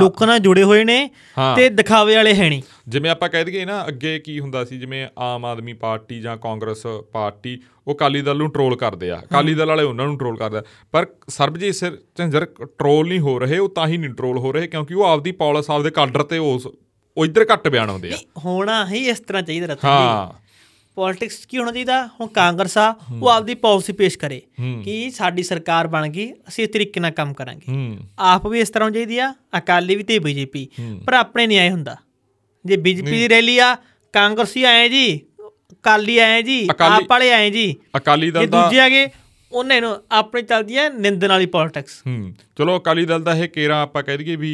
A: ਲੋਕਾਂ ਨਾਲ ਜੁੜੇ ਹੋਏ ਨੇ
B: ਹਾਂ।
A: ਤੇ ਦਿਖਾਵੇ ਵਾਲੇ ਹੈ ਨਹੀਂ
B: ਜਿਵੇਂ ਆਪਾਂ ਕਹਿ ਦਈਏ ਨਾ ਅੱਗੇ ਕੀ ਹੁੰਦਾ ਸੀ ਜਿਵੇਂ ਆਮ ਆਦਮੀ ਪਾਰਟੀ ਜਾਂ ਕਾਂਗਰਸ ਪਾਰਟੀ ਉਹ ਅਕਾਲੀ ਦਲ ਨੂੰ ਟਰੋਲ ਕਰਦੇ ਆ ਅਕਾਲੀ ਦਲ ਵਾਲੇ ਉਹਨਾਂ ਨੂੰ ਟਰੋਲ ਕਰਦੇ ਆ ਪਰ ਸਰਬਜੀਤ ਸਿੰਘ ਝੰਜਰ ਟਰੋਲ ਨਹੀਂ ਹੋ ਰਹੇ ਉਹ ਤਾਂ ਹੀ ਨਹੀਂ ਟਰੋਲ ਹੋ ਰਹੇ ਕਿਉਂਕਿ ਉਹ ਆਪਦੀ ਪਾਲਿਸ ਆਪਦੇ ਕਾਡਰ ਤੇ ਉਸ ਉਹ ਇੱਧਰ ਘੱਟ ਬਿਆਨ ਆਉਂਦੇ ਆ
A: ਹੋਣਾ ਹੀ ਇਸ ਤਰ੍ਹਾਂ ਚਾਹੀਦਾ ਰਤਨ ਜੀ
B: ਹਾਂ
A: ਪੋਲਿਟਿਕਸ ਕੀ ਹੋਣਾ ਚਾਹੀਦਾ ਹੁਣ ਕਾਂਗਰਸ ਆ ਉਹ ਆਪਦੀ ਪਾਲਿਸੀ ਪੇਸ਼ ਕਰੇ ਕਿ ਸਾਡੀ ਸਰਕਾਰ ਬਣ ਗਈ ਅਸੀਂ ਇਸ ਤਰੀਕੇ ਨਾਲ ਕੰਮ ਕਰਾਂਗੇ
B: ਹੂੰ
A: ਆਪ ਵੀ ਇਸ ਤਰ੍ਹਾਂ ਹੋਣੀ ਚਾਹੀਦੀ ਆ ਅਕਾਲੀ ਵੀ ਤੇ ਬੀਜੇਪੀ ਪਰ ਆਪਣੇ ਨਹੀਂ ਆਏ ਹੁੰਦਾ ਜੇ ਬੀਜੇਪੀ ਦੀ ਰੈਲੀ ਆ ਕਾਂਗਰਸੀ ਆਏ ਜੀ ਅਕਾਲੀ ਆਏ ਜੀ
B: ਅਕਾਲੀ-
A: ਆਪ ਵਾਲੇ ਆਏ ਜੀ
B: ਅਕਾਲੀ ਦਲ
A: ਇਹ
B: ਦਾ
A: ਦੂਜੇ ਆਗੇ ਉਹਨਾਂ ਨੂੰ ਆਪਣੇ ਚੱਲਦੀ ਹੈ ਨਿੰਦਣ ਵਾਲੀ ਪੋਲਿਟਿਕਸ
B: ਹੂੰ ਚਲੋ ਅਕਾਲੀ ਦਲ ਦਾ ਇਹ ਕੇਰਾ ਆਪਾਂ ਕਹਿ ਦਈਏ ਵੀ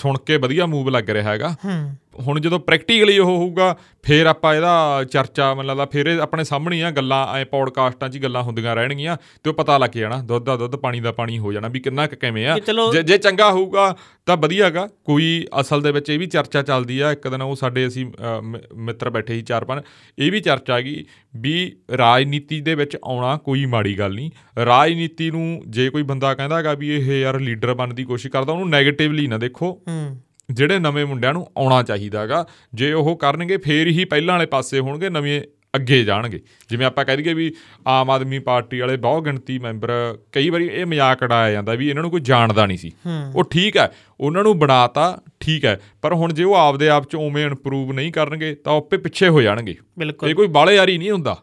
B: ਸੁਣ ਕੇ ਵਧੀਆ ਮੂਵ ਲੱਗ ਰਿਹਾ ਹੈਗਾ
A: ਹੂੰ
B: ਹੁਣ ਜਦੋਂ ਪ੍ਰੈਕਟੀਕਲੀ ਉਹ ਹੋਊਗਾ ਫੇਰ ਆਪਾਂ ਇਹਦਾ ਚਰਚਾ ਮੈਨੂੰ ਲੱਗਦਾ ਫੇਰ ਇਹ ਆਪਣੇ ਸਾਹਮਣੇ ਹੀ ਆ ਗੱਲਾਂ ਐ ਪੌਡਕਾਸਟਾਂ 'ਚ ਹੀ ਗੱਲਾਂ ਹੁੰਦੀਆਂ ਰਹਿਣਗੀਆਂ ਤੇ ਉਹ ਪਤਾ ਲੱਗ ਜਾਣਾ ਦੁੱਧ ਦਾ ਦੁੱਧ ਪਾਣੀ ਦਾ ਪਾਣੀ ਹੋ ਜਾਣਾ ਵੀ ਕਿੰਨਾ ਕੁ ਕਿਵੇਂ ਆ
A: ਕਿ ਚਲੋ-
B: ਜੇ ਜੇ ਚੰਗਾ ਹੋਊਗਾ ਤਾਂ ਵਧੀਆਗਾ ਕੋਈ ਅਸਲ ਦੇ ਵਿੱਚ ਇਹ ਵੀ ਚਰਚਾ ਚੱਲਦੀ ਆ ਇੱਕ ਦਿਨ ਉਹ ਸਾਡੇ ਅਸੀਂ ਅ, ਮ- ਮਿੱਤਰ ਬੈਠੇ ਸੀ ਚਾਰ ਪੰਜ ਇਹ ਵੀ ਚਰਚਾ ਗਈ ਵੀ ਰਾਜਨੀਤੀ ਦੇ ਵਿੱਚ ਆਉਣਾ ਕੋਈ ਮਾੜੀ ਗੱਲ ਨਹੀਂ ਰਾਜਨੀਤੀ ਨੂੰ ਜੇ ਕੋਈ ਬੰਦਾ ਕਹਿੰਦਾਗਾ ਵੀ ਇਹ ਯਾਰ ਲੀਡਰ ਬਣਨ ਦੀ ਕੋਸ਼ਿਸ਼ ਕਰਦਾ ਉਹਨੂੰ 네ਗੇਟਿਵਲੀ ਨਾ ਦੇਖੋ
A: ਹੂੰ
B: ਜਿਹੜੇ ਨਵੇਂ ਮੁੰਡਿਆਂ ਨੂੰ ਆਉਣਾ ਚਾਹੀਦਾਗਾ ਜੇ ਉਹ ਕਰਨਗੇ ਫੇਰ ਹੀ ਪਹਿਲਾਂ ਵਾਲੇ ਪਾਸੇ ਹੋਣਗੇ ਨਵੇਂ ਅੱਗੇ ਜਾਣਗੇ ਜਿਵੇਂ ਆਪਾਂ ਕਹਿ ਦਈਏ ਵੀ ਆਮ ਆਦਮੀ ਪਾਰਟੀ ਵਾਲੇ ਬਹੁਤ ਗਿਣਤੀ ਮੈਂਬਰ ਕਈ ਵਾਰੀ ਇਹ ਮਜ਼ਾਕ ਉਡਾਇਆ ਜਾਂਦਾ ਵੀ ਇਹਨਾਂ ਨੂੰ ਕੋਈ ਜਾਣਦਾ ਨਹੀਂ ਸੀ ਉਹ ਠੀਕ ਹੈ ਉਹਨਾਂ ਨੂੰ ਬਣਾਤਾ ਠੀਕ ਹੈ ਪਰ ਹੁਣ ਜੇ ਉਹ ਆਪਦੇ ਆਪ ਚ ਉਵੇਂ ਇੰਪਰੂਵ ਨਹੀਂ ਕਰਨਗੇ ਤਾਂ ਉਹ ਆਪੇ ਪਿੱਛੇ ਹੋ ਜਾਣਗੇ
A: ਬਿਲਕੁਲ
B: ਇਹ ਕੋਈ ਬਾਲੇ ਯਾਰੀ ਨਹੀਂ ਹੁੰਦਾ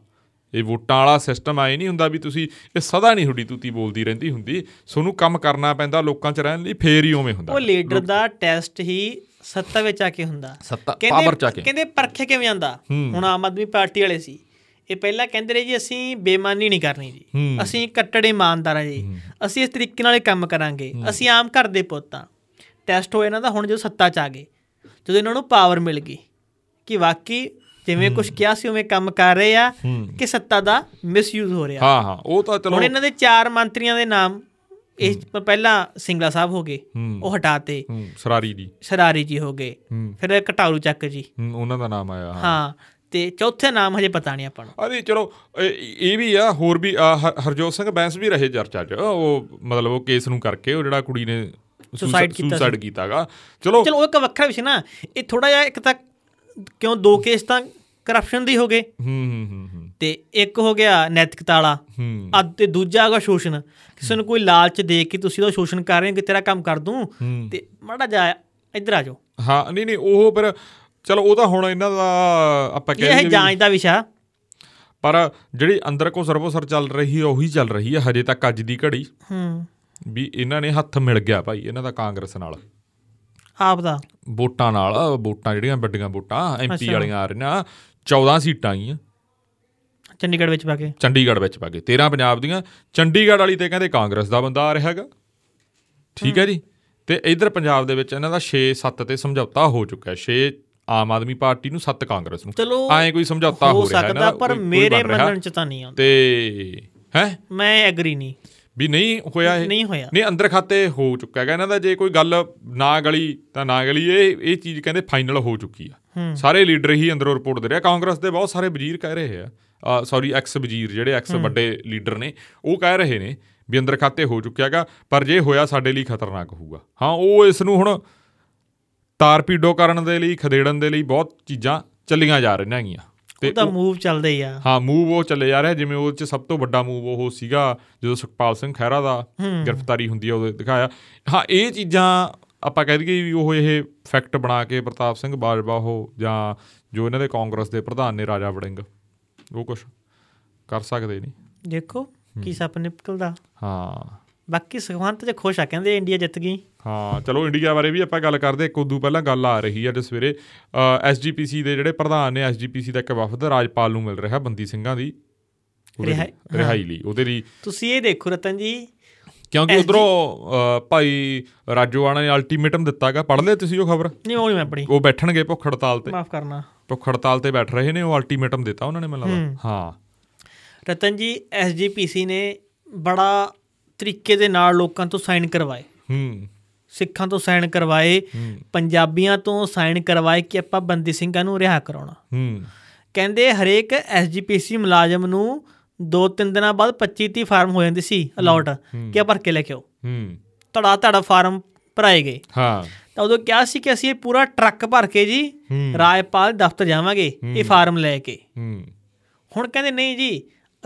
B: ਇਹ ਵੋਟਾਂ ਵਾਲਾ ਸਿਸਟਮ ਆਏ ਨਹੀਂ ਹੁੰਦਾ ਵੀ ਤੁਸੀਂ ਇਹ ਸਦਾ ਨਹੀਂ ਤੁਹਾਡੀ ਤੂਤੀ ਬੋਲਦੀ ਰਹਿੰਦੀ ਹੁੰਦੀ ਤੁਹਾਨੂੰ ਕੰਮ ਕਰਨਾ ਪੈਂਦਾ ਲੋਕਾਂ ਚ ਰਹਿਣ ਲਈ ਫੇਰ ਹੀ ਉਵੇਂ ਹੁੰਦਾ
A: ਉਹ ਲੀਡਰ ਦਾ ਟੈਸਟ ਹੀ ਸੱਤਾ ਵਿੱਚ ਆ ਕੇ ਹੁੰਦਾ
B: ਸੱਤਾ
A: ਕਹਿੰਦੇ
B: ਪਾਵਰ ਚ ਆ ਕੇ
A: ਕਹਿੰਦੇ ਪਰਖੇ ਕਿਵੇਂ ਜਾਂਦਾ ਹੁਣ ਆਮ ਆਦਮੀ ਪਾਰਟੀ ਵਾਲੇ ਸੀ ਇਹ ਪਹਿਲਾਂ ਕਹਿੰਦੇ ਰਹੇ ਜੀ ਅਸੀਂ ਬੇਈਮਾਨੀ ਨਹੀਂ ਕਰਨੀ ਜੀ
B: ਹੂੰ।
A: ਅਸੀਂ ਕੱਟੜ ਇਮਾਨਦਾਰ ਆ ਜੀ ਅਸੀਂ ਇਸ ਤਰੀਕੇ ਨਾਲ ਇਹ ਕੰਮ ਕਰਾਂਗੇ ਅਸੀਂ ਆਮ ਘਰ ਦੇ ਪੁੱਤ ਹਾਂ ਟੈਸਟ ਹੋਇਆ ਇਹਨਾਂ ਦਾ ਹੁਣ ਜਦੋਂ ਸੱਤਾ ਚ ਆ ਗਏ ਜਦੋਂ ਇਹਨਾਂ ਨੂੰ ਪਾਵਰ ਮਿਲ ਗਈ ਕਿ ਵਾਕਈ ਜਿਵੇਂ ਕੁਝ ਕਿਹਾ ਸੀ ਉਵੇਂ ਕੰਮ ਕਰ ਰਹੇ ਆ ਕਿ ਸੱਤਾ ਦਾ ਮਿਸਯੂਜ਼ ਹੋ ਰਿਹਾ
B: ਹਾਂ ਹਾਂ ਉਹ ਤਾਂ ਚਲੋ
A: ਹੁਣ ਇਹਨਾਂ ਦੇ ਚਾਰ ਮੰਤਰੀਆਂ ਦੇ ਨਾਮ ਇਹ ਪਹਿਲਾਂ ਸਿੰਗਲਾ ਸਾਹਿਬ ਹੋ ਗਏ
B: ਹੂੰ।
A: ਉਹ ਹਟਾਤੇ
B: ਹੂੰ, ਸਰਾਰੀ ਦੀ
A: ਸਰਾਰੀ ਜੀ ਹੋ ਗਏ
B: ਹੂੰ
A: ਫਿਰ ਘਟਾਰੂ ਚੱਕ ਜੀ
B: ਹੂੰ, ਉਹਨਾਂ ਦਾ ਨਾਮ ਆਇਆ ਹਾਂ
A: ਹਾਂ ਤੇ ਚੌਥੇ ਨਾਮ ਹਜੇ ਪਤਾ ਨਹੀਂ ਆਪਾਂ ਨੂੰ
B: ਅਰੇ ਚਲੋ ਇਹ- ਇਹ ਵੀ ਆ ਹੋਰ ਵੀ ਆ, ਹ- ਹਰਜੋਤ ਸਿੰਘ ਬੈਂਸ ਵੀ ਰਹੇ ਚਰਚਾ 'ਚ ਉਹ ਮਤਲਬ ਉਹ ਕੇਸ ਨੂੰ ਕਰਕੇ ਉਹ ਜਿਹੜਾ ਕੁੜੀ ਨੇ
A: Suicide ਕੀਤਾ
B: ਸੁਸਾਈਡ ਕੀਤਾਗਾ ਚਲੋ
A: ਚਲੋ ਉਹ ਇੱਕ ਵੱਖਰਾ ਵਿਸ਼ਾ ਨਾ ਇਹ ਥੋੜਾ ਜਿਹਾ ਇੱਕ ਤਾਂ ਕਿਉਂ ਦੋ ਕੇਸ ਤਾਂ ਕਰਪਸ਼ਨ ਦੀ ਹੋ ਗਏ
B: ਹੂੰ ਹੂੰ ਹੂੰ ਹੂੰ
A: ਤੇ ਇੱਕ ਹੋ ਗਿਆ ਨੈਤਿਕਤਾ ਵਾਲਾ
B: ਹੂੰ
A: ਆ ਤੇ ਦੂਜਾ ਹੈਗਾ ਸ਼ੋਸ਼ਣ ਕਿਸੇ ਨੂੰ ਕੋਈ ਲਾਲਚ ਦੇ ਕੇ ਤੁਸੀਂ ਉਹਦਾ ਸ਼ੋਸ਼ਣ ਕਰ ਰਹੇ ਹੋ ਕਿ ਤੇਰਾ ਕੰਮ ਕਰ ਦੂੰ
B: ਹੂੰ।
A: ਤੇ ਮਾੜਾ ਜਾ ਇੱਧਰ ਆ ਜਾਓ
B: ਹਾਂ ਨਹੀਂ ਨਹੀਂ ਉਹ ਪਰ ਚਲੋ ਉਹ ਤਾਂ ਹੁਣ ਇਹਨਾਂ ਦਾ ਆਪਾਂ
A: ਇਹ ਹੈ
B: ਕਹਿ
A: ਜਾਂਚ
B: ਲਈਏ
A: ਦਾ ਵਿਸ਼ਾ
B: ਪਰ ਜਿਹੜੀ ਅੰਦਰ ਕੋ ਸਰਵੋਸਰ ਚੱਲ ਰਹੀ ਹੈ ਉਹੀ ਚੱਲ ਰਹੀ ਹੈ ਹਜੇ ਤੱਕ ਅੱਜ ਦੀ ਘੜੀ
A: ਹੂੰ
B: ਵੀ ਇਹਨਾਂ ਨੇ ਹੱਥ ਮਿਲ ਗਿਆ ਭਾਈ ਇਹਨਾਂ ਦਾ ਕਾਂਗਰਸ ਨਾਲ
A: ਆਪ ਦਾ
B: ਵੋਟਾਂ ਨਾਲ ਵੋਟਾਂ ਜਿਹੜੀਆਂ ਵੱਡੀਆਂ ਵੋਟਾਂ ਐਮਪੀ
A: ਅੱਛਾ।
B: ਵਾਲੀਆਂ ਆ ਰਹੀਆਂ 14 ਸੀਟਾਂ ਆਈਆਂ
A: ਚੰਡੀਗੜ੍ਹ ਵਿੱਚ ਪਾ ਕੇ
B: ਚੰਡੀਗੜ੍ਹ ਵਿੱਚ ਪਾ ਗਏ 13 ਪੰਜਾਬ ਦੀਆਂ ਚੰਡੀਗੜ੍ਹ ਵਾਲੀ ਤੇ ਕਹਿੰਦੇ ਕਾਂਗਰਸ ਦਾ ਬੰਦਾ ਆ ਰਿਹਾ ਹੈਗਾ ਠੀਕ ਹੈ ਜੀ ਤੇ ਇਧਰ ਪੰਜਾਬ ਦੇ ਵਿੱਚ ਇਹਨਾਂ ਦਾ 6 7 ਤੇ ਸਮਝੌਤਾ ਹੋ ਚੁੱਕਾ ਹੈ 6 ਆਮ ਆਦਮੀ ਪਾਰਟੀ ਨੂੰ 7 ਕਾਂਗਰਸ ਨੂੰ
A: ਚਲੋ
B: ਐਂ ਕੋਈ ਸਮਝੌਤਾ
A: ਹੋ
B: ਹੋ ਰਿਹਾ ਹੈ
A: ਸਕਦਾ ਪਰ ਮੇਰੇ ਮੰਨਣ ਚ ਤਾਂ ਨਹੀਂ ਆਉਂਦਾ
B: ਤੇ ਹੈ
A: ਮੈਂ ਐਗਰੀ ਨਹੀਂ
B: ਵੀ ਨਹੀਂ ਹੋਇਆ ਇਹ
A: ਨਹੀਂ ਹੋਇਆ
B: ਨਹੀਂ ਅੰਦਰ ਖਾਤੇ ਹੋ ਚੁੱਕਾ ਹੈਗਾ ਇਹਨਾਂ ਦਾ ਜੇ ਕੋਈ ਗੱਲ ਨਾ ਗਲੀ ਤਾਂ ਨਾ ਗਲੀ ਇਹ ਇਹ ਚੀਜ਼ ਕਹਿੰਦੇ ਫਾਈਨਲ ਹੋ ਚੁੱਕੀ ਆ ਸਾਰੇ ਲੀਡਰ ਹੀ ਅੰਦਰੋਂ ਰਿਪੋਰਟ ਦੇ ਰਿਹਾ ਕਾਂਗਰਸ ਦੇ ਬਹੁਤ ਸਾਰੇ ਵਜ਼ੀਰ ਕਹਿ ਰਹੇ ਆ ਸੌਰੀ ਐਕਸ ਵਜ਼ੀਰ ਜਿਹੜੇ ਐਕਸ ਵੱਡੇ ਲੀਡਰ ਨੇ ਉਹ ਕਹਿ ਰਹੇ ਨੇ ਵੀ ਅੰਦਰ ਖਾਤੇ ਹੋ ਚੁੱਕਿਆ ਹੈਗਾ ਪਰ ਜੇ ਹੋਇਆ ਸਾਡੇ ਲਈ ਖਤਰਨਾਕ ਹੋਊਗਾ ਹਾਂ ਉਹ ਇਸ ਨੂੰ ਹੁਣ ਤਾਰਪੀਡੋ ਕਰਨ ਦੇ ਲਈ ਖਦੇੜਨ ਦੇ ਲਈ ਬਹੁਤ ਚੀਜ਼ਾਂ ਚੱਲੀਆਂ ਜਾ ਰਹੀਆਂ ਹੈਗੀਆਂ
A: ਉਹ ਤਾਂ ਮੂਵ ਚੱਲਦੇ ਹੀ ਆ
B: ਹਾਂ ਮੂਵ ਉਹ ਚੱਲੇ ਜਾ ਰਿਹਾ ਜਿਵੇਂ ਉਹ ਚ ਸਭ ਤੋਂ ਵੱਡਾ ਮੂਵ ਉਹ ਸੀਗਾ ਜਦੋਂ ਸੁਖਪਾਲ ਸਿੰਘ ਖਹਿਰਾ ਦਾ ਗ੍ਰਿਫਤਾਰੀ ਹੁੰਦੀ ਆ ਉਹਦੇ ਦਿਖਾਇਆ ਹਾਂ ਇਹ ਚੀਜ਼ਾਂ ਆਪਾਂ ਕਹਿ ਦਈਏ ਵੀ ਉਹ ਇਹ ਫੈਕਟ ਬਣਾ ਕੇ ਪ੍ਰਤਾਪ ਸਿੰਘ ਬਾਜਵਾ ਉਹ ਜਾਂ ਜੋ ਇਹਨਾਂ ਦੇ ਕਾਂਗਰਸ ਦੇ ਪ੍ਰਧਾਨ ਨੇ ਰਾਜਾ ਵੜਿੰਗ ਉਹ ਕੁਝ ਕਰ ਸਕਦੇ ਨਹੀਂ
A: ਦੇਖੋ ਕੀ ਸੱਪ ਨਿਕਲਦਾ
B: ਹਾਂ
A: ਬਾਕੀ ਸੁਖਵੰਤ ਚ ਖੁਸ਼ ਆ ਕਹਿੰਦੇ ਇੰਡੀਆ ਜਿੱਤ ਗਈ
B: ਹਾਂ ਚਲੋ ਇੰਡੀਆ ਬਾਰੇ ਵੀ ਆਪਾਂ ਗੱਲ ਕਰਦੇ ਇੱਕ ਉਦੋਂ ਪਹਿਲਾਂ ਗੱਲ ਆ ਰਹੀ ਹੈ ਅੱਜ ਸਵੇਰੇ ਐਸਜੀਪੀਸੀ ਦੇ ਜਿਹੜੇ ਪ੍ਰਧਾਨ ਨੇ ਐਸਜੀਪੀਸੀ ਦਾ ਇੱਕ ਵਫਦ ਰਾਜਪਾਲ ਨੂੰ ਮਿਲ ਰਿਹਾ ਬੰਦੀ ਸਿੰਘਾਂ ਦੀ ਉਹਦੇ ਲਈ-
A: ਰਿਹਾਈ- ਹਾਂ।
B: ਰਿਹਾਈ ਲਈ ਉਹਦੇ ਲਈ
A: ਤੁਸੀਂ ਇਹ ਦੇਖੋ ਰਤਨ ਜੀ
B: ਕਿਉਂਕਿ
A: SD
B: ਉਧਰੋਂ ਭਾਈ ਰਾਜੋਆਣਾ ਨੇ ਅਲਟੀਮੇਟਮ ਦਿੱਤਾਗਾ ਪੜ੍ਹ ਲਿਆ ਤੁਸੀਂ ਉਹ ਖਬਰ
A: ਨਹੀਂ ਉਹ ਨਹੀਂ ਮੈਂ ਪੜੀ
B: ਉਹ ਬੈਠਣਗੇ ਭੁੱਖ ਹੜਤਾਲ ਤੇ
A: ਮਾਫ ਕਰਨਾ
B: ਭੁੱਖ ਹੜਤਾਲ ਤੇ ਬੈਠ ਰਹੇ ਨੇ ਉਹ ਅਲਟੀਮੇਟਮ ਦਿੱਤਾ ਉਹਨਾਂ ਨੇ ਮੈਨੂੰ ਲੱਗਦਾ ਹਾਂ
A: ਰਤਨ ਜੀ ਐਸਜੀਪੀਸੀ ਨੇ ਬੜਾ ਤਰੀਕੇ ਦੇ ਨਾਲ ਲੋਕਾਂ ਤੋਂ ਸਾਈਨ ਕਰਵਾਏ
B: ਹੂੰ
A: ਸਿੱਖਾਂ ਤੋਂ ਸਾਈਨ ਕਰਵਾਏ
B: ਹੂੰ।
A: ਪੰਜਾਬੀਆਂ ਤੋਂ ਸਾਈਨ ਕਰਵਾਏ ਕਿ ਆਪਾਂ ਬੰਦੀ ਸਿੰਘਾਂ ਨੂੰ ਰਿਹਾ ਕਰਾਉਣਾ
B: ਹੂੰ
A: ਕਹਿੰਦੇ ਹਰੇਕ ਐਸਜੀਪੀਸੀ ਮੁਲਾਜ਼ਮ ਨੂੰ 2-3 ਦਿਨਾਂ ਬਾਅਦ 25-30 ਫਾਰਮ ਹੋ ਜਾਂਦੇ ਸੀ ਅਲਾਟ ਕਿ ਆਹ ਭਰ ਕੇ ਲੈ ਕੇ ਆਓ
B: ਹੂੰ
A: ਧੜਾ ਧੜਾ ਫਾਰਮ ਭਰਾਏ ਗਏ
B: ਹਾਂ
A: ਤਾਂ ਉਦੋਂ ਕਿਹਾ ਸੀ ਕਿ ਅਸੀਂ ਇਹ ਪੂਰਾ ਟਰੱਕ ਭਰ ਕੇ ਜੀ
B: ਹੂੰ।
A: ਰਾਜਪਾਲ ਦਫ਼ਤਰ ਜਾਵਾਂਗੇ ਇਹ ਫਾਰਮ ਲੈ ਕੇ
B: ਹੂੰ
A: ਹੁਣ ਕਹਿੰਦੇ ਨਹੀਂ ਜੀ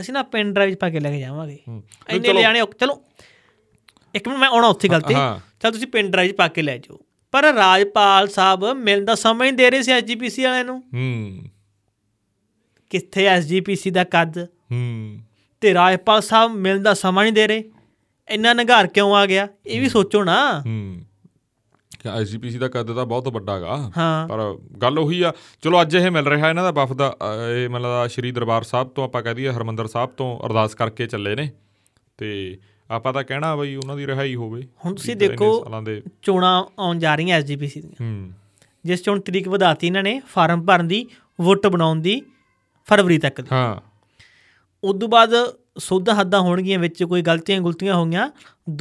A: ਅਸੀਂ ਨਾ ਪੈਨ ਡਰਾਈਵ 'ਚ ਪਾ ਕੇ ਲੈ ਕੇ ਜਾਵਾਂਗੇ
B: ਹੂੰ।
A: ਇੰਨੇ ਲਿਆਣੇ ਔਖ- ਚਲੋ ਇੱਕ ਮਿੰਟ ਮੈਂ ਆਉਣਾ ਉੱਥੇ ਗੱਲ ਤੇ
B: ਹਾਂ।
A: ਚਲ ਤੁਸੀਂ ਪੈਨ ਡਰਾਈਵ 'ਚ ਪਾ ਕੇ ਲੈ ਜਾਓ ਪਰ ਰਾਜਪਾਲ ਸਾਹਿਬ ਮਿਲਣ ਦਾ ਸਮਾਂ ਹੀ ਨਹੀਂ ਦੇ ਰਹੇ ਸੀ ਐਸਜੀਪੀਸੀ ਵਾਲਿਆਂ ਨੂੰ
B: ਹੂੰ
A: ਕਿੱਥੇ ਐਸਜੀਪੀਸੀ ਦਾ ਕੱਦ
B: ਹੂੰ
A: ਤੇ ਰਾਜਪਾਲ ਸਾਹਿਬ ਮਿਲਣ ਦਾ ਸਮਾਂ ਨਹੀਂ ਦੇ ਰਹੇ ਇੰਨਾ ਨਿਘਾਰ ਕਿਉਂ ਆ ਗਿਆ ਇਹ ਵੀ ਸੋਚੋ ਨਾ
B: ਹੂੰ ਐਸਜੀਪੀਸੀ ਦਾ ਕੱਦ ਤਾਂ ਬਹੁਤ ਵੱਡਾਗਾ
A: ਹਾਂ
B: ਪਰ ਗੱਲ ਉਹੀ ਆ ਚਲੋ ਅੱਜ ਇਹ ਮਿਲ ਰਿਹਾ ਇਹਨਾਂ ਦਾ ਵਫਦ ਅ, ਇਹ ਮਤਲਬ ਸ਼੍ਰੀ ਦਰਬਾਰ ਸਾਹਿਬ ਤੋਂ ਆਪਾਂ ਕਹਿ ਦਈਏ ਹਰਮੰਦਰ ਸਾਹਿਬ ਤੋਂ ਅਰਦਾਸ ਕਰਕੇ ਚੱਲੇ ਨੇ ਤੇ ਆਪਾਂ ਤਾਂ ਕਹਿਣਾ ਬਈ ਉਹਨਾਂ ਦੀ ਰਿਹਾਈ ਹੋਵੇ
A: ਹੁਣ ਤੁਸੀਂ
B: ਵੀ ਇੰਨੇ
A: ਦੇਖੋ-
B: ਸਾਲਾਂ ਦੇ
A: ਚੋਣਾਂ ਆਉਣ ਜਾ ਰਹੀਆਂ ਐਸਜੀਪੀਸੀ ਦੀਆਂ
B: ਹੂੰ
A: ਜਿਸ ਚੋਣ ਤਰੀਕ ਵਧਾਤੀ ਇਹਨਾਂ ਨੇ ਫਾਰਮ ਭਰਨ ਦੀ ਵੋਟ ਬਣਾਉਣ ਦੀ ਫਰਵਰੀ ਤੱਕ ਦੀ
B: ਹਾਂ
A: ਉਸ ਤੋਂ ਬਾਅਦ ਸੋਧਾ ਹੱਦਾਂ ਹੋਣਗੀਆਂ ਵਿੱਚ ਕੋਈ ਗਲਤੀਆਂ ਗੁਲਤੀਆਂ ਹੋਗੀਆਂ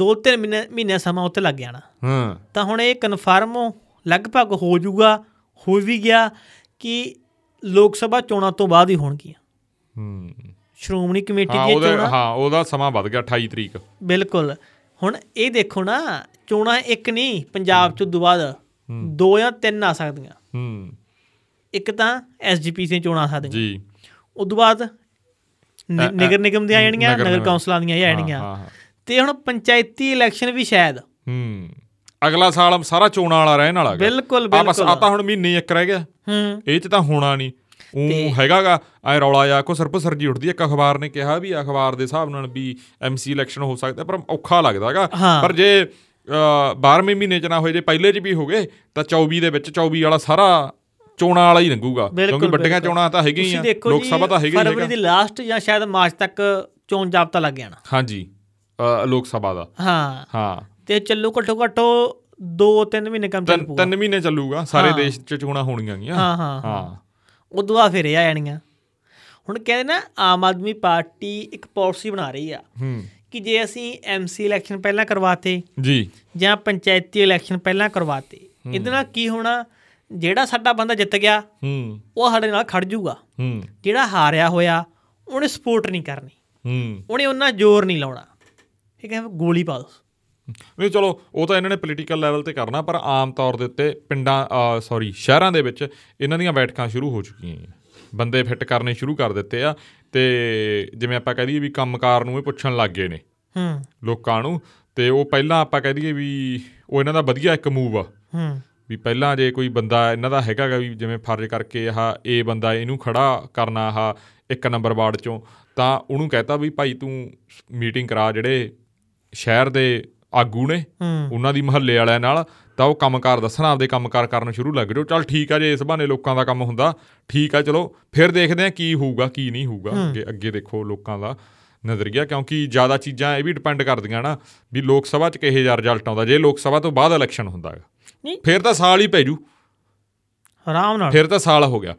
A: ਦੋ ਤਿੰਨ ਮਹੀਨੇ ਮਹੀਨੇ ਸਮਾਂ ਉੱਤੇ ਲੱਗ ਜਾਣਾ
B: ਹਾਂ
A: ਤਾਂ ਹੁਣ ਇਹ ਕਨਫਰਮ ਲਗਭਗ ਹੋ ਜਾਊਗਾ ਹੋ ਵੀ ਗਿਆ ਕਿ ਲੋਕ ਸਭਾ ਚੋਣਾਂ ਤੋਂ ਬਾਅਦ ਹੀ ਹੋਣਗੀਆਂ
B: ਹੂੰ
A: ਸ਼੍ਰੋਮਣੀ ਕਮੇਟੀ
B: ਹਾਂ
A: ਦੀਆਂ
B: ਉਹਦਾ
A: ਚੋਣਾਂ
B: ਹਾਂ ਉਹਦਾ ਸਮਾਂ ਵੱਧ ਗਿਆ 28 ਤਰੀਕ
A: ਬਿਲਕੁਲ ਹੁਣ ਇਹ ਦੇਖੋ ਨਾ ਚੋਣਾਂ ਇੱਕ ਨਹੀਂ ਪੰਜਾਬ ਚ ਉਦੋਂ ਬਾਅਦ ਦੋ ਜਾਂ ਤਿੰਨ ਆ ਸਕਦੀਆਂ
B: ਹੂੰ
A: ਇੱਕ ਤਾਂ ਐਸਜੀਪੀ ਦੀਆਂ ਚੋਣਾਂ ਆ ਸਕਦੀਆਂ
B: ਜੀ
A: ਉਦੋਂ ਬਾਅਦ ਨਿ-
B: ਐ- ਐ-
A: ਨਿਗਰ ਨਿਗਮ ਦੀਆਂ ਆਣਗੀਆਂ
B: ਨਗਰ
A: ਨਗਰ
B: ਨਿਗਮ।
A: ਕੌਂਸਲਾਂ ਦੀਆਂ ਇਹ
B: ਹਾਂ,
A: ਆਣਗੀਆਂ
B: ਹਾਂ, ਹਾਂ।
A: ਤੇ ਹੁਣ ਪੰਚਾਇਤੀ ਇਲੈਕਸ਼ਨ ਵੀ ਸ਼ਾਇਦ
B: ਹੂੰ ਅਗਲਾ ਸਾਲ ਸਾਰਾ ਚੋਣਾਂ ਵਾਲਾ ਰਹਿਣ ਵਾਲਾ ਗਾ।
A: ਬਿਲਕੁਲ
B: ਆ ਬਸ
A: ਬਿਲਕੁਲ
B: ਆ ਤਾਂ ਹੁਣ ਮਹੀਨੇ ਹੀ ਇੱਕ ਰਹਿ ਗਿਆ
A: ਹੂੰ
B: ਇਹ ਚ ਤਾਂ ਹੋਣਾ ਨਹੀਂ ਉਹ ਹੈਗਾਗਾ ਐ ਰੌਲਾ ਜਾ ਕੋ ਸਰਪਸਰ ਜੀ ਉੱਠਦੀ ਹੈ। ਇੱਕ ਅਖਬਾਰ ਨੇ ਕਿਹਾ ਵੀ ਅਖਬਾਰ ਦੇ ਹਿਸਾਬ ਨਾਲ ਵੀ ਐਮਸੀ ਇਲੈਕਸ਼ਨ ਹੋ ਸਕਦਾ ਪਰ ਔਖਾ ਲੱਗਦਾਗਾ
A: ਹਾਂ।
B: ਪਰ ਜੇ 12ਵੇਂ ਮਹੀਨੇ ਚ ਨਾ ਹੋਏ ਜੇ ਪਹਿਲੇ ਚ ਵੀ ਹੋ ਗਏ ਤਾਂ 24 ਦੇ ਵਿੱਚ 24 ਵਾਲਾ ਸਾਰਾ ਚੋਣਾਂ ਵਾਲਾ ਹੀ ਲੰਘੂਗਾ ਕਿਉਂਕਿ
A: ਬਿਲਕੁਲ,
B: ਵੱਡੀਆਂ
A: ਬਿਲਕੁਲ।
B: ਚੋਣਾਂ ਤਾਂ
A: ਤੁਸੀਂ
B: ਹੈਗੀਆਂ ਹੀ ਆ
A: ਦੇਖੋ
B: ਲੋਕ
A: ਜੀ,
B: ਸਭਾ ਤਾਂ ਹੈਗੀ ਹੀ
A: ਫਰਵਰੀ
B: ਹੈਗਾ
A: ਦੀ ਲਾਸਟ ਜਾਂ ਸ਼ਾਇਦ ਮਾਰਚ ਤੱਕ ਚੋਣ ਜਾਬਤਾ ਲੱਗ ਜਾਣਾ
B: ਹਾਂਜੀ ਅ, ਲੋਕ ਸਭਾ ਦਾ
A: ਹਾਂ
B: ਹਾਂ
A: ਤੇ ਚੱਲੋ ਘੱਟੋ ਘੱਟੋ 2-3 ਮਹੀਨੇ ਕੰਮ ਚੱਲ
B: ਤਿੰਨ
A: ਪੂਗਾ
B: ਤਿੰਨ ਮਹੀਨੇ ਚੱਲੂਗਾ ਸਾਰੇ
A: ਹਾਂ।
B: ਦੇਸ਼ 'ਚ ਚੋਣਾਂ ਹੋਣੀਆਂ ਗੀਆਂ
A: ਹਾਂ, ਹਾਂ, ਹਾਂ।
B: ਹਾਂ
A: ਉਦੋਂ ਆ ਫਿਰ ਇਹ ਆ ਜਾਣੀਆਂ ਹੁਣ ਕਹਿੰਦੇ ਨਾ ਆਮ ਆਦਮੀ ਪਾਰਟੀ ਇੱਕ ਪਾਲਿਸੀ ਬਣਾ ਰਹੀ ਆ
B: ਹੂੰ
A: ਕਿ ਜੇ ਅਸੀਂ ਐਮਸੀ ਇਲੈਕਸ਼ਨ ਪਹਿਲਾਂ ਕਰਵਾਤੇ
B: ਜੀ
A: ਜਾਂ ਪੰਚਾਇਤੀ ਇਲੈਕਸ਼ਨ ਪਹਿਲਾਂ ਕਰਵਾਤੇ ਇਹਦੇ ਨਾਲ ਕੀ ਹੋਣਾ ਜਿਹੜਾ ਸਾਡਾ ਬੰਦਾ ਜਿੱਤ ਗਿਆ
B: ਹੂੰ
A: ਉਹ ਸਾਡੇ ਨਾਲ ਖੜ ਜੂਗਾ
B: ਹੂੰ
A: ਜਿਹੜਾ ਹਾਰਿਆ ਹੋਇਆ ਉਹਨੇ ਸਪੋਰਟ ਨਹੀਂ ਕਰਨੀ
B: ਹੂੰ
A: ਉਹਨੇ ਉਹਨਾਂ ਜ਼ੋਰ ਨਹੀਂ ਲਾਉਣਾ ਠੀਕ ਹੈ ਗੋਲੀ ਪਾ ਦੋ
B: ਨਹੀਂ ਚਲੋ ਉਹ ਤਾਂ ਇਹਨਾਂ ਨੇ ਪੋਲੀਟੀਕਲ ਲੈਵਲ ਤੇ ਕਰਨਾ ਪਰ ਆਮ ਤੌਰ ਦੇ ਉੱਤੇ ਪਿੰਡਾਂ ਸੌਰੀ ਸ਼ਹਿਰਾਂ ਦੇ ਵਿੱਚ ਇਹਨਾਂ ਦੀਆਂ ਬੈਠਕਾਂ ਸ਼ੁਰੂ ਹੋ ਚੁੱਕੀਆਂ ਹੈ ਬੰਦੇ ਫਿੱਟ ਕਰਨੇ ਸ਼ੁਰੂ ਕਰ ਦਿੱਤੇ ਆ ਤੇ ਜਿਵੇਂ ਆਪਾਂ ਕਹਿ ਦਈਏ ਵੀ ਕੰਮਕਾਰ ਨੂੰ ਇਹ ਪੁੱਛਣ ਲੱਗ ਗਏ ਨੇ
A: ਹੂੰ
B: ਲੋਕਾਂ ਨੂੰ ਤੇ ਉਹ ਪਹਿਲਾਂ ਆਪਾਂ ਕਹਿ ਦਈਏ ਵੀ ਉਹ ਇਹਨਾਂ ਦਾ ਵਧੀਆ ਇੱਕ ਮੂਵ ਆ
A: ਹੂੰ
B: ਵੀ ਪਹਿਲਾਂ ਜੇ ਕੋਈ ਬੰਦਾ ਇਹਨਾਂ ਦਾ ਹੈਗਾ ਗਾ ਵੀ ਜਿਵੇਂ ਫਰਜ਼ ਕਰਕੇ ਆਹ ਇਹ ਬੰਦਾ ਇਹਨੂੰ ਖੜਾ ਕਰਨਾ ਆਹ ਇੱਕ ਨੰਬਰ ਵਾਰਡ ਚੋਂ ਤਾਂ ਉਹਨੂੰ ਕਹਤਾ ਵੀ ਭਾਈ ਤੂੰ ਮੀਟਿੰਗ ਕਰਾ ਜਿਹੜੇ ਸ਼ਹਿਰ ਦੇ ਆਗੂ ਨੇ
A: ਹੂੰ
B: ਉਹਨਾਂ ਦੀ ਮਹੱਲੇ ਵਾਲਿਆਂ ਨਾਲ ਤਾਂ ਉਹ ਕੰਮਕਾਰ ਦੱਸਣਾ ਆਪਦੇ ਕੰਮਕਾਰ ਕਰਨ ਸ਼ੁਰੂ ਲੱਗ ਜਾਓ ਚਲ ਠੀਕ ਆ ਜੇ ਇਸ ਬਹਾਨੇ ਲੋਕਾਂ ਦਾ ਕੰਮ ਹੁੰਦਾ ਠੀਕ ਆ ਚਲੋ ਫਿਰ ਦੇਖਦੇ ਆ ਕੀ ਹੋਊਗਾ ਕੀ ਨਹੀਂ ਹੋਊਗਾ ਅੱਗੇ ਅੱਗੇ ਦੇਖੋ ਲੋਕਾਂ ਦਾ ਨਜ਼ਰੀਆ ਕਿਉਂਕਿ ਜ਼ਿਆਦਾ ਚੀਜ਼ਾਂ ਇਹ ਵੀ ਡਿਪੈਂਡ ਕਰਦੀਆਂ ਨਾ ਵੀ ਲੋਕ ਸਭਾ ਚ ਕਿਹੇ ਜਿਹਾ ਰਿਜ਼ਲਟ ਆਉਂਦਾ ਜੇ ਲੋਕ ਸਭਾ ਤੋਂ ਬਾਅਦ ਇਲੈਕਸ਼ਨ ਹੁੰਦਾ ਹੈ
A: ਨਹੀਂ।
B: ਫਿਰ ਤਾਂ ਸਾਲ ਹੀ ਪੈ ਜੂ
A: ਆਰਾਮ ਨਾਲ
B: ਫਿਰ ਤਾਂ ਸਾਲ ਹੋ ਗਿਆ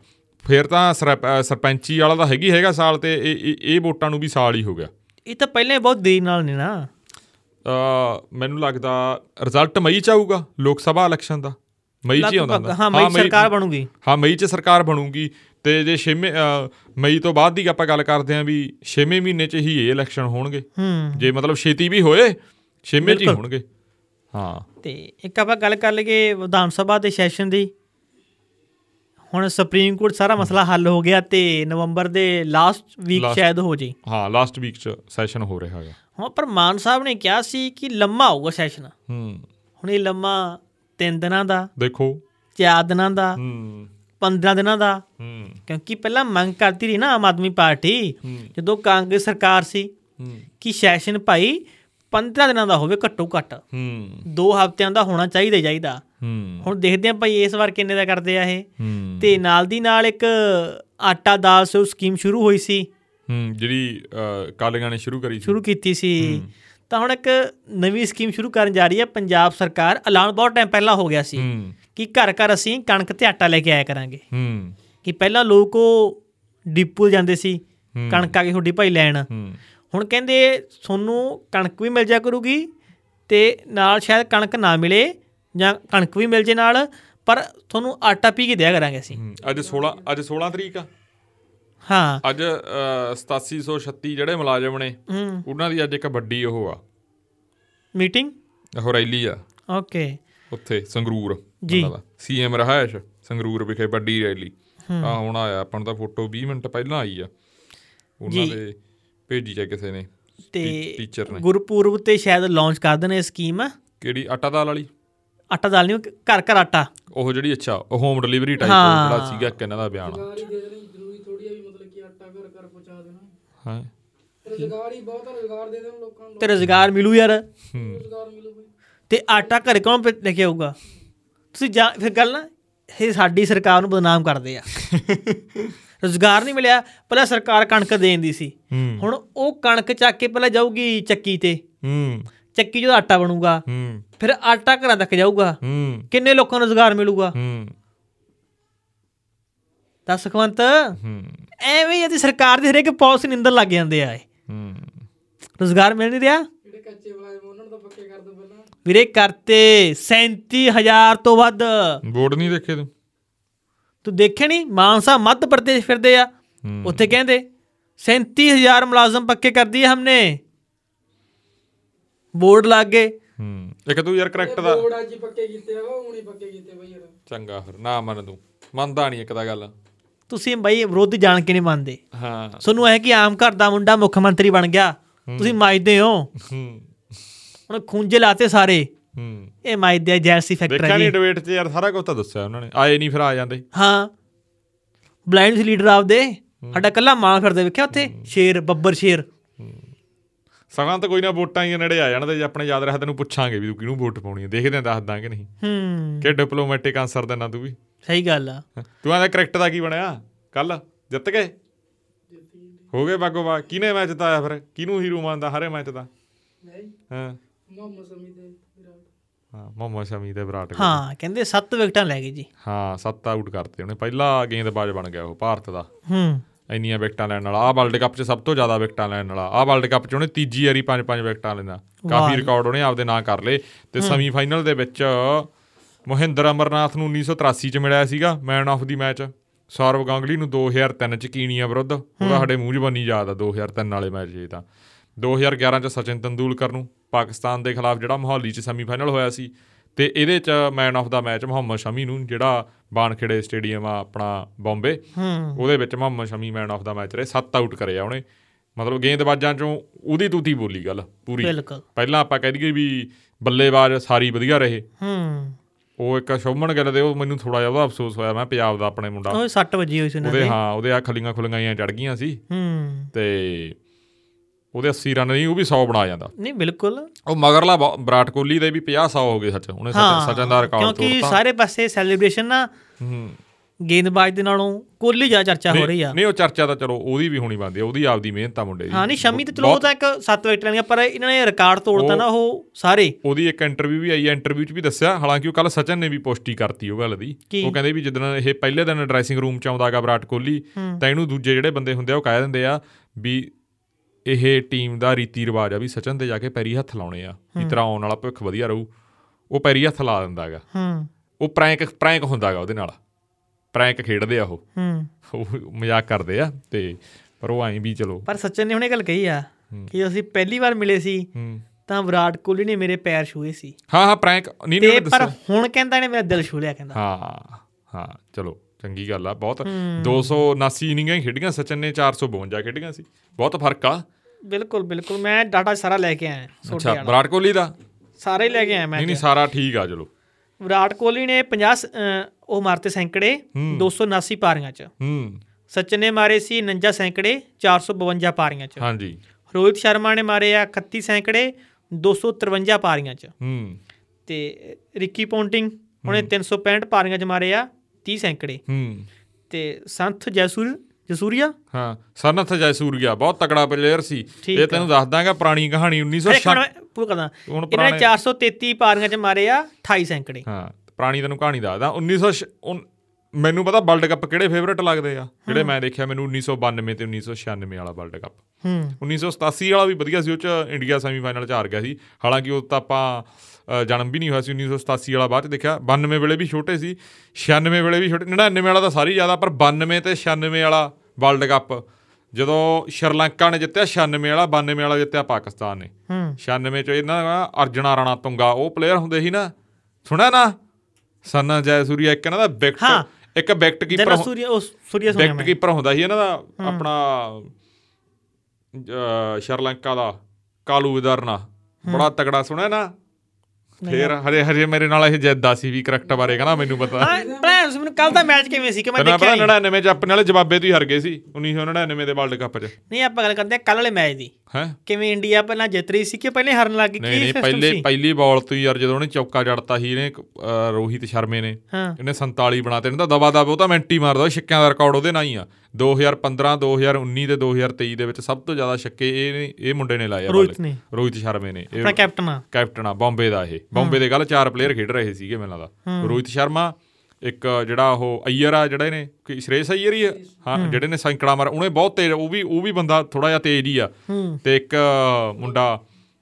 B: ਫਿਰ ਤਾਂ ਸਰਪ- ਅਹ ਸਰਪੰਚੀ ਵਾਲਾ ਤਾਂ ਹੈਗੀ ਹੈਗਾ ਸਾਲ ਤੇ ਇਹ ਇਹ- ਇਹ ਵੋਟਾਂ ਨੂੰ ਵੀ ਸਾਲ ਹੀ ਹੋ ਗਿਆ
A: ਇਹ ਤਾਂ ਪਹਿਲਾਂ ਹੀ ਬਹੁਤ ਦੇਰੀ ਨਾਲ ਨੇ ਨਾ
B: ਅ, ਮੈਨੂੰ ਲੱਗਦਾ ਰਿਜ਼ਲਟ ਮਈ ਚ ਆਊਗਾ ਲੋਕ ਸਭਾ ਇਲੈਕਸ਼ਨ ਦਾ ਮਈ ਚ ਹੀ ਆਉਂਦਾ
A: ਲਗਭਗ
B: ਹੁੰਦਾ।
A: ਹਾਂ ਮਈ ਸਰਕਾਰ ਬਣੂਗੀ
B: ਹਾਂ ਮਈ ਚ ਸਰਕਾਰ ਬਣੂਗੀ ਤੇ ਜੇ 6ਵੇਂ ਮਈ ਤੋਂ ਬਾਅਦ ਦੀ ਆਪਾਂ ਗੱਲ ਕਰਦੇ ਆਂ ਵੀ 6ਵੇਂ ਮਹੀਨੇ ਚ ਹੀ ਇਹ ਇਲੈਕਸ਼ਨ ਹੋਣਗੇ
A: ਹੂੰ
B: ਜੇ ਮਤਲਬ ਛੇਤੀ ਵੀ ਹੋਏ 6ਵੇਂ ਚ ਹੀ
A: ਬਿਲਕੁਲ।
B: ਹੋਣਗੇ ਹਾਂ
A: ਤੇ ਇੱਕ ਆਪਾਂ ਗੱਲ ਕਰ ਲਈਏ ਵਿਧਾਨ ਸਭਾ ਦੇ ਸੈਸ਼ਨ ਦੀ ਹੁਣ ਸੁਪਰੀਮ ਕੋਰਟ ਸਾਰਾ ਮਸਲਾ ਹੱਲ ਹੋ ਗਿਆ ਤੇ ਨਵੰਬਰ ਦੇ ਲਾਸਟ ਵੀਕ
B: Last-
A: ਸ਼ਾਇਦ ਹੋ ਜੇ
B: ਹਾਂ ਲਾਸਟ ਵੀਕ ਚ ਸੈਸ਼ਨ ਹੋ ਰਿਹਾ ਹੈਗਾ
A: ਹਾਂ ਪਰ ਮਾਨ ਸਾਹਿਬ ਨੇ ਕਿਹਾ ਸੀ ਕਿ ਲੰਮਾ ਹੋਊਗਾ ਸੈਸ਼ਨ
B: ਹੂੰ
A: ਹੁਣ ਇਹ ਲੰਮਾ 3 ਦਿਨਾਂ ਦਾ
B: ਦੇਖੋ
A: 4 ਦਿਨਾਂ ਦਾ
B: ਹੂੰ
A: 15 ਦਿਨਾਂ ਦਾ
B: ਹੂੰ
A: ਕਿਉਂਕਿ ਪਹਿਲਾਂ ਮੰਗ ਕਰਦੀ ਰਹੀ ਨਾ ਆਮ ਆਦਮੀ ਪਾਰਟੀ ਜਦੋਂ ਕਾਂਗਰਸ ਸਰਕਾਰ ਸੀ
B: ਹੂੰ
A: ਕਿ ਸੈਸ਼ਨ ਭਾਈ 15 ਦਿਨਾਂ ਦਾ ਹੋਵੇ ਘੱਟੋ ਘੱਟ
B: ਹੂੰ
A: 2 ਹਫ਼ਤਿਆਂ ਦਾ ਹੋਣਾ ਚਾਹੀਦਾ ਹੀ ਚਾਹੀਦਾ
B: ਹੂੰ
A: ਹੁਣ ਦੇਖਦੇ ਹਾਂ ਭਾਈ ਇਸ ਵਾਰ ਕਿੰਨੇ ਦਾ ਕਰਦੇ ਆ ਇਹ
B: ਹੂੰ
A: ਤੇ ਨਾਲ ਦੀ ਨਾਲ ਇੱਕ ਆਟਾ ਦਾਲ ਸੋ ਸਕੀਮ ਸ਼ੁਰੂ ਹੋਈ ਸੀ
B: ਹੂੰ ਜਿਹੜੀ ਅ, ਕਾਲੀਆਂ ਨੇ ਸ਼ੁਰੂ ਕਰੀ ਸੀ
A: ਸ਼ੁਰੂ ਕੀਤੀ ਸੀ ਤਾਂ ਹੁਣ ਇੱਕ ਨਵੀਂ ਸਕੀਮ ਸ਼ੁਰੂ ਕਰਨ ਜਾ ਰਹੀ ਹੈ ਪੰਜਾਬ ਸਰਕਾਰ ਐਲਾਨ ਬਹੁਤ ਟਾਈਮ ਪਹਿਲਾਂ ਹੋ ਗਿਆ ਸੀ
B: ਹੂੰ
A: ਕਿ ਘਰ ਘਰ ਅਸੀਂ ਕਣਕ ਤੇ ਆਟਾ ਲੈ ਕੇ ਆਇਆ ਕਰਾਂਗੇ
B: ਹੂੰ
A: ਕਿ ਪਹਿਲਾਂ ਲੋਕ ਉਹ ਡਿਪੂ ਜਾਂਦੇ ਸੀ ਕਣਕ ਆ ਕੇ ਤੁਹਾਡੀ ਭਾਈ ਲੈਣ
B: ਹੂੰ
A: ਹੁਣ ਕਹਿੰਦੇ ਤੁਹਾਨੂੰ ਕਣਕ ਵੀ ਮਿਲ ਜਾ ਕਰੂਗੀ ਤੇ ਨਾਲ ਸ਼ਾਇਦ ਕਣਕ ਨਾ ਮਿਲੇ ਜਾਂ ਕਣਕ ਵੀ ਮਿਲ ਜੇ ਨਾਲ ਪਰ ਤੁਹਾਨੂੰ ਆਟਾ ਪੀ ਕੇ ਦਿਆ ਕਰਾਂਗੇ ਅਸੀਂ
B: ਹੂੰ। ਅੱਜ 16 ਅੱਜ 16 ਤਰੀਕ ਆ
A: ਹਾਂ
B: ਅੱਜ ਅ, 8736 ਜਿਹੜੇ ਮੁਲਾਜ਼ਮ ਨੇ
A: ਹੂੰ
B: ਉਹਨਾਂ ਦੀ ਅੱਜ ਇੱਕ ਵੱਡੀ ਉਹ ਆ
A: ਮੀਟਿੰਗ
B: ਉਹ ਰੈਲੀ ਆ
A: ਓਕੇ
B: ਉੱਥੇ ਸੰਗਰੂਰ
A: ਜੀ।
B: ਸੀਐਮ ਰਹਾਇਸ਼ ਸੰਗਰੂਰ ਵਿਖੇ ਵੱਡੀ ਰੈਲੀ ਆ ਹੁਣ ਆਇਆ ਆਪਾਂ ਨੂੰ ਤਾਂ ਫੋਟੋ 20 ਮਿੰਟ ਪਹਿਲਾਂ ਆਈ ਆ ਉਹਨਾਂ
A: ਜੀ।
B: ਦੇ ਭੇਜੀ ਆ ਕਿਸੇ ਨੇ
A: ਤੇ
B: ਟੀਚਰ ਨੇ
A: ਗੁਰਪੁਰਬ ਤੇ ਸ਼ਾਇਦ ਲਾਂਚ ਕਰ ਦੇਣ ਇਹ ਸਕੀਮ
B: ਕਿਹੜੀ ਆਟਾ ਦਾਲ ਵਾਲੀ
A: ਆਟਾ ਦਾਲ ਨਹੀਂ ਘਰ ਘਰ ਆਟਾ
B: ਉਹ ਜਿਹੜੀ ਅੱਛਾ ਉਹ ਹੋਮ ਡਿਲੀਵਰੀ ਟਾਈਪ
A: ਹਾਂ।
B: ਜਿਹੜਾ ਸੀਗਾ ਇੱਕ ਇਹਨਾਂ ਦਾ ਬਿਆਨ
C: ਦੇ ਦੇਣੀ ਜ਼ਰੂਰੀ ਥੋੜੀ ਆ ਵੀ ਮਤਲਬ ਕਿ ਆਟਾ ਘਰ ਘਰ ਪਹੁੰਚਾ ਦੇਣਾ
B: ਹਾਂ
C: ਰੋਜ਼ਗਾਰ ਹੀ ਬਹੁਤ ਆ, ਰੁਜ਼ਗਾਰ ਦੇ ਦੇਣ ਲੋਕਾਂ ਨੂੰ
A: ਤੇ ਰੋਜ਼ਗਾਰ ਮਿਲੂ ਯਾਰ
B: ਹੂੰ
C: ਰੋਜ਼ਗਾਰ ਮਿਲੂ ਕੋਈ
A: ਤੇ ਆਟਾ ਘਰ ਕੌਣ ਪ- ਲੈ ਕੇ ਆਊਗਾ ਤੁਸੀਂ ਜਾਂ ਫਿਰ ਗੱਲ ਨਾ ਇਹ ਸਾਡੀ ਸਰਕਾਰ ਨੂੰ ਬਦਨਾਮ
B: [LAUGHS]
A: ਕਰਦੇ ਆ ਰੋਜ਼ਗਾਰ ਨਹੀਂ ਮਿਲਿਆ ਪਹਿਲਾਂ ਸਰਕਾਰ ਕਣਕ ਦੇਂਦੀ ਸੀ
B: ਹੂੰ
A: ਹੁਣ ਉਹ ਕਣਕ ਚੱਕ ਕੇ ਪਹਿਲਾਂ ਜਾਊਗੀ ਚੱਕੀ ਤੇ
B: ਹੂੰ
A: ਚੱਕੀ 'ਚ ਉਹਦਾ ਆਟਾ ਬਣੂਗਾ
B: ਹੂੰ
A: ਫਿਰ ਆਟਾ ਘਰਾਂ ਤੱਕ ਜਾਊਗਾ
B: ਹੂੰ
A: ਕਿੰਨੇ ਲੋਕਾਂ ਨੂੰ ਰੋਜ਼ਗਾਰ ਮਿਲੂਗਾ
B: ਹੂੰ
A: ਦੱਸ ਸੁਖਵੰਤ
B: ਹੂੰ
A: ਐਵੇਂ ਹੀ ਅਸੀਂ ਸਰਕਾਰ ਦੀ ਹਰੇਕ ਪਾਲਿਸੀ ਨਿੰਦਣ ਲੱਗ ਜਾਂਦੇ ਆ ਇਹ
B: ਹੂੰ
A: ਰੋਜ਼ਗਾਰ ਮਿਲ ਨਹੀਂ ਰਿਹਾ
C: ਜਿਹੜੇ ਕੱਚੇ ਮੁਲਾਜ਼ਮ ਆ, ਉਹਨਾਂ ਨੂੰ ਤਾਂ ਪੱਕੇ ਕਰ ਦੋ ਪਹਿਲਾਂ
A: ਵੀਰੇ ਕਰਤੇ 37000 ਤੋਂ ਵੱਧ
B: ਬੋਰਡ ਨਹੀਂ ਦੇਖੇ ਤੂੰ
A: ਤੂੰ ਦੇਖਿਆ ਨਹੀਂ ਮਾਨਸਾ ਮੱਧ ਪ੍ਰਦੇਸ਼ ਫਿਰਦੇ ਆ
B: ਹੂੰ।
A: ਉੱਥੇ ਕਹਿੰਦੇ 37000 ਮੁਲਾਜ਼ਮ ਪੱਕੇ ਕਰ ਦਿਏ ਹਮਨੇ ਬੋਰਡ ਲੱਗ ਗਏ
B: ਹੂੰ ਇੱਕ ਤੂੰ ਯਾਰ ਕਰੈਕਟ ਦਾ
C: ਬੋਰਡ ਅੱਜ ਹੀ ਪੱਕੇ ਕੀਤੇ ਆ ਉਹ ਹੁਣੀ ਪੱਕੇ ਕੀਤੇ ਬਈ ਯਾਰ
B: ਚੰਗਾ ਫਿਰ ਨਾ ਮੰਨ ਤੂੰ ਮੰਨਦਾ ਨਹੀਂ ਇੱਕ ਦਾ ਗੱਲ
A: ਤੁਸੀਂ ਬਈ ਵਿਰੋਧੀ ਜਾਣ ਕੇ ਨਹੀਂ ਮੰਨਦੇ
B: ਹਾਂ
A: ਤੁਹਾਨੂੰ ਇਹ ਕਿ ਆਮ ਘਰ ਦਾ ਮੁੰਡਾ ਮੁੱਖ ਮੰਤਰੀ ਬਣ ਗਿਆ ਤੁਸੀਂ ਮਾਇਦੇ ਹੋ
B: ਹੂੰ
A: ਹੁਣ ਖੁੰਝੇ ਲਾਤੇ ਸਾਰੇ
B: ਹੂੰ
A: ਇਹ ਮਾਇਦੇ ਆ ਜੈਲਸੀ ਫੈਕਟਰ
B: ਦੇਖਿਆ ਨਹੀਂ
A: ਹੈਗੀ
B: ਡਿਬੇਟ 'ਚ ਯਾਰ ਸਾਰਾ ਕੁਝ ਤਾਂ ਦੱਸਿਆ ਉਹਨਾਂ ਨੇ ਆਏ ਨਹੀਂ ਫਿਰ ਆ ਜਾਂਦੇ
A: ਹਾਂ ਬਲਾਈਂਡ ਲੀਡਰ ਆਪਦੇ ਸਾਡਾ ਕੱਲਾ ਮਾਂ ਫਿਰਦੇ ਵੇਖਿਆ ਉੱਥੇ ਸ਼ੇਰ ਬੱਬਰ ਸ਼ੇਰ
B: ਸਗਾਂ ਤਾਂ ਕੋਈ ਨਾ ਵੋਟਾਂ ਹੀ ਨੇੜੇ ਆ ਜਾਣ ਤੇ ਜੇ ਆਪਣੇ ਯਾਦ ਰੱਖ ਤੈਨੂੰ ਪੁੱਛਾਂਗੇ ਵੀ ਤੂੰ ਕਿਹਨੂੰ ਵੋਟ ਪਾਉਣੀ ਹੈ ਦੇਖਦੇ ਆਂ ਦੱਸ ਦਾਂਗੇ ਨਹੀਂ
A: ਹੂੰ
B: ਕਿ ਡਿਪਲੋਮੈਟਿਕ ਆਨਸਰ ਦੇਣਾ ਤੂੰ ਵੀ
A: ਸਹੀ ਗੱਲ ਆ
B: ਤੂੰ ਆਂਦਾ ਕ੍ਰਿਕਟ ਦਾ ਕੀ ਬਣਿਆ ਕੱਲ ਜਿੱਤ ਗਏ ਹੋ ਗਏ ਬਾਗੋ ਬਾ ਕਿਹਨੇ ਮੈਚ ਤਾਇਆ ਫਿਰ ਕਿਹਨੂੰ ਹੀਰੋ ਮੰਨਦਾ ਹਰੇ ਮੈਚ ਦਾ
C: ਹੈ
B: ਹਾਂ
C: ਮੁਹੰਮਦ ਸਮੀ ਤੇ ਵਿਰਾਟ
B: ਹਾਂ ਮੁਹੰਮਦ ਸ਼ਮੀ ਤੇ ਵਿਰਾਟ ਕੋਹਲੀ।
A: ਹਾਂ ਕਹਿੰਦੇ 7 ਵਿਕਟਾਂ ਲੈ ਗਏ ਜੀ
B: ਹਾਂ ਸੱਤ ਆਊਟ ਕਰਤੇ ਉਹਨੇ ਪਹਿਲਾ ਗੇਂਦਬਾਜ਼ ਬਣ ਗਿਆ ਉਹ ਭਾਰਤ ਦਾ
A: ਹੂੰ
B: ਇੰਨੀਆਂ ਵਿਕਟਾਂ ਲੈਣ ਵਾਲਾ ਆਹ ਵਰਲਡ ਕੱਪ 'ਚ ਸਭ ਤੋਂ ਜ਼ਿਆਦਾ ਵਿਕਟਾਂ ਲੈਣ ਵਾਲਾ ਆਹ ਵਰਲਡ ਕੱਪ 'ਚ ਉਹਨੇ ਤੀਜੀ ਵਾਰੀ ਪੰਜ ਪੰਜ ਵਿਕਟਾਂ ਲੈਂਦਾ ਕਾਫੀ ਰਿਕਾਰਡ ਉਹਨੇ ਆਪਦੇ ਨਾਂ ਕਰ ਲਏ ਤੇ ਸੈਮੀ ਫਾਈਨਲ ਦੇ ਵਿੱਚ ਮੋਹਿੰਦਰ ਅਮਰਨਾਥ ਨੂੰ 1983 'ਚ ਮਿਲਿਆ ਸੀਗਾ man of the match Sourav Ganguly ਨੂੰ 2003 'ਚ ਕੀਨੀਆ ਵਿਰੁੱਧ ਉਹਦਾ ਸਾਡੇ ਮੂੰਹ ਜ਼ਬਾਨੀ ਯਾਦ ਆ 2003 ਵਾਲੇ ਮੈਚ ਜੇ ਤਾਂ 2011 'ਚ ਸਚਿਨ ਤੰਦੂਲਕਰ ਨੂੰ ਪਾਕਿਸਤਾਨ ਦੇ ਖਿਲਾਫ ਜਿਹੜਾ ਮੋਹਾਲੀ 'ਚ ਸੈਮੀ ਫਾਈਨਲ ਹੋਇਆ ਸੀ ਤੇ ਇਹਦੇ 'ਚ man of the match Mohammed Shami ਨੂੰ ਜਿਹੜਾ ਬਾਣਖੇੜੇ ਸਟੇਡੀਅਮ ਆ ਆਪਣਾ ਬੰਬੇ
A: ਹੂੰ
B: ਉਹਦੇ ਵਿੱਚ Mohammed Shami man of the match ਰਹੇ 7 ਆਊਟ ਕਰੇ ਆ ਉਹਨੇ ਮਤਲਬ ਗੇਂਦਬਾਜ਼ਾਂ ਚੋਂ ਉਹਦੀ ਤੂਤੀ ਬੋਲੀ ਗੱਲ ਪੂਰੀ
A: ਬਿਲਕੁਲ
B: ਪਹਿਲਾਂ ਆਪਾਂ ਕਹਿ ਦਈਏ ਵੀ ਬੱਲੇਬਾਜ਼ ਸਾਰੀ ਵਧੀਆ ਰਹੇ
A: ਹੂੰ
B: ਉਹ ਇੱਕ ਸ਼ੋਭਨ ਗਿੱਲ ਦੇ ਉਹ ਮੈਨੂੰ ਥੋੜਾ ਜਿਹਾ ਉਹਦਾ ਅਫਸੋਸ ਹੋਇਆ ਮੈਂ ਪੰਜਾਬ ਦਾ ਆਪਣੇ ਮੁੰਡਾ
A: ਉਹ 6 ਵਜੇ ਹੋਈ ਸੀ ਉਹਨਾਂ
B: ਉਹਦੇ
A: ਦੇ
B: ਹਾਂ ਉਹਦੇ ਆ ਖਲੀਆਂ ਖੁਲੀਆਂ ਚੜ ਗਈਆਂ ਸੀ
A: ਹੂੰ
B: ਤੇ ਉਹਦੇ 80 ਰਨ ਨਹੀਂ ਉਹ ਵੀ 100 ਬਣਾ ਜਾਂਦਾ
A: ਨਹੀਂ ਬਿਲਕੁਲ
B: ਉਹ ਮਗਰਲਾ ਬ- ਵਿਰਾਟ ਕੋਹਲੀ ਦੇ ਵੀ 50 100 ਹੋ ਗਏ ਸੱਚ ਉਹਨੇ ਸਚਿਨ ਸਚਿਨ ਦਾ ਰਿਕਾਰਡ
A: ਕਿਉਂਕਿ
B: ਤੋੜਤਾ
A: ਸਾਰੇ ਪਾਸੇ ਸੈਲੀਬ੍ਰੇਸ਼ਨ ਨਾ
B: ਹੂੰ
A: ਗੇਂਦਬਾਜ਼ ਦੇ ਨਾਲੋਂ ਕੋਹਲੀ ਜ਼ਿਆਦਾ ਚਰਚਾ ਹੋ ਰਹੀ ਆ
B: ਨਹੀਂ ਉਹ ਚਰਚਾ ਤਾਂ ਚਲੋ ਉਹਦੀ ਵੀ ਹੋਣੀ ਬੰਦੀ ਆ ਉਹਦੀ ਆਪਦੀ ਮਿਹਨਤ ਆ ਮੁੰਡੇ ਦੀ
A: ਹਾਂ ਨਹੀਂ ਸ਼ਮੀ ਤੇ ਚਲੋ ਉਹ ਤਾਂ ਇੱਕ 7 ਵਿਕਟ ਲੈਣੀਆਂ ਪਰ ਇਹਨਾਂ ਨੇ ਰਿਕਾਰਡ ਤੋੜਤਾ ਨਾ ਉਹ ਸਾਰੇ
B: ਉਹਦੀ ਇੱਕ ਇੰਟਰਵਿਊ ਵੀ ਆਈ ਹੈ ਇੰਟਰਵਿਊ 'ਚ ਵੀ ਦੱਸਿਆ ਹਾਲਾਂਕਿ ਉਹ ਕੱਲ ਸਚਨ ਨੇ ਵੀ ਪੁਸ਼ਟੀ ਕਰਤੀ ਉਹ ਗੱਲ ਦੀ
A: ਕੀ?
B: ਉਹ ਕਹਿੰਦੇ ਵੀ ਜਦੋਂ ਇਹ ਪਹਿਲੇ ਦਿਨ ਡਰੈਸਿੰਗ ਰੂਮ 'ਚ ਆਉਂਦਾਗਾ ਵਿਰਾਟ ਕੋਹਲੀ ਤਾਂ ਇਹਨੂੰ ਦੂਜੇ ਜਿਹੜੇ ਬੰਦੇ ਹੁੰਦੇ ਆ ਉਹ ਕਹਿ ਦਿੰਦੇ ਆ ਵੀ ਇਹ ਟੀਮ ਦਾ ਰੀਤੀ ਰਿਵਾਜ ਆ ਵੀ ਸਚਨ ਤੇ ਜਾ ਕੇ ਪੈਰੀ ਹੱਥ ਲਾਉਣੇ ਆ ਵੀ ਤੇਰਾ ਆਉਣ ਵਾਲਾ ਭਵਿੱਖ ਵਧੀਆ ਰਹੂ ਉਹ ਪੈਰੀ ਹੱਥ ਲਾ ਦਿੰਦਾਗਾ
A: ਹੂੰ
B: ਉਹ ਪ੍ਰੈਂਕ ਪ੍ਰੈਂਕ ਹੁੰਦਾਗਾ ਉਹਦੇ ਨਾਲ ਪ੍ਰੈਂਕ ਖੇਡਦੇ ਆ ਉਹ
A: ਹੂੰ
B: ਉਹ ਮਜ਼ਾਕ ਕਰਦੇ ਆ ਤੇ ਪਰ ਉਹ ਐਂ ਵੀ ਚਲੋ
A: ਪਰ ਸਚਿਨ ਨੇ ਹੁਣੇ ਗੱਲ ਕਹੀ ਆ ਕਿ ਅਸੀਂ ਪਹਿਲੀ ਵਾਰ ਮਿਲੇ ਸੀ
B: ਹੂੰ
A: ਤਾਂ ਵਿਰਾਟ ਕੋਹਲੀ ਨੇ ਮੇਰੇ ਪੈਰ ਛੂਏ ਸੀ
B: ਹਾਂ ਹਾਂ ਪ੍ਰੈਂਕ ਨਹੀਂ ਨਹੀਂ
A: ਤੇ
B: ਉਹਨੇ
A: ਪਰ
B: ਦੱਸਿਆ
A: ਹੁਣ ਕਹਿੰਦਾ ਨੇ ਮੇਰਾ ਦਿਲ ਛੂ ਲਿਆ ਕਹਿੰਦਾ
B: ਹਾਂ ਹਾਂ ਚਲੋ ਚੰਗੀ ਗੱਲ ਆ ਬਹੁਤ 279 ਇਨਿੰਗਾਂ ਹੀ ਖੇਡੀਆਂ ਸਚਿਨ ਨੇ 452 ਖੇਡੀਆਂ ਸੀ ਬਹੁਤ ਫਰਕ ਆ
A: ਬਿਲਕੁਲ ਬਿਲਕੁਲ ਮੈਂ ਡਾਟਾ ਸਾਰਾ ਲੈ ਕੇ ਆਇਆ ਛੋਟੇ
B: ਅੱਛਾ
A: ਵਾਲਾ
B: ਵਿਰਾਟ ਕੋਹਲੀ ਦਾ
A: ਸਾਰਾ ਹੀ ਲੈ ਕੇ ਆਇਆ ਮੈਂ
B: ਨਹੀਂ ਨਹੀਂ ਸਾਰਾ ਠੀਕ ਆ ਚਲੋ
A: ਵਿਰਾਟ ਕੋਹਲੀ ਨੇ 50 ਸ- ਅਹ, ਉਹ ਮਾਰਤੇ ਸੈਂਕੜੇ 279 ਪਾਰੀਆਂ ਚ
B: ਹੂੰ
A: ਸਚਿਨ ਨੇ ਮਾਰੇ ਸੀ 49 ਸੈਂਕੜੇ 452 ਪਾਰੀਆਂ ਚ
B: ਹਾਂਜੀ
A: ਰੋਹਿਤ ਸ਼ਰਮਾ ਨੇ ਮਾਰੇ ਆ 31 ਸੈਂਕੜੇ 253 ਪਾਰੀਆਂ ਚ
B: ਹੂੰ
A: ਤੇ ਰਿੱਕੀ ਪੌਂਟਿੰਗ ਉਹਨੇ 365 ਪਾਰੀਆਂ ਚ ਮਾਰੇ ਆ 30 ਸੈਂਕੜੇ
B: ਹੂੰ
A: ਤੇ ਸੰਤ ਜੈਸੂਰ ਜਸੂਰੀਆ
B: ਹਾਂ ਸਰਨਥ ਜੈਸੂਰੀਆ ਬਹੁਤ ਤਕੜਾ ਪਲੇਅਰ ਸੀ
A: ਠੀਕ
B: ਇਹ ਤੈਨੂੰ ਦੱਸ ਦਾਂਗਾ ਪੁਰਾਣੀ ਕਹਾਣੀ
A: ਅਰੇ ਇੱਕ
B: 1960
A: ਮਿੰਟ ਮੈਂ ਪੂਰਾ ਕਰਦਾ
B: ਹੁਣ
A: ਇਹਨਾਂ ਨੇ
B: ਪੁਰਾਣੇ-
A: 433 ਪਾਰੀਆਂ ਚ ਮਾਰੇ ਆ 28 ਸੈਂਕੜੇ
B: ਹਾਂ ਪੁਰਾਣੀ ਤੈਨੂੰ ਕਹਾਣੀ ਦੱਸਦਾ 1900 ਉਨ- ਮੈਨੂੰ ਪਤਾ ਵਰਲਡ ਕੱਪ ਕਿਹੜੇ ਫੇਵਰੇਟ ਲੱਗਦੇ ਆ ਜਿਹੜੇ ਮੈਂ ਦੇਖਿਆ ਮੈਨੂੰ 1992 ਤੇ 1996 ਵਾਲਾ ਵਰਲਡ ਕੱਪ
A: ਹੂੰ
B: 1987 ਵਾਲਾ ਵੀ ਵਧੀਆ ਸੀ ਉਹ ਚ ਇੰਡੀਆ ਸੈਮੀਫਾਈਨਲ ਚ ਹਾਰ ਗਿਆ ਸੀ ਹਾਲਾਂਕਿ ਉਹ ਤਾਂ ਆਪਾਂ ਅ, ਜਨਮ ਵੀ ਨਹੀਂ ਹੋਇਆ ਸੀ 1987 ਵਾਲਾ ਬਾਅਦ ਚ ਦੇਖਿਆ 92 ਵੇਲੇ ਵੀ ਛੋਟੇ ਸੀ 96 ਵੇਲੇ ਵੀ ਛੋਟੇ 99 ਵਾਲਾ ਤਾਂ ਸਾਰੀ ਜ਼ਿਆਦਾ ਪਰ 92 ਤੇ 96 ਵਾਲਾ ਵਰਲਡ ਕੱਪ ਜਦੋਂ ਸ਼੍ਰੀਲੰਕਾ ਨੇ ਜਿੱਤਿਆ 96 ਵਾਲਾ 92 ਵਾਲਾ ਜਿੱਤਿਆ ਪਾਕਿਸਤਾਨ ਨੇ
A: ਹੂੰ
B: 96 ਚ ਇਹਨਾਂ ਦਾ ਅਰਜਣਾ ਰਾਣਾ ਤੁੰਗਾ ਉਹ ਪਲੇਅਰ ਹੁੰਦੇ ਸੀ ਨਾ ਸੁਣਿਆ ਨਾ ਸੰਨਾ ਜੈਸੂਰੀਆ ਇੱਕ ਇਹਨਾਂ ਦਾ
A: ਹਾਂ।
B: ਵਿਕਟ ਇੱਕ ਵਿਕਟ ਕੀਪਰ
A: ਜਰਾ ਸੂਰੀਆ ਉਹ ਸੂਰੀਆ ਸੁਣਿਆ
B: ਵਿਕਟ
A: ਮੈਂ
B: ਕੀਪਰ ਹੁੰਦਾ ਸੀ ਇਹਨਾਂ ਦਾ ਆਪਣਾ ਅਹ, ਸ਼੍ਰੀਲੰਕਾ ਦਾ ਕਾਲੂ ਵਿਦਰਨਾ ਬੜਾ ਤਕੜਾ ਸੁਣਿਆ ਨਾ ਫੇਰ ਹਰੇ ਹਰੇ ਮੇਰੇ ਨਾਲ ਇਹ ਜੈਦਾ ਸੀ ਵੀ ਕਰੈਕਟ ਬਾਰੇ ਕਹਿੰਦਾ ਮੈਨੂੰ ਪਤਾ
A: ਹਾਂ ਪਲਾਨਸ ਮੈਨੂੰ ਕੱਲ ਦਾ ਮੈਚ ਕਿਵੇਂ ਸੀ ਕਿ ਮੈਂ
B: ਤੈਨੂੰ ਪਤਾ
A: ਦੇਖਿਆ ਨਹੀਂ
B: 99 ਚ ਆਪਣੇ ਵਾਲੇ ਜਵਾਬੇ ਤੋਂ ਹੀ ਹਾਰ ਗਏ ਸੀ 1999 ਦੇ ਵਰਲਡ ਕੱਪ ਚ
A: ਨਹੀਂ ਆਪਾਂ ਗੱਲ ਕਰਦੇ ਆ ਕੱਲ ਵਾਲੇ ਮੈਚ ਦੀ
B: ਹੈ
A: ਕਿਵੇਂ ਇੰਡੀਆ ਪਹਿਲਾਂ ਜਿੱਤ ਰਹੀ ਸੀ ਕਿ ਪਹਿਲੇ ਹਾਰਨ ਲੱਗ ਗਈ
B: ਨਹੀਂ
A: ਕੀ
B: ਨਹੀਂ
A: ਸਿਸਟਮ
B: ਪਹਿਲੇ
A: ਸੀ
B: ਪਹਿਲੀ ਬਾਲ ਤੋਂ ਹੀ ਯਾਰ ਜਦੋਂ ਉਹਨੇ ਚੌਕਾ ਜੜਤਾ ਸੀ ਇਹਨੇ ਅਹ, ਰੋਹਿਤ ਸ਼ਰਮੇ ਨੇ
A: ਹਾਂ
B: ਇਹਨੇ 47 ਬਣਾਤੇ ਇਹਨੂੰ ਤਾਂ ਦਬਾ ਦਬ ਉਹ ਤਾਂ ਮਿੰਟ ਹੀ ਮਾਰਦਾ ਉਹ ਛੱਕਿਆਂ ਦਾ ਰਿਕਾਰਡ ਉਹਦੇ ਨਾਲ ਹੀ ਆ 2015 2019 ਤੇ 2023 ਦੇ ਵਿੱਚ ਸਭ ਤੋਂ ਜ਼ਿਆਦਾ ਛੱਕੇ ਇਹ ਨੇ- ਇਹ ਮੁੰਡੇ ਨੇ ਲਾਏ ਆ
A: ਰੋਹਿਤ
B: ਬਲ-
A: ਨੇ।
B: ਰੋਹਿਤ ਸ਼ਰਮੇ ਨੇ ਇਹ
A: ਆਪਣਾ ਕੈਪਟਨ ਆ
B: ਕੈਪਟਨ ਆ ਬੰਬੇ ਦਾ ਇਹ ਬੰਬੇ ਦੇ ਗੱਲ ਚਾਰ ਪਲੇਅਰ ਖੇਡ ਰਹੇ ਸੀਗੇ ਮੈਨੂੰ ਲੱਗਦਾ ਰੋਹਿਤ ਸ਼ਰਮਾ ਇੱਕ ਜਿਹੜਾ ਉਹ ਅਈਅਰ ਆ ਜਿਹੜੇ ਨੇ ਕਿ ਸ਼੍ਰੇਸ਼ ਅਈਅਰ ਹੀ ਆ ਹਾਂ ਜਿਹੜੇ ਨੇ ਸੈਂਕੜਾ ਮਾਰ ਉਹਨੇ ਬਹੁਤ ਤੇਜ਼ ਉਹ ਵੀ ਉਹ ਵੀ ਬੰਦਾ ਥੋੜਾ ਜਿਹਾ ਤੇਜ਼ ਹੀ ਆ
A: ਹੂੰ
B: ਤੇ ਇੱਕ ਅ, ਮੁੰਡਾ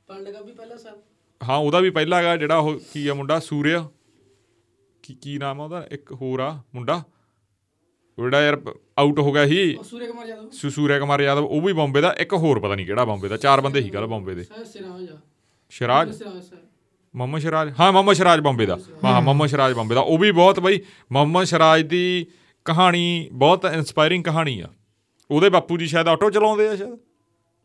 C: ਪਾਂਡੇ ਦਾ ਵੀ ਪਹਿਲਾ ਸਰ
B: ਹਾਂ ਉਹਦਾ ਵੀ ਪਹਿਲਾ ਹੈਗਾ ਜਿਹੜਾ ਉਹ ਕੀ ਆ ਮੁੰਡਾ ਸੂਰਿਆ ਕੀ ਕੀ ਨਾਮ ਆ ਉਹਦਾ ਇੱਕ ਹੋਰ ਆ ਮੁੰਡਾ ਉਹ ਜਿਹੜਾ ਯਾਰ ਆਊਟ ਹੋ ਗਿਆ ਸੀ
C: ਔਰ ਸੂਰਿਆ ਕੁਮਾਰ ਯਾਦਵ
B: ਸੁ- ਸੂਰਿਆ ਕੁਮਾਰ ਯਾਦਵ ਉਹ ਵੀ ਬੰਬੇ ਦਾ ਇੱਕ ਹੋਰ ਪਤਾ ਨਹੀਂ ਕਿਹੜਾ ਬੰਬੇ ਦਾ ਚਾਰ ਬੰਦੇ ਸੀ ਕੱਲ ਬੰਬੇ ਦੇ
C: ਸਰ ਸਿਰਾਜ ਆ
B: ਸ਼ਰਾਜ
C: ਸਿਰਾਜ ਸਰ
B: ਮੁਹੰਮਦ ਸ਼ਰਾਜ ਹਾਂ ਮੁਹੰਮਦ ਸ਼ਰਾਜ ਬੰਬੇ ਦਾ ਹਾਂ ਮੁਹੰਮਦ ਸ਼ਰਾਜ ਬੰਬੇ ਦਾ ਉਹ ਵੀ ਬਹੁਤ ਬਈ ਮੁਹੰਮਦ ਸ਼ਰਾਜ ਦੀ ਕਹਾਣੀ ਬਹੁਤ ਇਨਸਪਾਇਰਿੰਗ ਕਹਾਣੀ ਆ ਉਹਦੇ ਬਾਪੂ ਜੀ ਸ਼ਾਇਦ ਆਟੋ ਚਲਾਉਂਦੇ ਆ ਸ਼ਾਇਦ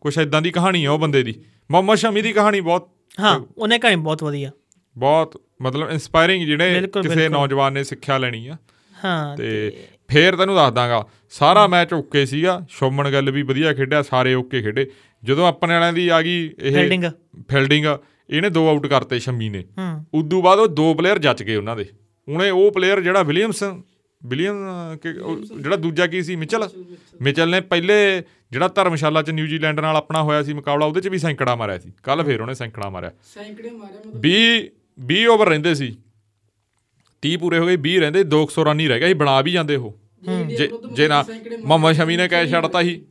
B: ਕੁਛ ਇਦਾਂ ਦੀ ਕਹਾਣੀ ਆ ਉਹ ਬੰਦੇ ਦੀ ਮੁਹੰਮਦ ਸ਼ਮੀ ਦੀ ਕਹਾਣੀ ਬਹੁਤ
A: ਹਾਂ ਉਹਨੇ ਕਹਾਣੀ ਬਹੁਤ ਵਧੀਆ
B: ਬਹੁਤ ਮਤਲਬ ਇਨਸਪਾਇਰਿੰਗ ਜਿਹੜੇ
A: ਬਿਲਕੁਲ,
B: ਕਿਸੇ
A: ਬਿਲਕੁਲ।
B: ਨੌਜਵਾਨ ਨੇ ਸਿੱਖਿਆ ਲੈਣੀ ਆ
A: ਹਾਂ
B: ਤੇ ਫੇਰ ਤੈਨੂੰ ਦੱਸ ਦਾਂਗਾ ਸਾਰਾ ਮੈਚ ਓਕੇ ਸੀਗਾ ਸ਼ੋਮਣ ਗੱਲ ਵੀ ਵਧੀਆ ਖੇਡਿਆ ਸਾਰੇ ਓਕੇ ਖੇਡੇ ਜਦੋਂ ਆਪਣੇ ਵਾਲਿਆਂ ਦੀ ਆ ਗਈ ਇਹ
A: Fielding।
B: ਫੀਲਡਿੰਗ ਇਹਨੇ ਦੋ ਆਊਟ ਕਰਤੇ ਸ਼ਮੀ ਨੇ
A: ਹੂੰ
B: ਉਦੋਂ ਬਾਅਦ ਉਹ ਦੋ ਪਲੇਅਰ ਜੱਚ ਗਏ ਉਹਨਾਂ ਦੇ ਉਹਨੇ ਉਹ ਪਲੇਅਰ ਜਿਹੜਾ ਵਿਲੀਅਮਸਨ ਵਿਲੀਅਮ ਅਹ, ਕਿ ਉਹ ਜਿਹੜਾ ਦੂਜਾ ਕੀ ਸੀ ਮਿਚਲ ਮਿਚਲ ਨੇ ਪਹਿਲੇ ਜਿਹੜਾ ਧਰਮਸ਼ਾਲਾ ਚ ਨਿਊਜ਼ੀਲੈਂਡ ਨਾਲ ਆਪਣਾ ਹੋਇਆ ਸੀ ਮੁਕਾਬਲਾ ਉਹਦੇ ਚ ਵੀ ਸੈਂਕੜਾ ਮਾਰਿਆ ਸੀ ਕੱਲ ਫੇਰ ਉਹਨੇ ਸੈਂਕੜਾ ਮਾਰਿਆ
C: ਸੈਂਕੜੇ ਮਾਰਿਆ ਮਤਲਬ
B: 20 20 ਓਵਰ ਰਹਿੰਦੇ ਸੀ 30 ਪੂਰੇ ਹੋ ਗਏ 20 ਰਹਿੰਦੇ 200 ਰਨ ਹੀ ਰਹਿ ਗਏ ਸੀ ਬਣਾ ਵੀ ਜਾਂਦੇ ਉਹ
C: ਜੇ India
B: ਜੇ
C: ਵਿਰੁੱਧ
B: ਜੇ ਨਾ
C: ਮਤਲਬ ਸੈਂਕੜੇ
B: ਮਮਾ
C: ਮਾਰੇ,
B: ਸ਼ਮੀ ਨੇ ਕਹਿ
C: ਸੈਂਕੜੇ
B: ਛੱਡਤਾ ਸੀ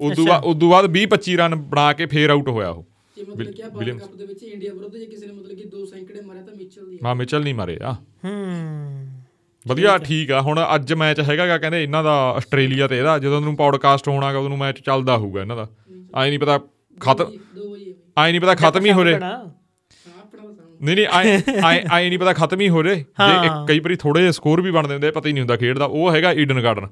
B: ਉਦੋਂ
A: ਅੱਛਾ।
B: ਬਾਅਦ ਉਦੋਂ ਬਾਅਦ 20 25 ਰਨ ਬਣਾ ਕੇ ਫੇਰ ਆਊਟ ਹੋਇਆ ਉਹ
C: ਜੇ ਮਤਲਬ
B: ਵਿਲ-
C: ਕਿ ਵਰਲਡ
B: ਵਿਲੀਅਮਸ।
C: ਕੱਪ ਦੇ ਵਿੱਚ ਇੰਡੀਆ ਵਿਰੁੱਧ ਜੇ ਕਿਸੇ ਨੇ ਮਤਲਬ ਕਿ ਦੋ ਸੈਂਕੜੇ ਮਾਰਿਆ ਤਾਂ ਮਿਚਲ ਦੀ ਹੈ।
B: ਮਾ ਮਿਚਲ ਨਹੀਂ ਮਾਰੇ ਆ
A: ਹੂੰ
B: ਵਧੀਆ ਠੀਕ ਆ ਹੁਣ ਅੱਜ ਮੈਚ ਹੈਗਾਗਾ ਕਹਿੰਦੇ ਇਹਨਾਂ ਦਾ ਆਸਟ੍ਰੇਲੀਆ ਤੇ ਇਹਦਾ ਜਦੋਂ ਨੂੰ ਪੌਡਕਾਸਟ ਹੋਣਾਗਾ ਉਦੋਂ ਨੂੰ ਮੈਚ ਚੱਲਦਾ ਹੋਊਗਾ ਇਹਨਾਂ ਦਾ ਐ ਨਹੀਂ ਪਤਾ ਖਤਮ
C: ਦੋ ਵਜੇ ਹੈ
B: ਐ ਨਹੀਂ ਪਤਾ ਖਤਮ ਹੀ ਹੋ ਰਿਹਾ
C: ਬਈ। ਹਾਂ ਆਪਣਾ ਤਾਂ ਸਾਨੂੰ
B: ਨਹੀਂ ਨਹੀਂ ਆਏ
A: [LAUGHS]
B: ਆਏ- ਆਏ ਨਹੀਂ ਪਤਾ ਖਤਮ ਹੀ ਹੋ ਰਹੇ ਜੇ ਇੱਕ
A: ਹਾਂ।
B: ਕਈ ਵਾਰੀ ਥੋੜੇ ਸਕੋਰ ਵੀ ਬਣਦੇ ਹੁੰਦੇ ਆ, ਪਤਾ ਹੀ ਨਹੀਂ ਹੁੰਦਾ ਖੇਡ ਦਾ ਉਹ ਹੈਗਾ ਈਡਨ ਗਾਰਡਨ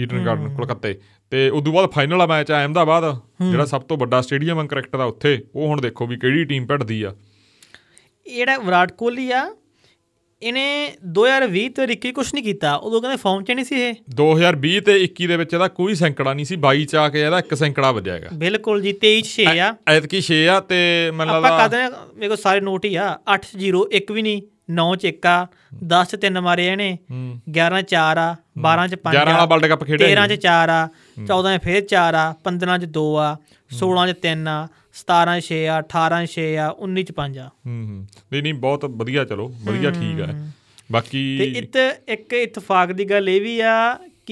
B: ਈਡਨ ਗਾਰਡਨ ਕੋਲਕਾਤੇ ਤੇ ਉਦੋਂ ਬਾਅਦ ਫਾਈਨਲ ਆ ਮੈਚ ਆ ਅਹਿਮਦਾਬਾਦ ਜਿਹੜਾ ਸਭ ਤੋਂ ਵੱਡਾ ਸਟੇਡੀਅਮ ਹੈ ਕ੍ਰਿਕਟ ਦਾ ਉੱਥੇ ਉਹ ਹੁਣ ਦੇਖੋ ਵੀ ਕਿਹੜੀ ਟੀਮ ਭਿੜਦੀ ਆ
A: ਇਹ ਜਿਹੜਾ ਵਿਰਾਟ ਕੋਹਲੀ ਆ ਇਹਨੇ 2020 ਤੇ ਰਿੱਕੀ ਕੁਛ ਨਹੀਂ ਕੀਤਾ ਉਦੋਂ ਕਹਿੰਦੇ ਫਾਰਮ 'ਚ ਨਹੀਂ ਸੀ ਇਹ
B: 2020 ਤੇ 21 ਦੇ ਵਿੱਚ ਇਹਦਾ ਕੋਈ ਸੈਂਕੜਾ ਨਹੀਂ ਸੀ 22 ਚ ਆ ਕੇ ਇਹਦਾ ਇੱਕ ਸੈਂਕੜਾ ਵੱਜਿਆ ਹੈਗਾ
A: ਬਿਲਕੁਲ ਜੀ 23 ਚ 6 ਆ
B: ਐਤਕੀ 6 ਆ ਤੇ ਮੈਨੂੰ
A: ਆਪਾਂ
B: ਲੱਗਦਾ
A: ਕਰਦੇ ਮੇਰੇ ਕੋਲ ਸਾਰੇ ਨੋਟ ਹੀ ਆ 8 0 1 ਵੀ ਨਹੀਂ 9 ਚ 1 ਆ 10 ਚ 3 ਮਾਰੇ ਇਹਨੇ 11 ਚ 4 ਆ 12 ਚ 5
B: 11 ਵਾਲਾ World Cup ਖੇਡਿਆ
A: 13 ਚ 4 ਆ 14 ਚ ਫੇਰ 4 ਆ 15 ਚ 2 ਆ 16 ਚ 3 ਆ 17 ਚ 6 ਆ 18 ਚ 6 ਆ 19 ਚ 5 ਆ
B: ਹੂੰ ਹੂੰ ਨਹੀਂ ਨਹੀਂ ਬਹੁਤ ਵਧੀਆ ਚਲੋ ਵਧੀਆ ਠੀਕ ਆ
A: ਤੇ
B: ਬਾਕੀ
A: ਇਤ ਇੱਕ ਇਤਫਾਕ ਦੀ ਗੱਲ ਇਹ ਵੀ ਆ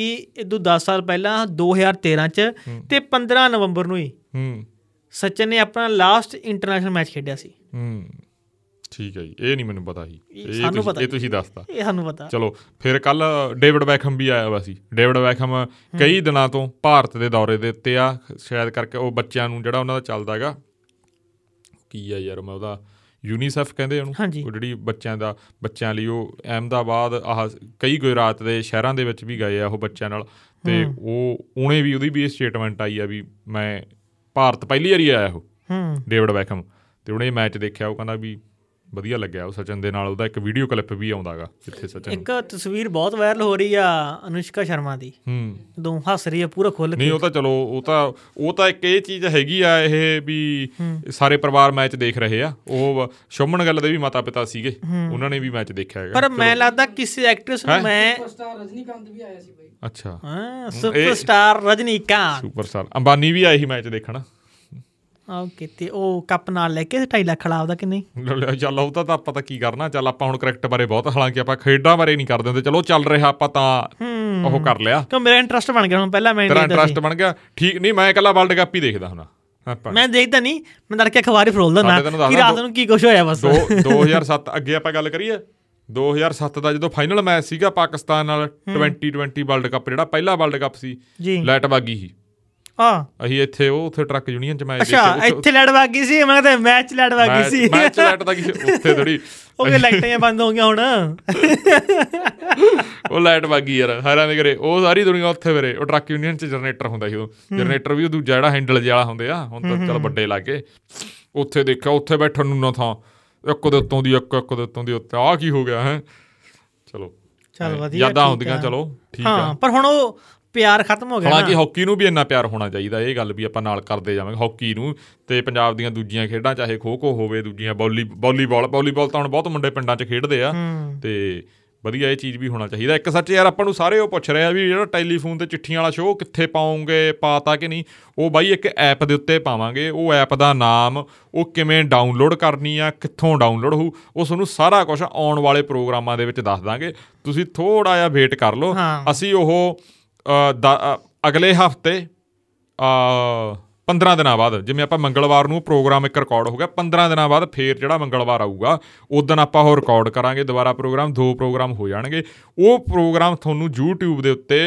A: ਕਿ ਇਦੋਂ 10 ਸਾਲ ਪਹਿਲਾਂ 2013 ਚ ਤੇ 15 ਨਵੰਬਰ ਨੂੰ ਹੀ
B: ਹੂੰ
A: ਸਚਿਨ ਨੇ ਆਪਣਾ ਲਾਸਟ ਇੰਟਰਨੈਸ਼ਨਲ ਮੈਚ ਖੇਡਿਆ ਸੀ
B: ਹੂੰ ਠੀਕ ਹੈ ਜੀ ਇਹ ਨਹੀਂ ਮੈਨੂੰ ਪਤਾ ਸੀ
A: ਇਹ
B: ਇਹ
A: ਸਾਨੂੰ
B: ਤੁਸੀਂ-
A: ਪਤਾ
B: ਇਹ ਤੁਸੀਂ ਦੱਸਤਾ
A: ਇਹ ਸਾਨੂੰ ਪਤਾ
B: ਚਲੋ ਫਿਰ ਕੱਲ ਡੇਵਿਡ ਬੈਕਹਮ ਵੀ ਆਇਆ ਵਾ ਸੀ ਡੇਵਿਡ ਬੈਕਹਮ ਕਈ ਦਿਨਾਂ ਤੋਂ ਭਾਰਤ ਦੇ ਦੌਰੇ ਦੇ ਉੱਤੇ ਆ ਸ਼ਾਇਦ ਕਰਕੇ ਉਹ ਬੱਚਿਆਂ ਨੂੰ ਜਿਹੜਾ ਉਹਨਾਂ ਦਾ ਚੱਲਦਾ ਹੈਗਾ ਕੀ ਆ ਯਾਰ ਮੈਂ ਉਹਦਾ ਯੂਨੀਸੈਫ ਕਹਿੰਦੇ ਉਹਨੂੰ
A: ਹਾਂਜੀ।
B: ਉਹ ਜਿਹੜੀ ਬੱਚਿਆਂ ਦਾ ਬੱਚਿਆਂ ਲਈ ਉਹ ਅਹਿਮਦਾਬਾਦ ਆਹ ਕਈ ਗੁਜਰਾਤ ਦੇ ਸ਼ਹਿਰਾਂ ਦੇ ਵਿੱਚ ਵੀ ਗਏ ਆ ਉਹ ਬੱਚਿਆਂ ਨਾਲ ਤੇ ਉਹ ਉਹਨੇ ਵੀ ਉਹਦੀ ਵੀ ਸਟੇਟਮੈਂਟ ਆਈ ਆ ਵੀ ਮੈਂ ਭਾਰਤ ਪਹਿਲੀ ਵਾਰੀ ਆਇਆ ਉਹ
A: ਹੂੰ
B: ਡੇਵਿਡ ਬੈਕਮ ਤੇ ਉਹਨੇ ਇਹ ਮੈਚ ਦੇਖਿਆ ਉਹ ਕਹਿੰਦਾ ਵੀ ਵਧੀਆ ਲੱਗਿਆ ਉਹ ਸਚਿਨ ਦੇ ਨਾਲ ਉਹਦਾ ਇੱਕ ਵੀਡੀਓ ਕਲਿੱਪ ਵੀ ਆਉਂਦਾਗਾ ਜਿੱਥੇ ਸਚਿਨ
A: ਇੱਕ ਤਸਵੀਰ ਬਹੁਤ ਵਾਇਰਲ ਹੋ ਰਹੀ ਆ ਅਨੁਸ਼ਕਾ ਸ਼ਰਮਾ ਦੀ
B: ਹੂੰ
A: ਜਦੋਂ ਹੱਸ ਰਹੀ ਆ ਪੂਰਾ ਖੁੱਲ
B: ਨਹੀਂ
A: ਕੇ
B: ਉਹ ਤਾਂ ਚਲੋ ਉਹ ਤਾਂ ਉਹ ਤਾਂ ਇੱਕ ਇਹ ਚੀਜ਼ ਹੈਗੀ ਆ ਇਹ ਵੀ ਸਾਰੇ ਪਰਿਵਾਰ ਮੈਚ ਦੇਖ ਰਹੇ ਆ ਉਹ ਸ਼ੋਮਣ ਗੱਲ ਦੇ ਵੀ ਮਾਤਾ ਪਿਤਾ ਸੀਗੇ ਉਹਨਾਂ ਨੇ ਵੀ ਮੈਚ ਦੇਖਿਆ ਹੈਗਾ
A: ਪਰ ਮੈਂ ਲੱਗਦਾ ਕਿਸੇ ਐਕਟਰਸ ਨੂੰ
B: ਹੈਂ?
A: ਮੈਂ
C: ਸੁਪਰਸਟਾਰ ਰਜਨੀਕਾਂਤ ਵੀ ਆਇਆ ਸੀ ਬਈ
B: ਅੱਛਾ
A: ਹਾਂ
B: ਇਹ-
A: ਸੁਪਰਸਟਾਰ ਰਜਨੀਕਾਂਤ
B: ਸੁਪਰਸਟਾਰ ਅੰਬਾਨੀ ਵੀ ਆਏ ਸੀ ਮੈਚ ਦੇਖਣ
A: ਓਕੇ ਤੇ ਉਹ ਕੱਪ ਨਾਲ ਲੈ ਕੇ 2.5 ਲੱਖ ਲਾਭ ਦਾ ਕਿ ਨਹੀਂ
B: ਲੈ ਲਿਆ, ਚੱਲ ਉਹਦਾ ਤਾਂ ਆਪਾਂ ਤਾਂ ਕੀ ਕਰਨਾ ਚੱਲ ਆਪਾਂ ਹੁਣ ਕ੍ਰਿਕਟ ਬਾਰੇ ਬਹੁਤ ਹਾਲਾਂਕਿ ਆਪਾਂ ਖੇਡਾਂ ਬਾਰੇ ਨਹੀਂ ਕਰਦੇ ਹੁੰਦੇ ਚਲੋ ਚੱਲ ਰਿਹਾ ਆਪਾਂ ਤਾਂ
A: ਹੂੰ
B: ਉਹ ਕਰ ਲਿਆ
A: ਕਿਉਂ ਮੇਰਾ ਇੰਟਰਸਟ ਬਣ ਗਿਆ ਹੁਣ ਪਹਿਲਾਂ ਮੈਂ
B: ਤੇਰਾ
A: ਨਹੀਂ ਦੇਖਦਾ
B: ਇੰਟਰਸਟ ਬਣ ਗਿਆ ਠੀਕ ਨਹੀਂ ਮੈਂ ਇਕੱਲਾ ਵਰਲਡ ਕੱਪ ਹੀ ਦੇਖਦਾ ਹੁਣ ਆਪਾਂ
A: ਸੀ। ਮੈਂ ਦੇਖਦਾ ਨਹੀਂ ਮੈਂ ਤੜਕੇ ਅਖਬਾਰ ਹੀ ਫਰੋਲਦਾ ਨਾ
B: ਸਾਡੇ ਤੈਨੂੰ ਦੱਸਦਾ
A: ਕਿ ਰਾਤ
B: ਦੋ-
A: ਨੂੰ ਕੀ ਕੁਝ ਹੋਇਆ ਬਸ
B: ਦੋ 2007 ਅੱਗੇ ਆਪਾਂ ਗੱਲ ਕਰੀਏ 2007 ਦਾ ਜਦੋਂ ਫਾਈਨਲ ਮੈਚ ਸੀਗਾ ਪਾਕਿਸਤਾਨ ਨਾਲ 2020 ਵਰਲਡ ਕੱਪ ਜਿਹੜਾ ਪਹਿਲਾ ਵਰਲਡ ਕੱਪ ਸੀ
A: ਜੀ
B: ਲਾਈਟ ਵਾਗੀ ਸੀ
A: ਹਾਂ
B: ਅਸੀਂ ਇੱਥੇ ਉਹ ਉੱਥੇ ਟਰੱਕ ਯੂਨੀਅਨ ਚ ਮੈਚ
A: ਅੱਛਾ ਇੱਥੇ ਲੜ ਵਾਗੀ ਸੀ ਮੈਂ ਕਹਿੰਦਾ ਮੈਚ ਲੜ ਵਾਗੀ ਸੀ
B: ਮੈਚ ਲਾਈਟ ਦਾ ਕੀ ਉੱਥੇ ਥੋੜੀ
A: [LAUGHS] ਉਹ ਵੀ ਲਾਈਟਾਂ ਜਿਹੀਆਂ ਬੰਦ ਹੋ ਗਈਆਂ ਹੁਣ
B: ਉਹ ਲਾਈਟ ਵਾਗੀ ਯਾਰ ਹੈਰਾਨ ਦੇ ਕਰੇ ਉਹ ਸਾਰੀ ਦੁਨੀਆ ਉੱਥੇ ਫਿਰੇ ਉਹ ਟਰੱਕ ਯੂਨੀਅਨ ਚ ਜਨਰੇਟਰ ਹੁੰਦਾ ਸੀ ਉਹ ਜਨਰੇਟਰ ਵੀ ਉਹ ਦੂਜਾ ਜਿਹੜਾ ਹੈਂਡਲ ਜਿਹਾ ਵਾਲਾ ਹੁੰਦੇ ਆ ਹੁਣ ਤਾਂ ਚਲ ਵੱਡੇ ਲੱਗੇ ਉੱਥੇ ਦੇਖਿਆ ਉੱਥੇ ਬੈਠਣ ਨੂੰ ਨਾ ਥਾਂ ਇੱਕ ਦੇ ਉੱਤੋਂ ਦੀ ਇੱਕ ਇੱਕ ਦੇ ਉੱਤੋਂ ਦੀ ਉੱਤੇ ਆ ਕੀ ਹੋ ਗਿਆ ਹੈ ਚਲੋ
A: ਚਲ
B: ਐਂ,
A: ਵਧੀਆ
B: ਯਾਦਾਂ
A: ਠੀਕ
B: ਹੁੰਦੀਆਂ
A: ਆ।
B: ਚਲੋ ਠੀਕ ਆ
A: ਹਾਂ ਪਰ ਹੁਣ ਉਹ ਪਿਆਰ ਖਤਮ ਹੋ ਗਿਆ ਨਾ
B: ਹਾਲਾਂਕਿ ਹਾਕੀ ਨੂੰ ਵੀ ਇੰਨਾ ਪਿਆਰ ਹੋਣਾ ਚਾਹੀਦਾ ਇਹ ਗੱਲ ਵੀ ਆਪਾਂ ਨਾਲ ਕਰਦੇ ਜਾਵਾਂਗੇ ਹਾਕੀ ਨੂੰ ਤੇ ਪੰਜਾਬ ਦੀਆਂ ਦੂਜੀਆਂ ਖੇਡਾਂ ਚਾਹੇ ਖੋ ਖੋ ਹੋਵੇ ਦੂਜੀਆਂ ਬੌਲੀ ਵਾਲੀਬਾਲ ਵਾਲੀਬਾਲ ਤਾਂ ਹੁਣ ਬਹੁਤ ਮੁੰਡੇ ਪਿੰਡਾਂ 'ਚ ਖੇਡਦੇ ਆ ਤੇ ਵਧੀਆ ਇਹ ਚੀਜ਼ ਵੀ ਹੋਣਾ ਚਾਹੀਦਾ ਇੱਕ ਸੱਚ ਯਾਰ ਆਪਾਂ ਨੂੰ ਸਾਰੇ ਉਹ ਪੁੱਛ ਰਹੇ ਆ ਵੀ ਜਿਹੜਾ ਟੈਲੀਫੋਨ ਤੇ ਚਿੱਠੀਆਂ ਵਾਲਾ ਸ਼ੋਅ ਕਿੱਥੇ ਪਾਉਂਗੇ ਪਾਤਾ ਕਿ ਨਹੀਂ ਉਹ ਬਾਈ ਇੱਕ ਐਪ ਦੇ ਉੱਤੇ ਪਾਵਾਂਗੇ ਉਹ ਐਪ ਦਾ ਨਾਮ ਉਹ ਕਿਵੇਂ ਡਾਊਨਲੋਡ ਕਰਨੀ ਆ ਕਿੱਥੋਂ ਡਾਊਨਲੋਡ ਹੋਊ ਉਹ ਤੁਹਾਨੂੰ ਸਾਰਾ ਕੁਝ ਆਉਣ ਵਾਲੇ ਪ੍ਰੋਗਰਾਮਾਂ ਦੇ ਵਿੱਚ ਦੱਸ ਦਾਂਗੇ ਤੁਸੀਂ ਥੋੜਾ ਜਿਹਾ ਵੇਟ ਕਰ ਲਓ
A: ਹਾਂ।
B: ਅਸੀਂ ਉਹ ਅ, ਦਾ- ਅ, ਅਗਲੇ ਹਫਤੇ ਅ 15 ਦਿਨਾਂ ਬਾਅਦ ਜਿਵੇਂ ਆਪਾਂ ਮੰਗਲਵਾਰ ਨੂੰ ਪ੍ਰੋਗਰਾਮ ਇੱਕ ਰਿਕਾਰਡ ਹੋ ਗਿਆ 15 ਦਿਨਾਂ ਬਾਅਦ ਫੇਰ ਜਿਹੜਾ ਮੰਗਲਵਾਰ ਆਊਗਾ ਉਦੋਂ ਆਪਾਂ ਉਹ ਰਿਕਾਰਡ ਕਰਾਂਗੇ ਦੁਬਾਰਾ ਪ੍ਰੋਗਰਾਮ ਦੋ ਪ੍ਰੋਗਰਾਮ ਹੋ ਜਾਣਗੇ ਉਹ ਪ੍ਰੋਗਰਾਮ ਤੁਹਾਨੂੰ YouTube ਦੇ ਉੱਤੇ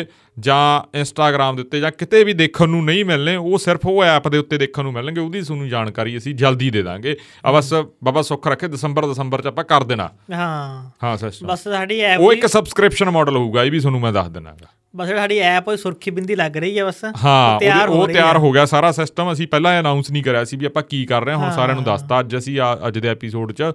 B: ਜਾਂ Instagram ਦੇ ਉੱਤੇ ਜਾਂ ਕਿਤੇ ਵੀ ਦੇਖਣ ਨੂੰ ਨਹੀਂ ਮਿਲਣੇ ਉਹ ਸਿਰਫ ਉਹ ਐਪ ਦੇ ਉੱਤੇ ਦੇਖਣ ਨੂੰ ਮਿਲਣਗੇ ਉਹਦੀ ਤੁਹਾਨੂੰ ਜਾਣਕਾਰੀ ਅਸੀਂ ਜਲਦੀ ਦੇ ਦਾਂਗੇ ਆ ਬਸ ਬਾਬਾ ਸੁੱਖ ਰੱਖੇ ਦਸੰਬਰ ਦਸੰਬਰ ਚ ਆਪਾਂ ਕਰ ਦੇਣਾ
A: ਹਾਂ
B: ਹਾਂ ਸਿਸਟਮ
A: ਬਸ ਸਾਡੀ ਐਪ
B: ਉਹ ਇੱਕ ਸਬਸਕ੍ਰਿਪਸ਼ਨ ਮਾਡਲ ਹੋਊਗਾ ਇਹ ਵੀ ਤੁਹਾਨੂੰ ਮੈਂ ਦੱਸ ਦਿੰਦਾ ਗਾ
A: ਬਸ ਸਾਡੀ ਐਪ ਉਹ ਸੁਰਖੀ ਬਿੰਦੀ ਲੱਗ ਰਹੀ ਹੈ ਬਸ
B: ਹਾਂ
A: ਉਹ
B: ਉਹਦੇ-
A: ਹੋ
B: ਉਹ
A: ਰਹੀ ਹੈ।
B: ਤਿਆਰ ਹੋ ਗਿਆ ਸਾਰਾ ਸਿਸਟਮ ਅਸੀਂ ਪਹਿਲਾਂ ਅਨਾਉਂਸ ਨਹੀਂ ਕਰਿਆ ਸੀ ਵੀ ਆਪਾਂ ਕੀ ਕਰ ਰਹੇ ਹਾਂ ਹੁਣ ਸਾਰਿਆਂ ਨੂੰ ਦੱਸਤਾ ਅੱਜ ਅਸੀਂ ਆ- ਅੱਜ ਦੇ ਐਪੀਸੋਡ 'ਚ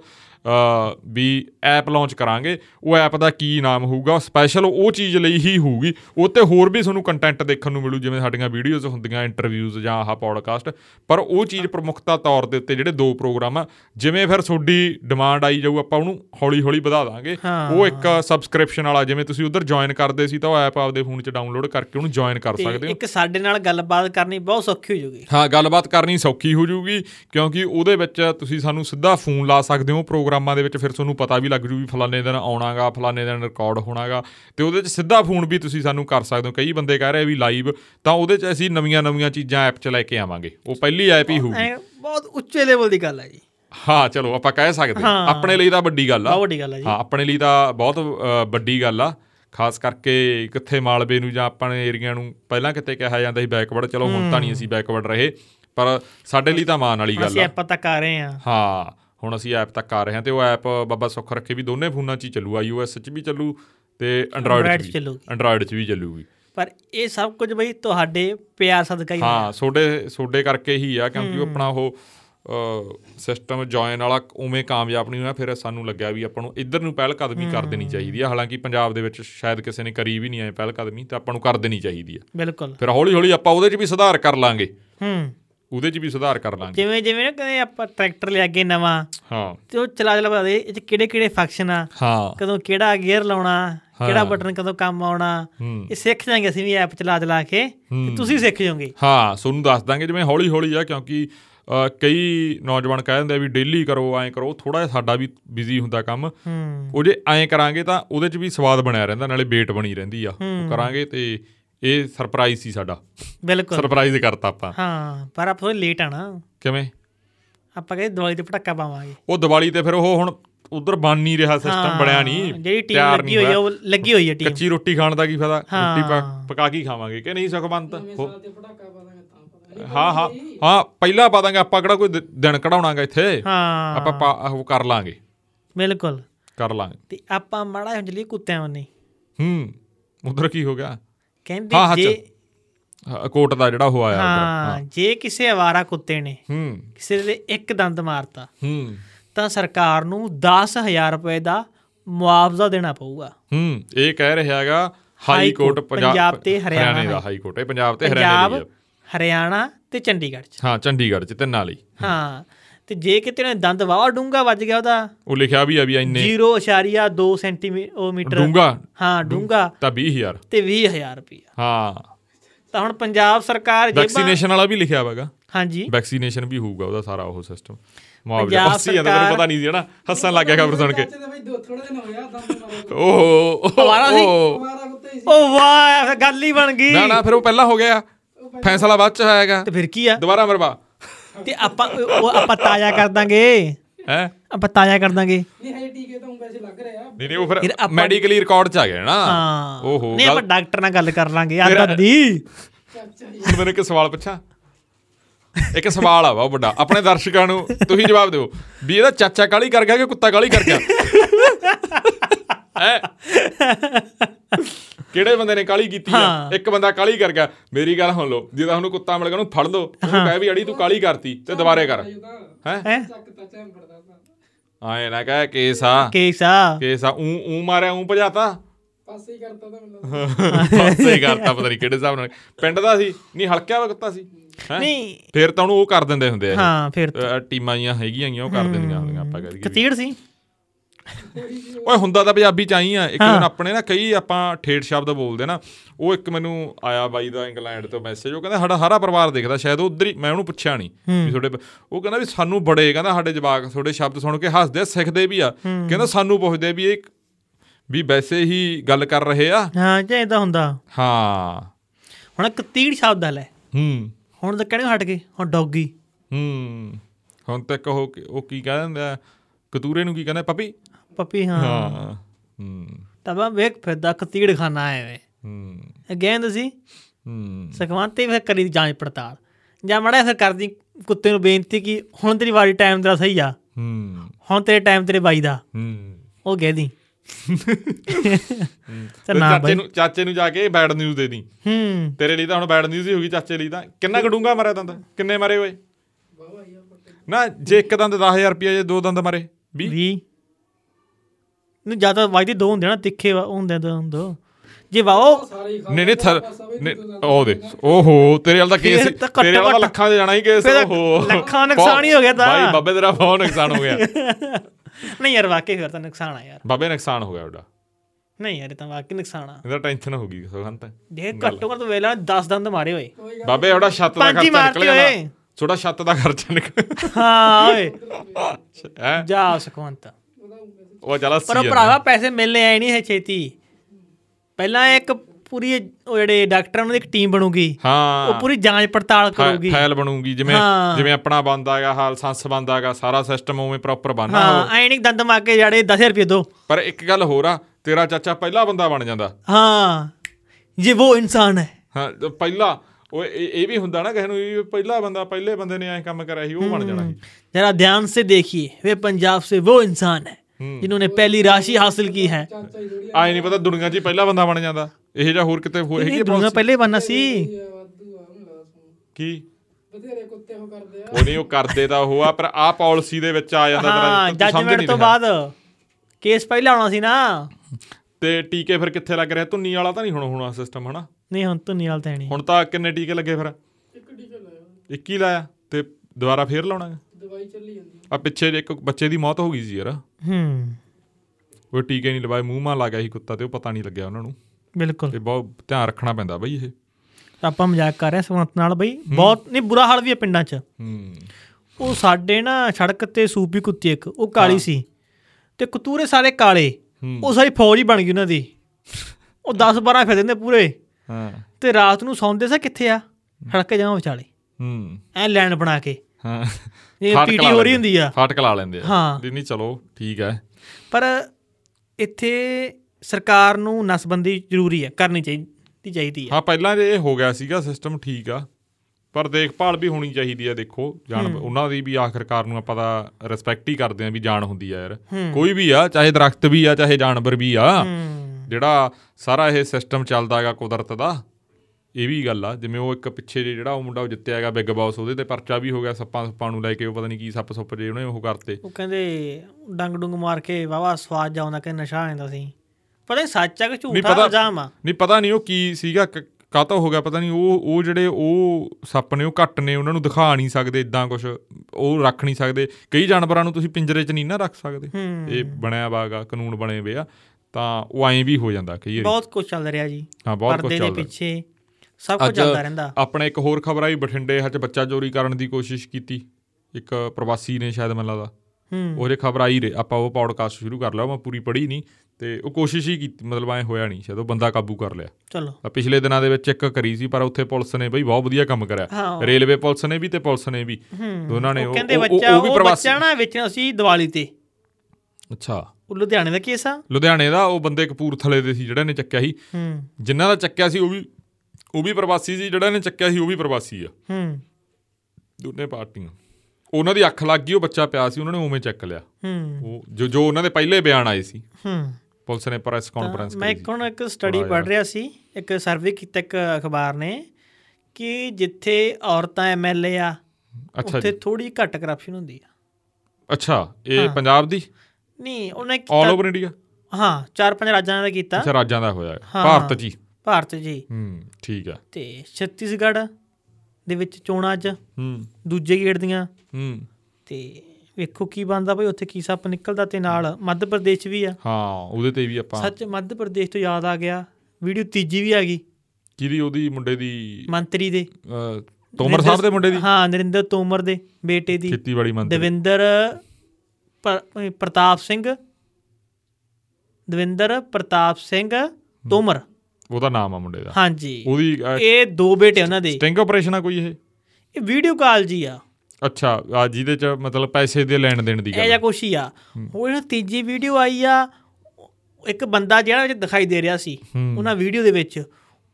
B: ਅ, ਵੀ ਐਪ ਲਾਂਚ ਕਰਾਂਗੇ ਉਹ ਐਪ ਦਾ ਕੀ ਨਾਮ ਹੋਊਗਾ ਸਪੈਸ਼ਲ ਉਹ ਚੀਜ਼ ਲਈ ਹੀ ਹੋਊਗੀ ਉਹ ਤੇ ਹੋਰ ਵੀ ਤੁਹਾਨੂੰ ਕੰਟੈਂਟ ਦੇਖਣ ਨੂੰ ਮਿਲੂ ਜਿਵੇਂ ਸਾਡੀਆਂ ਵੀਡੀਓਜ਼ ਹੁੰਦੀਆਂ ਇੰਟਰਵਿਊਜ਼ ਜਾਂ ਆਹ ਪੌਡਕਾਸਟ ਪਰ ਉਹ ਚੀਜ਼ ਪ੍ਰਮੁੱਖਤਾ ਤੌਰ ਦੇ ਉੱਤੇ ਜਿਹੜੇ ਦੋ ਪ੍ਰੋਗਰਾਮ ਆ ਜਿਵੇਂ ਫਿਰ ਤੁਹਾਡੀ ਡਿਮਾਂਡ ਆਈ ਜਾਊ ਆਪਾਂ ਉਹਨੂੰ ਹੌਲੀ-ਹੌਲੀ ਵਧਾ ਦਾਂਗੇ
A: ਹਾਂ।
B: ਉਹ ਇੱਕ ਸਬਸਕ੍ਰਿਪਸ਼ਨ ਵਾਲਾ ਜਿਵੇਂ ਤੁਸੀਂ ਉਧਰ ਜੁਆਇਨ ਕਰਦੇ ਸੀ ਤਾਂ ਉਹ ਐਪ ਆਪਦੇ ਫੋਨ 'ਚ ਡਾਊਨਲੋਡ ਕਰਕੇ ਉਹਨੂੰ ਜੁਆਇਨ ਕਰ ਸਕਦੇ
A: ਤੇ
B: ਹੋ
A: ਇੱਕ ਸਾਡੇ ਨਾਲ ਗੱਲਬਾਤ ਕਰਨੀ ਬਹੁਤ ਸੌਖੀ ਹੋ ਜੂਗੀ
B: ਹਾਂ ਗੱਲਬਾਤ ਕਰਨੀ ਸੌਖੀ ਹੋ ਜਾਊਗੀ ਕਿਉਂਕਿ ਉਹਦੇ ਵਿੱਚ ਤੁਸੀਂ ਸਾਨੂੰ ਸਿੱਧਾ ਫੋਨ ਲਾ ਸਕਦੇ ਹੋ ਪ੍ਰੋਗਰਾਮਾਂ ਦੇ ਵਿੱਚ ਫਿਰ ਤੁਹਾਨੂੰ ਪਤਾ ਵੀ ਲੱਗ ਜੂ ਵੀ ਫਲਾਣੇ ਦਿਨ ਆਉਣਾਗਾ ਫਲਾਣੇ ਦਿਨ ਰਿਕਾਰਡ ਹੋਣਾਗਾ ਤੇ ਉਹਦੇ 'ਚ ਸਿੱਧਾ ਫੋਨ ਵੀ ਤੁਸੀਂ ਸਾਨੂੰ ਕਰ ਸਕਦੇ ਹੋ ਕਈ ਬੰਦੇ ਕਹਿ ਰਹੇ ਵੀ ਲਾਈਵ ਤਾਂ ਉਹਦੇ 'ਚ ਅਸੀਂ ਨਵੀਆਂ-ਨਵੀਆਂ ਚੀਜ਼ਾਂ ਐਪ 'ਚ ਲੈ ਕੇ ਆਵਾਂਗੇ ਉਹ ਪਹਿਲੀ ਐਪ ਹੀ ਹੋਊਗੀ
A: ਐਂ ਬਹੁਤ ਉੱਚੇ ਲੈਵਲ ਦੀ ਗੱਲ ਹੈ ਜੀ
B: ਹਾਂ ਚਲੋ ਆਪਾਂ ਕਹਿ ਸਕਦੇ ਹਾਂ
A: ਹਾਂ।
B: ਆਪਣੇ ਲਈ ਤਾਂ ਵੱਡੀ ਗੱਲ ਆ
A: ਬਹੁਤ ਵੱਡੀ ਗੱਲ ਆ ਜੀ।
B: ਹਾਂ ਆਪਣੇ ਲਈ ਤਾਂ ਬਹੁਤ ਅ, ਵੱਡੀ ਗੱਲ ਆ ਖਾਸ ਕਰਕੇ ਕਿੱਥੇ ਮਾਲਵੇ ਨੂੰ ਜਾਂ ਆਪਣੇ ਏਰੀਆ ਨੂੰ ਪਹਿਲਾਂ ਕਿਤੇ ਕਿਹਾ ਜਾਂਦਾ ਸੀ ਬੈਕਵਰਡ ਚਲੋ ਹੁਣ ਤਾਂ ਨਹੀਂ ਅਸੀਂ ਬੈਕਵਰਡ ਰਹੇ ਪਰ ਸਾਡੇ ਲਈ ਤਾਂ ਮਾਣ ਵਾਲੀ ਗੱਲ
A: ਅਸੀਂ
B: ਆ
A: ਆਪਾਂ ਤੱਕ ਆ ਰਹੇ ਹਾਂ
B: ਹਾਂ ਹੁਣ ਅਸੀਂ ਐਪ ਤੱਕ ਆ ਰਹੇ ਹਾਂ ਤੇ ਉਹ ਐਪ ਬਾਬਾ ਸੁੱਖ ਰੱਖੇ ਵੀ ਦੋਨੇ ਫੋਨਾਂ 'ਚ ਹੀ ਚੱਲੂ iOS 'ਚ ਵੀ ਚੱਲੂ ਤੇ
A: Android
B: Android 'ਚ
A: 'ਚ
B: ਵੀ
A: ਚੱਲੂਗੀ।
B: Android 'ਚ ਵੀ ਚੱਲੂਗੀ
A: ਪਰ ਇਹ ਸਭ ਕੁਝ ਬਈ ਤੁਹਾਡੇ ਪਿਆਰ ਸਦਕਾ ਹੀ ਹੋਇਆ।
B: ਹਾਂ ਸੋਡੇ ਸੋਡੇ ਕਰਕੇ ਹੀ ਆ ਕਿਉਂਕਿ ਉਹ ਆਪਣਾ ਉਹ ਸਿਸਟਮ ਜੁਆਇਨ ਵਾਲਾ ਉਵੇਂ ਕਾਮਯਾਬ ਨਹੀਂ ਹੋਇਆ ਫਿਰ ਸਾਨੂੰ ਲੱਗਿਆ ਵੀ ਆਪਾਂ ਨੂੰ ਇੱਧਰ ਨੂੰ ਪਹਿਲ ਕਦਮੀ ਕਰ ਦੇਣੀ ਚਾਹੀਦੀ ਆ ਹਾਲਾਂਕਿ ਪੰਜਾਬ ਦੇ ਵਿੱਚ ਸ਼ਾਇਦ ਕਿਸੇ ਨੇ ਕਰੀ ਵੀ ਨਹੀਂ ਐ ਪਹਿਲ ਕਦਮੀ ਤਾਂ ਆਪਾਂ ਨੂੰ ਕਰ ਦੇਣੀ ਚਾਹੀਦੀ ਆ
A: ਬਿਲਕੁਲ
B: ਫਿਰ ਹੌਲੀ ਹੌਲੀ ਆਪਾਂ ਉਹਦੇ 'ਚ ਵੀ ਸੁਧਾਰ ਕਰ ਲਾਂਗੇ
A: ਹੂੰ
B: ਉਹਦੇ 'ਚ ਵੀ ਸੁਧਾਰ ਕਰ ਲਾਂਗੇ
A: ਜਿਵੇਂ ਜਿਵੇਂ ਨਾ ਕਹਿੰਦੇ ਆਪਾਂ ਟਰੈਕਟਰ ਲਿਆ ਅੱਗੇ ਨਵਾਂ
B: ਹਾਂ
A: ਤੇ ਉਹ ਚਲਾ ਚਲਾ ਬਤਾ ਦੇ ਇਹ ਚ ਕਿਹੜੇ ਕਿਹੜੇ ਫੰਕਸ਼ਨ ਆ
B: ਹਾਂ
A: ਕਦੋਂ ਕਿਹੜਾ ਗੇਅਰ ਲਾਉਣਾ
B: ਹਾਂ।
A: ਕਿਹੜਾ ਬਟਨ ਕਦੋਂ ਕੰਮ ਆਉਣਾ
B: ਹੂੰ।
A: ਇਹ ਸਿੱਖ ਜਾਾਂਗੇ ਅਸੀਂ ਵੀ ਐਪ ਚਲਾ ਚਲਾ ਕੇ ਤੇ
B: ਹੂੰ।
A: ਤੁਸੀਂ ਸਿੱਖ ਜਾਓਗੇ
B: ਹਾਂ ਤੁਹਾਨੂੰ ਦੱਸ ਦਾਂਗੇ ਜਿਵੇਂ ਹੌਲੀ ਹੌਲੀ ਆ ਕਿਉਂਕਿ ਅ, ਕਈ ਨੌਜਵਾਨ ਕਹਿ ਦਿੰਦੇ ਆ ਵੀ ਡੇਲੀ ਕਰੋ ਐਂ ਕਰੋ ਥੋੜਾ ਜਿਹਾ ਸਾਡਾ ਵੀ ਬਿਜ਼ੀ ਹੁੰਦਾ ਕੰਮ
A: ਹੂੰ
B: ਉਹ ਜੇ ਐਂ ਕਰਾਂਗੇ ਤਾਂ ਉਹਦੇ 'ਚ ਵੀ ਸਵਾਦ ਬਣਿਆ ਰਹਿੰਦਾ ਨਾਲੇ ਵੇਟ ਬਣੀ ਰਹਿੰਦੀ ਆ ਉਹ ਕਰਾਂਗੇ ਤੇ ਇਹ ਸਰਪ੍ਰਾਈਜ਼ ਸੀ ਸਾਡਾ
A: ਬਿਲਕੁਲ
B: ਸਰਪ੍ਰਾਈਜ਼ ਕਰਤਾ ਆਪਾਂ
A: ਹਾਂ ਪਰ ਆਪਾਂ ਥੋੜੇ ਲੇਟ ਆਣਾ
B: ਕਿਵੇਂ
A: ਆਪਾਂ ਕਹਿੰਦੇ ਦੀਵਾਲੀ ਤੇ ਪਟਾਕਾ ਪਾਵਾਂਗੇ
B: ਉਹ ਦੀਵਾਲੀ ਤੇ ਫਿਰ ਉਹ ਹੁਣ ਉਧਰ ਬਣ ਨਹੀਂ ਰਿਹਾ ਸਿਸਟਮ
A: ਹਾਂ,
B: ਬਣਿਆ ਨਹੀਂ
A: ਜਿਹੜੀ ਟੀਮ
B: ਤਿਆਰ
A: ਲੱਗੀ
B: ਨਹੀਂ
A: ਹੋਈ ਆ ਉਹ ਲੱਗੀ ਹੋਈ ਆ ਟੀਮ
B: ਕੱਚੀ ਰੋਟੀ ਖਾਣ ਦਾ ਕੀ ਫਾਇਦਾ
A: ਹਾਂ।
B: ਰੋਟੀ ਪਾ- ਪਕਾ ਕੇ ਹੀ ਖਾਵਾਂਗੇ ਕਿ ਨਹੀਂ ਸੁਖਮੰਤ
C: ਨਵੇਂ
B: ਹੋ-
C: ਸਾਲ ਤੇ ਪਟਾਕਾ ਪਾ ਦਾਂਗੇ ਤਾਂ ਪਤਾ ਨਹੀਂ
B: ਹਾਂ ਹਾਂ ਹਾਂ ਪਹਿਲਾਂ ਪਾ ਦਾਂਗੇ ਆਪਾਂ ਕਿਹੜਾ ਕੋਈ ਦਿ- ਦਿਨ ਕਢਾਉਣਾਗਾ ਇੱਥੇ
A: ਹਾਂ
B: ਆਪਾਂ ਪਾ- ਉਹ ਕਰ ਲਾਂਗੇ
A: ਬਿਲਕੁਲ
B: ਕਰ ਲਾਂਗੇ
A: ਤੇ ਆਪਾਂ ਮਾੜਾ ਹੁੰਜਲੀ ਕੁੱਤਿਆਂ ਵੰਨੇ
B: ਹੂੰ ਉਧਰ ਕੀ ਹੋ ਗਿਆ
A: ਕਹਿੰਦੇ
B: ਹਾਂ, ਹਾਂ,
A: ਜੇ
B: ਹਾਂ, ਕੋਟ ਦਾ ਜਿਹੜਾ ਉਹ ਆਇਆ ਉੱਧਰ।
A: ਹਾਂ ਜੇ ਕਿਸੇ ਆਵਾਰਾ ਕੁੱਤੇ ਨੇ
B: ਹੂੰ
A: ਕਿਸੇ ਦੇ ਇੱਕ ਦੰਦ ਮਾਰਤਾ
B: ਹੂੰ
A: ਤਾਂ ਸਰਕਾਰ ਨੂੰ 10000 ਰੁਪਏ ਦਾ ਮੁਆਵਜ਼ਾ ਦੇਣਾ ਪਊਗਾ
B: ਹੂੰ ਇਹ ਕਹਿ ਰਿਹਾ ਹੈਗਾ high
A: high
B: court
A: court Punjab ਤੇ ਹਰਿਆਣਾ
B: ਦਾ ਹਾਈ ਕੋਰਟ ਹੈ ਪੰਜਾਬ ਤੇ ਹਰਿਆਣਾ
A: ਪੰਜਾਬ
B: ਦੀ ਹੈ।
A: ਹਰਿਆਣਾ ਤੇ ਚੰਡੀਗੜ੍ਹ ਚ
B: ਹਾਂ ਚੰਡੀਗੜ੍ਹ ਚ ਤਿੰਨਾਂ ਲਈ
A: ਹਾਂ ਤੇ ਜੇ ਕਿਤੇ ਨੇ ਦੰਦ ਵਾਵਾ ਡੂੰਗਾ ਵੱਜ ਗਿਆ ਉਹਦਾ
B: ਉਹ ਲਿਖਿਆ ਵੀ ਆ ਵੀ ਇੰਨੇ
A: 0.2 ਸੈਂਟੀਮੀਟਰ
B: ਡੂੰਗਾ
A: ਹਾਂ ਡੂੰਗਾ
B: ਤਾਂ 20000
A: ਤੇ 20000 ਰੁਪਏ
B: ਹਾਂ
A: ਤਾਂ ਹੁਣ ਪੰਜਾਬ ਸਰਕਾਰ ਜੇਬਾਂ
B: ਵੈਕਸੀਨੇਸ਼ਨ ਵਾਲਾ ਵੀ ਲਿਖਿਆ ਹੋਵੇਗਾ
A: ਹਾਂਜੀ
B: ਵੈਕਸੀਨੇਸ਼ਨ ਵੀ ਹੋਊਗਾ ਉਹਦਾ ਸਾਰਾ ਉਹ ਸਿਸਟਮ ਮੁਆਵਜ਼ਾ
A: ਪੰਜਾਬ
B: ਹੱਸੀ ਜਾਂਦਾ ਮੈਨੂੰ
A: ਸਰਕਾਰ-
B: ਪਤਾ ਨਹੀਂ ਸੀ ਹਨਾ ਹੱਸਣ ਲੱਗ ਗਿਆ ਖਬਰ ਸੁਣ ਕੇ
C: ਚਾਚੇ ਦਾ ਬਈ ਦੋ ਥੋੜੇ ਦਿਨ ਹੋਇਆ ਦੰਦ ਮਾਰੋ
B: ਓਹ
A: ਆਵਾਰਾ ਸੀ?
C: ਮਾਰਾ ਕੁੱਤੇ ਹੀ ਸੀ
A: ਉਹ ਵਾਹ ਫਿਰ ਗੱਲ ਹੀ ਬਣ ਗਈ
B: ਨਾ ਨਾ ਫਿਰ ਉਹ ਪਹਿਲਾਂ ਹੋ ਗਿਆ ਫੈਸਲਾ ਬਾਅਦ ਚ ਆਏਗਾ
A: ਤੇ ਫਿਰ ਕੀ ਆ
B: ਦੁਬਾਰਾ ਮਰਵਾ
A: ਤੇ ਆਪਾਂ ਉਹ ਆਪਾਂ ਤਾਜ਼ਾ ਕਰ ਦਾਂਗੇ
B: ਹੈ
A: ਆਪਾਂ ਤਾਜ਼ਾ ਕਰ ਦਾਂਗੇ
C: ਨਹੀਂ ਹਜੇ ਟੀਕੇ ਤਾਂ ਊਂ ਵੈਸੇ ਲੱਗ ਰਹੇ ਆ
B: ਨਹੀਂ ਨਹੀਂ ਉਹ ਫਿਰ
A: ਫਿਰ ਆਪਾਂ-
B: ਮੈਡੀਕਲੀ ਰਿਕਾਰਡ ਚ ਆ ਗਿਆ ਨਾ
A: ਹਾਂ
B: ਓਹੋ
A: ਨਹੀਂ
B: ਗੱਲ-
A: ਆਪਾਂ ਡਾਕਟਰ ਨਾਲ ਗੱਲ ਕਰ ਲਾਂਗੇ ਆ
B: ਫਿਰ-
A: ਦਾਦੀ
C: ਚਾਚਾ ਜੀ
B: ਹੁਣ ਮੈਨੂੰ ਇੱਕ ਸਵਾਲ ਪੁੱਛਾਂ ਇੱਕ ਸਵਾਲ ਆ ਬਹੁਤ ਵੱਡਾ ਆਪਣੇ ਦਰਸ਼ਕਾਂ ਨੂੰ ਤੁਸੀਂ ਜਵਾਬ ਦਿਓ ਵੀ ਇਹਦਾ ਚਾਚਾ ਕਾਲੀ ਕਰ ਗਿਆ ਕਿ ਕੁੱਤਾ ਕਾਲੀ ਕਰ ਗਿਆ ਹੈਂ? ਕਿਹੜੇ ਬੰਦੇ ਨੇ ਕਾਲੀ ਕੀਤੀ ਆ
A: ਹਾਂ।
B: ਇੱਕ ਬੰਦਾ ਕਾਲੀ ਕਰ ਗਿਆ ਮੇਰੀ ਗੱਲ ਸੁਣ ਲਓ ਜਿਹਦਾ ਉਹਨੂੰ ਕੁੱਤਾ ਮਿਲ ਗਿਆ ਉਹਨੂੰ ਫੜ ਲਓ ਉਹਨੂੰ ਕਹੇ ਵੀ ਅੜੀ ਤੂੰ ਕਾਲੀ ਕਰਤੀ ਤੇ ਦੁਬਾਰੇ ਕਰ ਹੈ
A: ਹੈ
C: ਚੱਕ ਤਾਂ ਚੈਂਬਰ ਦਾ ਤਾਂ
B: ਆਏ ਨਾ ਕਹੇ ਕੇਸ ਆ
A: ਕੇਸ ਆ
B: ਕੇਸ ਆ ਉਂ ਉਂ ਮਾਰਿਆ ਉਂ ਭਜਾਤਾ
C: ਪਾਸੇ ਹੀ ਕਰਤਾ ਤਾਂ ਮੈਨੂੰ ਲੱਗਦਾ।
B: ਪਾਸੇ ਕਰਤਾ ਪਤਾ ਨਹੀਂ ਕਿਹੜੇ ਹਿਸਾਬ ਨਾਲ ਪਿੰਡ ਦਾ ਸੀ ਨਹੀਂ ਹਲਕਿਆ ਵਾ ਕੁੱਤਾ ਸੀ ਹੈਂ?
A: ਨਹੀਂ
B: ਫਿਰ ਤਾਂ ਉਹਨੂੰ ਉਹ ਕਰ ਦਿੰਦੇ ਹੁੰਦੇ ਆ ਇਹ।
A: ਹਾਂ ਫਿਰ ਤਾਂ।
B: ਅਹ ਟੀਮਾਂ ਜੀਆਂ ਹੈਗੀਆਂ ਗੀਆਂ ਉਹ ਕਰ ਦਿੰਦੀਆਂ ਹੁੰਦੀਆਂ ਆਪਾਂ ਕਹਿ ਦਈਏ ਵੀ।
A: ਕਤੀੜ ਸੀ
B: ਓਏ ਹੁੰਦਾ ਤਾਂ ਪੰਜਾਬੀ ਚ ਆਈ ਆ ਇੱਕ ਦਿਨ ਆਪਣੇ ਨਾ ਕਈ ਆਪਾਂ ਠੇਠ ਸ਼ਬਦ ਬੋਲਦੇ ਨਾ ਉਹ ਇੱਕ ਮੈਨੂੰ ਆਇਆ ਬਾਈ ਦਾ ਇੰਗਲੈਂਡ ਤੋਂ ਮੈਸੇਜ ਉਹ ਕਹਿੰਦਾ ਸਾਡਾ ਸਾਰਾ ਪਰਿਵਾਰ ਦੇਖਦਾ ਸ਼ਾਇਦ ਉਹ ਉਧਰ ਹੀ ਮੈਂ ਉਹਨੂੰ ਪੁੱਛਿਆ ਨਹੀਂ ਵੀ ਤੁਹਾਡੇ ਪ- ਉਹ ਕਹਿੰਦਾ ਵੀ ਸਾਨੂੰ ਬੜੇ ਕਹਿੰਦਾ ਸਾਡੇ ਜਵਾਕ ਤੁਹਾਡੇ ਸ਼ਬਦ ਸੁਣ ਕੇ ਹੱਸਦੇ ਆ, ਸਿੱਖਦੇ ਵੀ ਆ ਕਹਿੰਦਾ ਸਾਨੂੰ ਪੁੱਛਦੇ ਵੀ ਇਹ ਵੀ ਵੈਸੇ ਹੀ ਗੱਲ ਕਰ ਰਹੇ ਆ
A: ਹਾਂ ਜੇ ਇਦਾਂ ਹੁੰਦਾ
B: ਹਾਂ
A: ਹੁਣ ਕਤੀੜ ਸ਼ਬਦ ਆ ਲੈ
B: ਹੂੰ
A: ਹੁਣ ਤਾਂ ਕਹਿਣੇ ਹਟ ਗਏ ਹੁਣ ਡੌਗੀ
B: ਹੂੰ ਹੁਣ ਤੱਕ ਉਹ ਕੀ- ਉਹ ਕੀ ਕਹਿ ਦਿੰਦਾ ਹੈ? ਕਤੂਰੇ ਨੂੰ ਕੀ ਕਹਿੰਦਾ ਪਪੀ
A: ਪੱਪੀ ਹਾਂ
B: ਹਾਂ ਹੂੰ
A: ਤਾਂ ਬਾ ਵੇਖ ਫਿਰਦਾ ਕਤੀੜ ਖਾਨਾ ਆਏ ਵੇ
B: ਹੂੰ
A: ਅਗੇਨ ਤੁਸੀਂ
B: ਹੂੰ
A: ਸਕਵੰਤੇ ਫਿਰ ਕਰੀ ਜਾਂਚ ਪੜਤਾਲ ਜਾਂ ਮੜਾ ਫਿਰ ਕਰਦੀ ਕੁੱਤੇ ਨੂੰ ਬੇਨਤੀ ਕਿ ਹੁਣ ਤੇਰੀ ਵਾਰੀ ਟਾਈਮ ਤੇਰਾ ਸਹੀ ਆ
B: ਹੂੰ
A: ਹੁਣ ਤੇਰੇ ਟਾਈਮ ਤੇਰੇ ਬਾਈ ਦਾ
B: ਹੂੰ
A: ਉਹ ਕਹਿਦੀ
B: ਤੇ
A: ਤੇ ਨਾ
B: ਚਾਚੇ
A: ਬਾਈ
B: ਨੂੰ ਚਾਚੇ ਨੂੰ ਜਾ ਕੇ ਬੈਡ ਨਿਊਜ਼ ਦੇ ਦੀ
A: ਹੂੰ
B: ਤੇਰੇ ਲਈ ਤਾਂ ਹੁਣ ਬੈਡ ਨਿਊਜ਼ ਹੀ ਹੋਗੀ ਚਾਚੇ ਲਈ ਤਾਂ ਕਿੰਨਾ ਕਡੂੰਗਾ ਮਾਰਿਆ ਦੰਦ ਕਿੰਨੇ ਮਾਰੇ ਓਏ
C: ਵਾਹ ਵਾਹ ਯਾਰ ਪੱਟੇ
B: ਨਾ ਜੇ ਇੱਕ ਦੰਦ 10000 ਰੁਪਏ ਜੇ ਦੋ ਦੰਦ ਮਾਰੇ 20
A: ਵੀ ਨਹੀਂ ਜ਼ਿਆਦਾ ਵਜਦੇ ਦੋ ਹੁੰਦੇ ਆ ਨਾ ਤਿੱਖੇ ਵਾ- ਹੁੰਦੇ ਆ ਦੋ ਦੋ ਜੇ ਵਾਓ
C: ਸਾਰੇ ਹੀ ਖਾ
B: ਨਹੀਂ ਨਹੀਂ ਥਰ
C: ਪਾਸਾ ਵੀ
B: ਨਹੀਂ,
C: ਨਹੀਂ ਤੁਰਦਾ।
B: ਉਹ ਦੇ ਓਹੋ ਤੇਰੇ ਵਾਲ ਦਾ ਕੇਸ
A: ਫਿਰ ਤਾਂ ਘੱਟੋ
B: ਤੇਰੇ ਵਾਲਾ
A: ਘੱਟ-
B: ਲੱਖਾਂ ਦੇ ਜਾਣਾ ਹੀ ਕੇਸ
A: ਫਿਰ ਤਾਂ
B: ਓਹੋ
A: ਲੱਖਾਂ ਨੁਕਸਾਨ ਹੀ ਹੋ ਗਿਆ ਤਾਂ।
B: ਭਾਈ ਬਾਬੇ ਤੇਰਾ ਬਹੁਤ ਨੁਕਸਾਨ ਹੋ ਗਿਆ
A: ਨਹੀਂ ਯਾਰ ਵਾਕਈ ਫਿਰ ਤਾਂ ਨੁਕਸਾਨ ਆ ਯਾਰ
B: ਬਾਬੇ ਨੁਕਸਾਨ ਹੋ ਗਿਆ ਉਹਦਾ
A: ਨਹੀਂ ਯਾਰ ਇਹ ਤਾਂ ਵਾਕਈ ਨੁਕਸਾਨ ਆ
B: ਇਹਦਾ ਟੈਨਸ਼ਨ ਹੋ ਗਈ ਸੁਖੰਤ
A: ਜੇ ਘੱਟੋ ਘੱਟ ਵੇਲਾ 10 ਦੰਦ ਮਾਰੇ ਹੋਏ
C: ਕੋਈ ਗੱਲ
B: ਬਾਬੇ ਉਹਦਾ ਛੱਤ ਦਾ
A: ਪੰਜ ਹੀ
B: ਖਰਚਾ
A: ਮਾਰਤੇ
B: ਨਿਕਲਿਆ
A: ਓਏ।
B: ਨਾ ਛੋਟਾ ਛੱਤ ਦਾ ਖਰਚਾ ਨਿਕਲ
A: ਹਾਂ ਓਏ
B: ਹੈ
A: ਜਾ ਸੁਖਵੰਤ
C: ਉਹਦਾ
B: ਉਹ ਚਲਾ ਸੀ
A: ਪਰ ਉਹ ਭਰਾਵਾ ਪੈਸੇ ਮਿਲਨੇ ਆਏ ਨਹੀਂ ਹੈ ਛੇਤੀ ਪਹਿਲਾਂ ਇੱਕ ਪੂਰੀ ਉਹ ਜਿਹੜੇ ਡਾਕਟਰ ਉਹਨਾਂ ਦੀ ਇੱਕ ਟੀਮ ਬਣੂਗੀ
B: ਹਾਂ
A: ਉਹ ਪੂਰੀ ਜਾਂਚ ਪੜਤਾਲ
B: ਫਾ-
A: ਕਰੂਗੀ
B: ਫਾਈਲ ਬਣੂਗੀ ਜਿਵੇਂ
A: ਹਾਂ।
B: ਜਿਵੇਂ ਆਪਣਾ ਬੰਦਾ ਹੈਗਾ ਹਾਲ ਸੰਸ ਬੰਦਾ ਹੈਗਾ ਸਾਰਾ ਸਿਸਟਮ ਉਵੇਂ ਪ੍ਰੋਪਰ ਬਣਨਾ
A: ਹਾਂ ਐਂ ਨਹੀਂ ਦੰਦ ਮਾਰ ਕੇ ਜਿਹੜੇ 10000 ਰੁਪਏ ਦੋ
B: ਪਰ ਇੱਕ ਗੱਲ ਹੋਰ ਆ ਤੇਰਾ ਚਾਚਾ ਪਹਿਲਾ ਬੰਦਾ ਬਣ ਜਾਂਦਾ
A: ਹਾਂ ਜੇ ਉਹ ਇਨਸਾਨ ਹੈ
B: ਹਾਂ ਤੇ ਪਹਿਲਾ ਉਹ ਇਹ ਇਹ ਵੀ ਹੁੰਦਾ ਨਾ ਕਿਸੇ ਨੂੰ ਵੀ ਪਹਿਲਾ ਬੰਦਾ ਪਹਿਲੇ ਬੰਦੇ ਨੇ ਐਂ ਕੰਮ ਕਰਿਆ ਸੀ ਉਹ ਬਣ ਜਾਣਾ ਸੀ
A: जरा ध्यान से देखिए वे पंजाब से वो इंसान है जिन्होंने पहली राशि हासिल की है
C: ਚਾਚਾ ਹੀ ਥੋੜੀ
B: ਆਏ ਨਹੀਂ ਪਤਾ ਦੁਨੀਆ 'ਚ ਹੀ ਪਹਿਲਾ ਬੰਦਾ ਬਣ ਜਾਂਦਾ ਇਹ ਜਾਂ ਹੋਰ ਕਿਤੇ ਹੋਏ
A: नहीं,
B: ਹੈਗੀ
A: दुनिया पहले बनना सी
C: ਆ ਵਾਧੂ ਆ ਉਹਨਾਂ ਦਾ ਸੁਣ
B: ਕੀ
C: ਬਥੇਰੇ ਕੁੱਤੇ ਹੋ ਕਰਦੇ ਆ
B: ਉਹ ਨਹੀਂ ਉਹ ਕਰਦੇ ਤਾਂ ਉਹ ਆ ਪਰ ਆ ਪਾਲਿਸੀ ਦੇ ਵਿੱਚ ਆ ਜਾਂਦਾ
A: हाँ
B: ਤੂੰ ਸਮਝ
A: जजमेंट
B: ਨਹੀਂ
A: तो
B: ਰਿਹਾ।
A: बाद केस पहले होना सी ना
B: ਤੇ ਟੀਕੇ ਫਿਰ ਕਿੱਥੇ ਲੱਗ ਰਿਹਾ ਧੁੰਨੀ ਵਾਲਾ ਤਾਂ ਨਹੀਂ ਹੁਣ ਹੋਣਾ ਸਿਸਟਮ ਹਨਾ
A: नहीं हम तो नहीं हालत है नहीं
B: ਹੁਣ ਤਾਂ ਕਿੰਨੇ ਟੀਕੇ ਲੱਗੇ ਫਿਰ
C: ਇੱਕ ਟੀਕਾ ਲਾਇਆ
B: ਇੱਕ ਹੀ ਲਾਇਆ ਤੇ ਦੁਬਾਰਾ ਫੇਰ ਲਾਉਣਾ
C: ਦਵਾਈ ਚੱਲੀ ਜਾਂਦੀ
B: ਆ ਪਿੱਛੇ ਜੇ ਇੱਕ ਬੱਚੇ ਦੀ ਮੌਤ ਹੋ ਗਈ ਸੀ ਯਾਰ
A: हम्म
B: ਉਹ ਟੀਕੇ ਨਹੀਂ ਲਵਾਏ ਮੂੰਹ ਮਾਂ ਲੱਗਾ ਸੀ ਕੁੱਤਾ ਤੇ ਉਹ ਪਤਾ ਨਹੀਂ ਲੱਗਿਆ ਉਹਨਾਂ ਨੂੰ
A: बिल्कुल
B: ਤੇ ਬਹੁਤ ਧਿਆਨ ਰੱਖਣਾ ਪੈਂਦਾ ਬਈ ਇਹ
A: तो आप मजाक कर रहे हैं सुमंत नाल भाई बहुत नहीं बुरा हाल भी है पिंडा च
B: ਹੂੰ
A: ਉਹ ਸਾਡੇ ਨਾ ਸੜਕ ਤੇ ਸੂਪੀ ਕੁੱਤੀ ਇੱਕ ਉਹ ਕਾਲੀ ਸੀ ਤੇ ਕਤੂਰੇ ਸਾਰੇ ਕਾਲੇ ਉਹ ਸਾਰੀ ਫੌਜ ਹੀ ਬਣ ਗਈ ਉਹਨਾਂ ਦੀ ਉਹ 10 12 ਫਿਰ ਦਿੰਦੇ ਪੂਰੇ
B: ਹਾਂ
A: ਤੇ ਰਾਤ ਨੂੰ ਸੌਂਦੇ ਸਾ ਕਿੱਥੇ ਆ ਸੜਕ ਕੇ ਜਾਵਾਂ ਵਿਚਾਲੇ
B: ਹੂੰ
A: ਐ ਲੈਣ ਬਣਾ ਕੇ
B: ਹਾਂ
A: ਇਹ
B: ਫਾਟਕ
A: PT
B: ਲਾ
A: ਹੋ ਰਹੀ
B: ਲੈਂਦੇ।
A: ਹੁੰਦੀ ਆ।
B: ਫਾਟਕ ਲਾ ਲੈਂਦੇ ਆ
A: ਹਾਂ।
B: ਨਹੀਂ ਨਹੀਂ ਚਲੋ ਠੀਕ ਹੈ
A: ਪਰ ਇੱਥੇ ਸਰਕਾਰ ਨੂੰ ਨਸਬੰਦੀ ਜ਼ਰੂਰੀ ਹੈ ਕਰਨੀ ਚਾਹੀਦੀ ਚਾਹੀਦੀ ਹੈ
B: ਹਾਂ ਪਹਿਲਾਂ ਜੇ ਇਹ ਹੋ ਗਿਆ ਸੀਗਾ ਸਿਸਟਮ ਠੀਕ ਆ ਪਰ ਦੇਖਭਾਲ ਵੀ ਹੋਣੀ ਚਾਹੀਦੀ ਆ ਦੇਖੋ ਜਾਨ ਉਹਨਾਂ ਦੀ ਵੀ ਆਖਰਕਾਰ ਨੂੰ ਆਪਾਂ ਦਾ ਰਿਸਪੈਕਟ ਹੀ ਕਰਦੇ ਆ ਵੀ ਜਾਨ ਹੁੰਦੀ ਆ ਯਾਰ ਕੋਈ ਵੀ ਆ ਚਾਹੇ ਦਰਖਤ ਵੀ ਆ ਚਾਹੇ ਜਾਨਵਰ ਵੀ ਆ ਜਿਹੜਾ ਸਾਰਾ ਇਹ ਸਿਸਟਮ ਚੱਲਦਾ ਹੈਗਾ ਕੁਦਰਤ ਦਾ ਇਹ ਵੀ ਗੱਲ ਆ ਜਿਵੇਂ ਉਹ ਇੱਕ ਪਿੱਛੇ ਜਿਹੇ ਜਿਹੜਾ ਉਹ ਮੁੰਡਾ ਉਹ ਜਿੱਤਿਆ ਹੈਗਾ ਬਿੱਗ ਬਾਸ ਉਹਦੇ ਤੇ ਪਰਚਾ ਵੀ ਹੋ ਗਿਆ ਸੱਪਾਂ ਸੁੱਪਾਂ ਨੂੰ ਲੈ ਕੇ ਉਹ ਪਤਾ ਨਹੀਂ ਕੀ ਸੱਪ ਸੁੱਪ ਜੇ ਉਹਨੇ ਉਹ ਕਰਤੇ
A: ਉਹ ਕਹਿੰਦੇ ਡੰਗ ਡੁੰਗ ਮਾਰ ਕੇ ਵਾਵਾ ਸਵਾਦ ਜਾਉਂਦਾ ਕਿ ਨਸ਼ਾ ਆ ਜਾਂਦਾ ਸੀ ਪਤਾ ਨਹੀਂ ਸੱਚ ਆ ਕਿ
B: ਨਹੀਂ
A: ਝੂਠਾ
B: ਪਤਾ
A: ਇਲਜ਼ਾਮ ਆ
B: ਨਹੀਂ ਪਤਾ ਨਹੀਂ ਉਹ ਕੀ ਸੀਗਾ ਕਾਤਾ ਹੋ ਗਿਆ ਪਤਾ ਨਹੀਂ ਉਹ ਉਹ ਜਿਹੜੇ ਉਹ ਸੱਪ ਨੇ ਉਹ ਘੱਟ ਨੇ ਉਹਨਾਂ ਨੂੰ ਦਿਖਾ ਨਹੀਂ ਸਕਦੇ ਇਦਾਂ ਕੁਝ ਉਹ ਰੱਖ ਨਹੀਂ ਸਕਦੇ ਕਈ ਜਾਨਵਰਾਂ ਨੂੰ ਤੁਸੀਂ ਪਿੰਜਰੇ 'ਚ ਨਹੀਂ ਨਾ ਰੱਖ ਸਕਦੇ
A: ਹੂੰ।
B: ਇਹ ਬਣਿਆ ਵਾਗਾ ਕਾਨੂੰਨ ਬਣੇ ਹੋਏ ਆ ਤਾਂ ਉਹ ਐਂ ਵੀ ਹੋ ਜਾਂਦਾ ਕਈ ਵਾਰੀ
A: ਬਹੁਤ ਕੁਝ ਚੱਲ ਰਿਹਾ ਜੀ
B: ਹਾਂ ਬਹੁਤ ਕੁਝ
A: ਪਰਦੇ ਦੇ
B: ਚੱਲਦਾ
A: ਪਿੱਛੇ ਸਭ ਕੁਝ ਚੱਲਦਾ ਰਹਿੰਦਾ
B: ਆਪਣੇ ਇੱਕ ਹੋਰ ਖਬਰ ਆਈ ਬਠਿੰਡੇ ਹੱਚ ਬੱਚਾ ਚੋਰੀ ਕਰਨ ਦੀ ਕੋਸ਼ਿਸ਼ ਕੀਤੀ ਇੱਕ ਪ੍ਰਵਾਸੀ ਨੇ ਸ਼ਾਇਦ ਮੈਨੂੰ ਲੱਗਦਾ
A: ਹੂੰ
B: ਉਹ ਜੇ ਖਬਰ ਆਈ ਰੇ ਆਪਾਂ ਉਹ ਪੌਡਕਾਸਟ ਸ਼ੁਰੂ ਕਰ ਲਿਆ ਉਹ ਮੈਂ ਪੂਰੀ ਪੜ੍ਹੀ ਨਹੀਂ ਤੇ ਉਹ ਕੋਸ਼ਿਸ਼ ਹੀ ਕੀਤੀ ਮਤਲਬ ਐਂ ਹੋਇਆ ਨਹੀਂ ਸ਼ਾਇਦ ਉਹ ਬੰਦਾ ਕਾਬੂ ਕਰ ਲਿਆ
A: ਚਲੋ
B: ਤਾਂ ਪਿਛਲੇ ਦਿਨਾਂ ਦੇ ਵਿੱਚ ਇੱਕ ਕਰੀ ਸੀ ਪਰ ਉੱਥੇ ਪੁਲਿਸ ਨੇ ਬਈ ਬਹੁਤ ਵਧੀਆ ਕੰਮ
A: ਹਾਂ।
B: ਕਰਿਆ ਰੇਲਵੇ ਪੁਲਿਸ ਨੇ ਵੀ ਤੇ ਪੁਲਿਸ ਨੇ ਵੀ ਦੋਨਾਂ ਨੇ
A: ਉਹ ਕਹਿੰਦੇ ਬੱਚਾ ਉਹ ਬੱਚਾ ਨਾ ਵੇਚਣਾ ਸੀ ਦੀਵਾਲੀ ਤੇ
B: ਅੱਛਾ
A: ਉਹ ਲੁਧਿਆਣੇ ਦਾ ਕੇਸ ਆ
B: ਲੁਧਿਆਣੇ ਦਾ ਉਹ ਬੰਦੇ ਕਪੂਰਥਲੇ ਦੇ ਸੀ ਜਿਹੜਾ ਨੇ ਚੱਕਿਆ ਸੀ
A: ਹੂੰ
B: ਜਿਨ੍ਹਾਂ ਦਾ ਚੱਕਿਆ ਸੀ ਉਹ ਵੀ ਉਹ ਵੀ ਪ੍ਰਵਾਸੀ ਸੀ ਜਿਹੜਾ ਨੇ ਚੱਕਿਆ ਸੀ ਉਹ ਵੀ ਪ੍ਰਵਾਸੀ ਆ
A: ਹੂੰ
B: ਦੋਨੇ ਪਾਰਟੀਆਂ ਉਹਨਾਂ ਦੀ ਅੱਖ ਲੱਗ ਗਈ ਉਹ ਬੱਚਾ ਪਿਆ ਸੀ ਉਹਨਾਂ ਨੇ ਉਵੇਂ ਚੱਕ ਲਿਆ
A: ਹੂੰ
B: ਉਹ ਜੋ ਜੋ ਉਹਨਾਂ ਦੇ ਪਹਿਲੇ ਬਿਆਨ ਆਏ ਸੀ
A: ਹੂੰ
B: ਪੁਲਿਸ ਨੇ ਪ੍ਰੈਸ ਕਾਨਫਰੰਸ
A: ਮੈਂ
B: ਕੀਤੀ ਸੀ
A: ਇੱਕ ਹੁਣ ਇੱਕ ਸਟੱਡੀ
B: ਥੋੜ੍ਹਾ
A: ਪੜ੍ਹ ਰਿਹਾ ਸੀ ਇੱਕ ਸਰਵੇ ਕੀਤਾ ਇੱਕ ਅਖਬਾਰ ਨੇ ਕਿ ਜਿੱਥੇ ਔਰਤਾਂ ਐਮਐਲਏ ਆ
B: ਅੱਛਾ
A: ਉੱਥੇ
B: ਜੀ
A: ਥੋੜੀ ਘੱਟ ਕਰਪਸ਼ਨ ਹੁੰਦੀ ਆ
B: ਅੱਛਾ ਇਹ ਪੰਜਾਬ ਦੀ
A: ਨਹੀਂ ਉਹਨੇ
B: ਆਲ
A: ਕੀਤਾ
B: ਓਵਰ ਇੰਡੀਆ
A: ਹਾਂ ਚਾਰ ਪੰਜ ਰਾਜਾਂ ਦਾ ਕੀਤਾ
B: ਅੱਛਾ ਰਾਜਾਂ ਦਾ ਹੋਇਆ ਹੈ।
A: ਹਾਂ।
B: ਭਾਰਤ ਜੀ
A: ਭਾਰਤ ਜੀ
B: ਹੂੰ ਠੀਕ ਆ
A: ਤੇ ਛੱਤੀਸਗੜ੍ਹ ਦੇ ਵਿੱਚ ਚੋਣਾਂ 'ਚ
B: ਹੂੰ
A: ਦੂਜੇ ਗੇੜ ਦੀਆਂ
B: ਹੂੰ
A: ਤੇ ਵੇਖੋ ਕੀ ਬਣਦਾ ਭਾਈ ਉੱਥੇ ਕੀ ਸੱਪ ਨਿਕਲਦਾ ਤੇ ਨਾਲ ਮੱਧ ਪ੍ਰਦੇਸ਼ ਵੀ ਆ
B: ਹਾਂ ਉਹਦੇ ਤੇ ਵੀ ਆਪਾਂ
A: ਸੱਚ ਮੱਧ ਪ੍ਰਦੇਸ਼ ਤੋਂ ਯਾਦ ਆ ਗਿਆ ਵੀਡੀਓ ਤੀਜੀ ਵੀ ਆ ਗਈ
B: ਕਿਹਦੀ ਉਹਦੀ ਮੁੰਡੇ ਦੀ
A: ਮੰਤਰੀ ਦੇ
B: ਅਹ, ਤੋਮਰ ਸਾਹਿਬ ਦੇ ਮੁੰਡੇ ਦੀ
A: ਹਾਂ ਨਰਿੰਦਰ ਤੋਮਰ ਦੇ ਬੇਟੇ ਦੀ
B: ਖੇਤੀਬਾੜੀ ਮੰਤਰੀ
A: ਦਵਿੰਦਰ ਪ੍ਰ- ਪ੍ਰਤਾਪ ਸਿੰਘ ਦਵਿੰਦਰ ਪ੍ਰਤਾਪ ਸਿੰਘ ਤੋਮਰ
B: ਉਹਦਾ ਨਾਮ ਆ ਮੁੰਡੇ ਦਾ
A: ਹਾਂਜੀ
B: ਉਹਦੀ
A: ਇਹ ਦੋ ਬੇਟੇ ਉਹਨਾਂ ਦੇ
B: ਸਟਿੰਗ ਆਪਰੇਸ਼ਨ ਆ ਕੋਈ ਇਹ
A: ਇਹ ਵੀਡੀਓ ਕਾਲ ਜੀ ਆ
B: ਅੱਛਾ ਆ ਜਿਹਦੇ ਚ ਮਤਲਬ ਪੈਸੇ ਦੇ ਲੈਣ ਦੇਣ ਦੀ
A: ਇਹ
B: ਗੱਲ
A: ਜਾਂ ਕੁਛ ਹੀ ਆ ਉਹ ਜਿਹੜਾ ਤੀਜੀ ਵੀਡੀਓ ਆਈ ਆ ਉਹ- ਇੱਕ ਬੰਦਾ ਜਿਹੜਾ ਵਿੱਚ ਦਿਖਾਈ ਦੇ ਰਿਹਾ ਸੀ ਉਹਨਾਂ ਵੀਡੀਓ ਦੇ ਵਿੱਚ